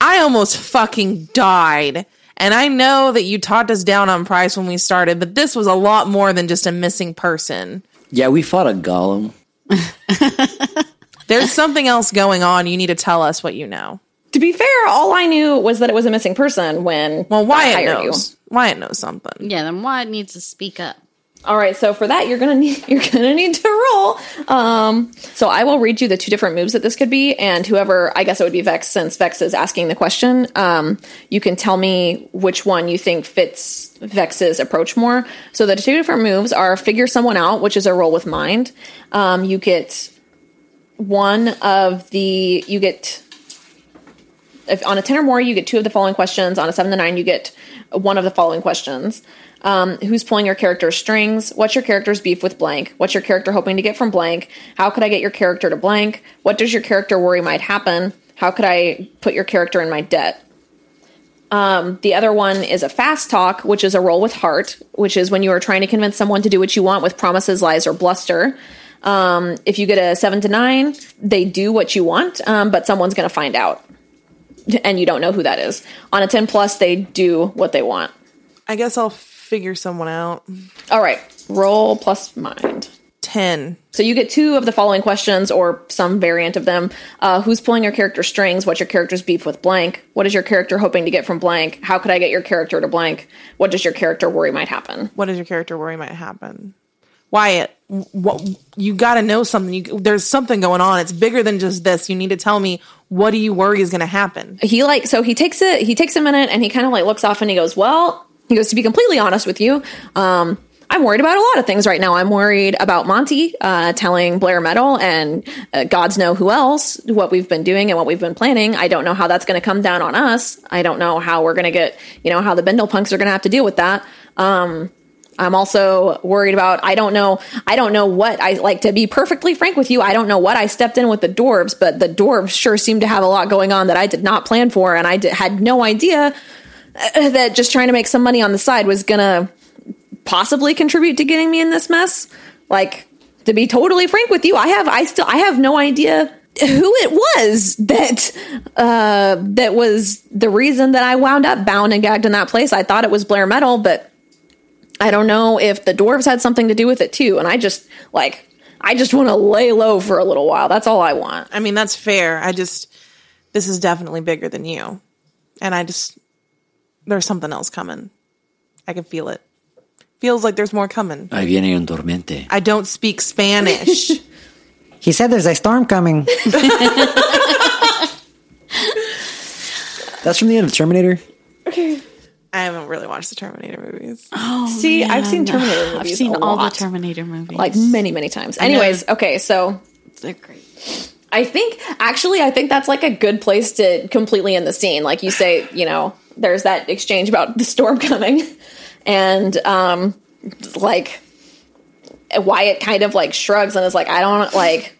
[SPEAKER 2] I almost fucking died. And I know that you talked us down on price when we started, but this was a lot more than just a missing person.
[SPEAKER 3] Yeah, we fought a golem.
[SPEAKER 2] There's something else going on. You need to tell us what you know.
[SPEAKER 1] To be fair, all I knew was that it was a missing person when
[SPEAKER 2] Well,
[SPEAKER 1] I
[SPEAKER 2] Wyatt
[SPEAKER 1] hired you.
[SPEAKER 2] knows. Wyatt knows something.
[SPEAKER 5] Yeah, then Wyatt needs to speak up.
[SPEAKER 1] All right, so for that you're gonna need you're gonna need to roll. Um, so I will read you the two different moves that this could be, and whoever I guess it would be Vex since Vex is asking the question. Um, you can tell me which one you think fits Vex's approach more. So the two different moves are figure someone out, which is a roll with mind. Um, you get one of the you get if on a 10 or more you get two of the following questions on a 7 to 9 you get one of the following questions um, who's pulling your character's strings what's your character's beef with blank what's your character hoping to get from blank how could i get your character to blank what does your character worry might happen how could i put your character in my debt Um, the other one is a fast talk, which is a roll with heart, which is when you are trying to convince someone to do what you want with promises, lies, or bluster. Um, if you get a seven to nine, they do what you want, um, but someone's going to find out, and you don't know who that is. On a ten plus, they do what they want.
[SPEAKER 2] I guess I'll figure someone out.
[SPEAKER 1] All right, roll plus mind.
[SPEAKER 2] Ten.
[SPEAKER 1] So you get two of the following questions, or some variant of them: uh, Who's pulling your character strings? What's your character's beef with blank? What is your character hoping to get from blank? How could I get your character to blank? What does your character worry might happen?
[SPEAKER 2] What does your character worry might happen? Wyatt, wh- what, you got to know something. You, there's something going on. It's bigger than just this. You need to tell me what do you worry is going to happen.
[SPEAKER 1] he like so he takes it he takes a minute and he kind of like looks off and he goes well he goes to be completely honest with you um i'm worried about a lot of things right now i'm worried about monty uh, telling blair metal and uh, god's know who else what we've been doing and what we've been planning i don't know how that's going to come down on us i don't know how we're going to get you know how the bindle punks are going to have to deal with that um I'm also worried about I don't know I don't know what I like to be perfectly frank with you I don't know what I stepped in with the dwarves but the dwarves sure seem to have a lot going on that I did not plan for and I did, had no idea uh, that just trying to make some money on the side was going to possibly contribute to getting me in this mess like to be totally frank with you I have I still I have no idea who it was that uh that was the reason that I wound up bound and gagged in that place I thought it was Blair Metal but I don't know if the dwarves had something to do with it too. And I just like I just want to lay low for a little while. That's all I want.
[SPEAKER 2] I mean, that's fair. I just, this is definitely bigger than you. And I just, there's something else coming. I can feel it. Feels like there's more coming.
[SPEAKER 6] Ahí viene un tormento.
[SPEAKER 2] I don't speak Spanish.
[SPEAKER 7] He said there's a storm coming.
[SPEAKER 3] That's from the end of Terminator.
[SPEAKER 2] I haven't really watched the Terminator movies.
[SPEAKER 1] Oh, See, I've seen Terminator movies.
[SPEAKER 5] I've seen
[SPEAKER 1] a
[SPEAKER 5] all
[SPEAKER 1] lot,
[SPEAKER 5] the Terminator movies.
[SPEAKER 1] like many, many times. Anyways, okay, so
[SPEAKER 5] they're great.
[SPEAKER 1] I think actually I think that's like a good place to completely end the scene. Like you say, you know, there's that exchange about the storm coming and um like Wyatt kind of like shrugs and is like, I don't like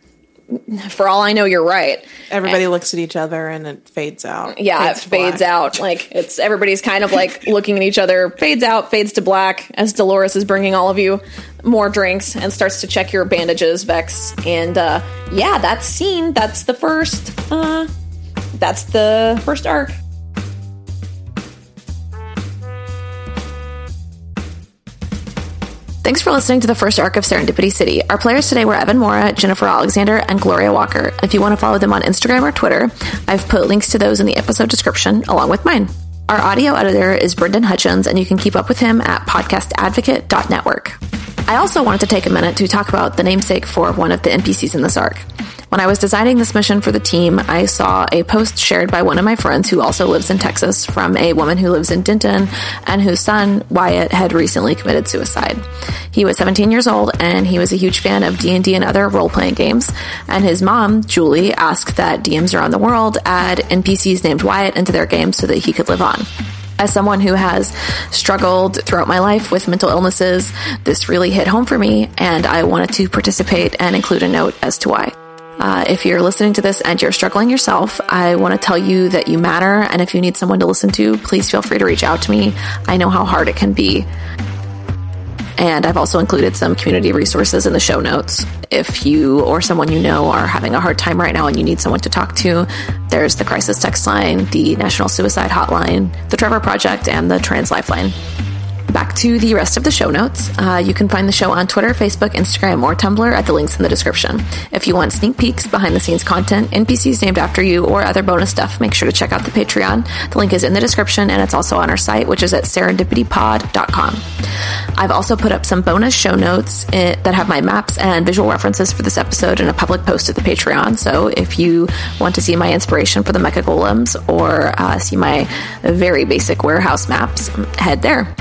[SPEAKER 1] for all I know you're right.
[SPEAKER 2] Everybody looks at each other and it fades out.
[SPEAKER 1] yeah it
[SPEAKER 2] to
[SPEAKER 1] fades
[SPEAKER 2] black.
[SPEAKER 1] out like it's everybody's kind of like looking at each other fades out fades to black as dolores is bringing all of you more drinks and starts to check your bandages vex and uh yeah that scene that's the first uh that's the first arc Thanks for listening to the first arc of Serendipity City. Our players today were Evan Mora, Jennifer Alexander, and Gloria Walker. If you want to follow them on Instagram or Twitter, I've put links to those in the episode description along with mine. Our audio editor is Brendan Hutchins, and you can keep up with him at podcastadvocate.network. I also wanted to take a minute to talk about the namesake for one of the NPCs in this arc. When I was designing this mission for the team, I saw a post shared by one of my friends who also lives in Texas from a woman who lives in Denton and whose son, Wyatt, had recently committed suicide. He was 17 years old and he was a huge fan of D&D and other role-playing games, and his mom, Julie, asked that DMs around the world add NPCs named Wyatt into their games so that he could live on. As someone who has struggled throughout my life with mental illnesses, this really hit home for me, and I wanted to participate and include a note as to why. Uh, if you're listening to this and you're struggling yourself, I want to tell you that you matter, and if you need someone to listen to, please feel free to reach out to me. I know how hard it can be. And I've also included some community resources in the show notes. If you or someone you know are having a hard time right now and you need someone to talk to, there's the crisis text line, the National Suicide Hotline, the Trevor Project, and the Trans Lifeline. Back back to the rest of the show notes. Uh, you can find the show on Twitter, Facebook, Instagram, or Tumblr at the links in the description. If you want sneak peeks, behind the scenes content, NPCs named after you, or other bonus stuff, make sure to check out the Patreon. The link is in the description and it's also on our site, which is at serendipitypod.com. I've also put up some bonus show notes eh, that have my maps and visual references for this episode in a public post at the Patreon. So if you want to see my inspiration for the Mecha Golems or uh, see my very basic warehouse maps, head there.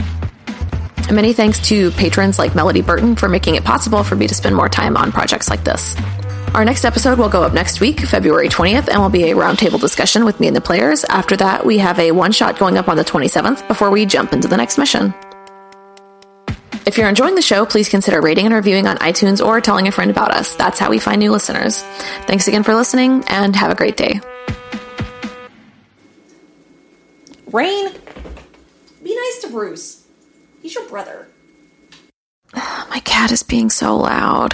[SPEAKER 1] Many thanks to patrons like Melody Burton for making it possible for me to spend more time on projects like this. Our next episode will go up next week, February 20th, and will be a roundtable discussion with me and the players. After that, we have a one shot going up on the 27th before we jump into the next mission. If you're enjoying the show, please consider rating and reviewing on iTunes or telling a friend about us. That's how we find new listeners. Thanks again for listening, and have a great day.
[SPEAKER 6] Rain, be nice to Bruce. He's your brother.
[SPEAKER 1] Oh, My cat is being so loud.